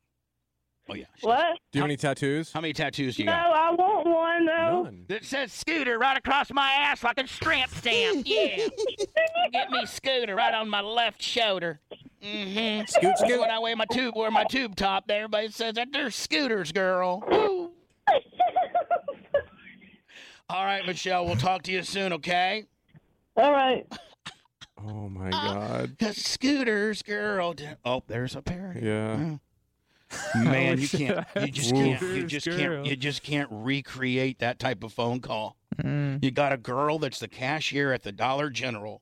Speaker 4: Oh yeah.
Speaker 15: What?
Speaker 13: Do you have any tattoos?
Speaker 4: How many tattoos do you
Speaker 15: No,
Speaker 4: got?
Speaker 15: I want one though.
Speaker 4: That says Scooter right across my ass like a shrimp stamp. Yeah. Get me Scooter right on my left shoulder. Mm-hmm.
Speaker 13: Scoot, scoot.
Speaker 4: When I wear my tube, wear my tube top, everybody says that there's Scooters, girl. Woo. All right, Michelle, we'll talk to you soon, okay?
Speaker 15: All right.
Speaker 13: Oh my god.
Speaker 4: The scooters, girl. Oh, there's a parody. Mm.
Speaker 13: Yeah.
Speaker 4: Man, you can't. You just can't. You
Speaker 10: Scooters,
Speaker 4: just
Speaker 10: girl.
Speaker 4: can't. You just can't recreate that type of phone call. You got a girl that's the cashier at the Dollar General,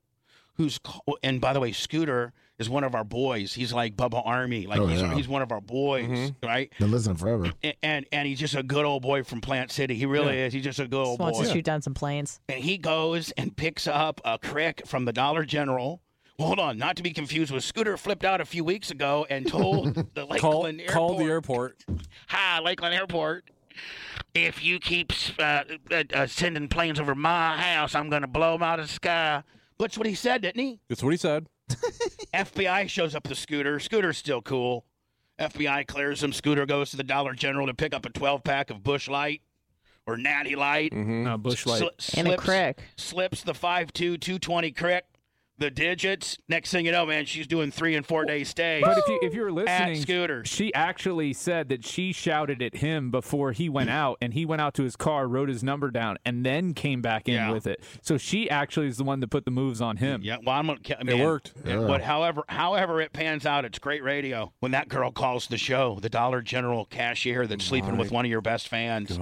Speaker 4: who's call- and by the way, Scooter is one of our boys. He's like Bubba Army. Like
Speaker 12: Oh,
Speaker 4: he's,
Speaker 12: yeah.
Speaker 4: he's one of our boys, right?
Speaker 12: Been listening forever.
Speaker 4: A- And and he's just a good old boy from Plant City. He really
Speaker 6: Yeah.
Speaker 4: is. He's just a good
Speaker 6: Just
Speaker 4: old
Speaker 6: wants
Speaker 4: Oh, boy.
Speaker 6: to shoot down some planes.
Speaker 4: And he goes and picks up a crick from the Dollar General. Well, hold on, not to be confused with Scooter flipped out a few weeks ago and told the Lakeland
Speaker 13: Call
Speaker 4: Airport.
Speaker 13: call the airport.
Speaker 4: Hi, Lakeland Airport. If you keep uh, uh, uh, sending planes over my house, I'm going to blow them out of the sky. That's what he said, didn't he?
Speaker 13: That's what he said.
Speaker 4: FBI shows up the scooter. Scooter's still cool. FBI clears him. Scooter goes to the Dollar General to pick up a 12 pack of Bush Light or Natty Light.
Speaker 10: No, Uh, Bush Light.
Speaker 4: Sli- slips- Slips the 5'2", 220 crick, the digits. Next thing you know, man, she's doing three and four day stays.
Speaker 10: But if you if you were
Speaker 4: At
Speaker 10: listening,
Speaker 4: Scooter.
Speaker 10: she actually said that she shouted at him before he went out, and he went out to his car, wrote his number down, and then came back in
Speaker 4: Yeah.
Speaker 10: with it. So she actually is the one that put the moves on him.
Speaker 4: Yeah, well, I'm gonna. I mean,
Speaker 10: worked.
Speaker 4: yeah,
Speaker 10: Yeah.
Speaker 4: But however, however it pans out, it's great radio. When that girl calls the show, the Dollar General cashier that's sleeping with one of your best fans.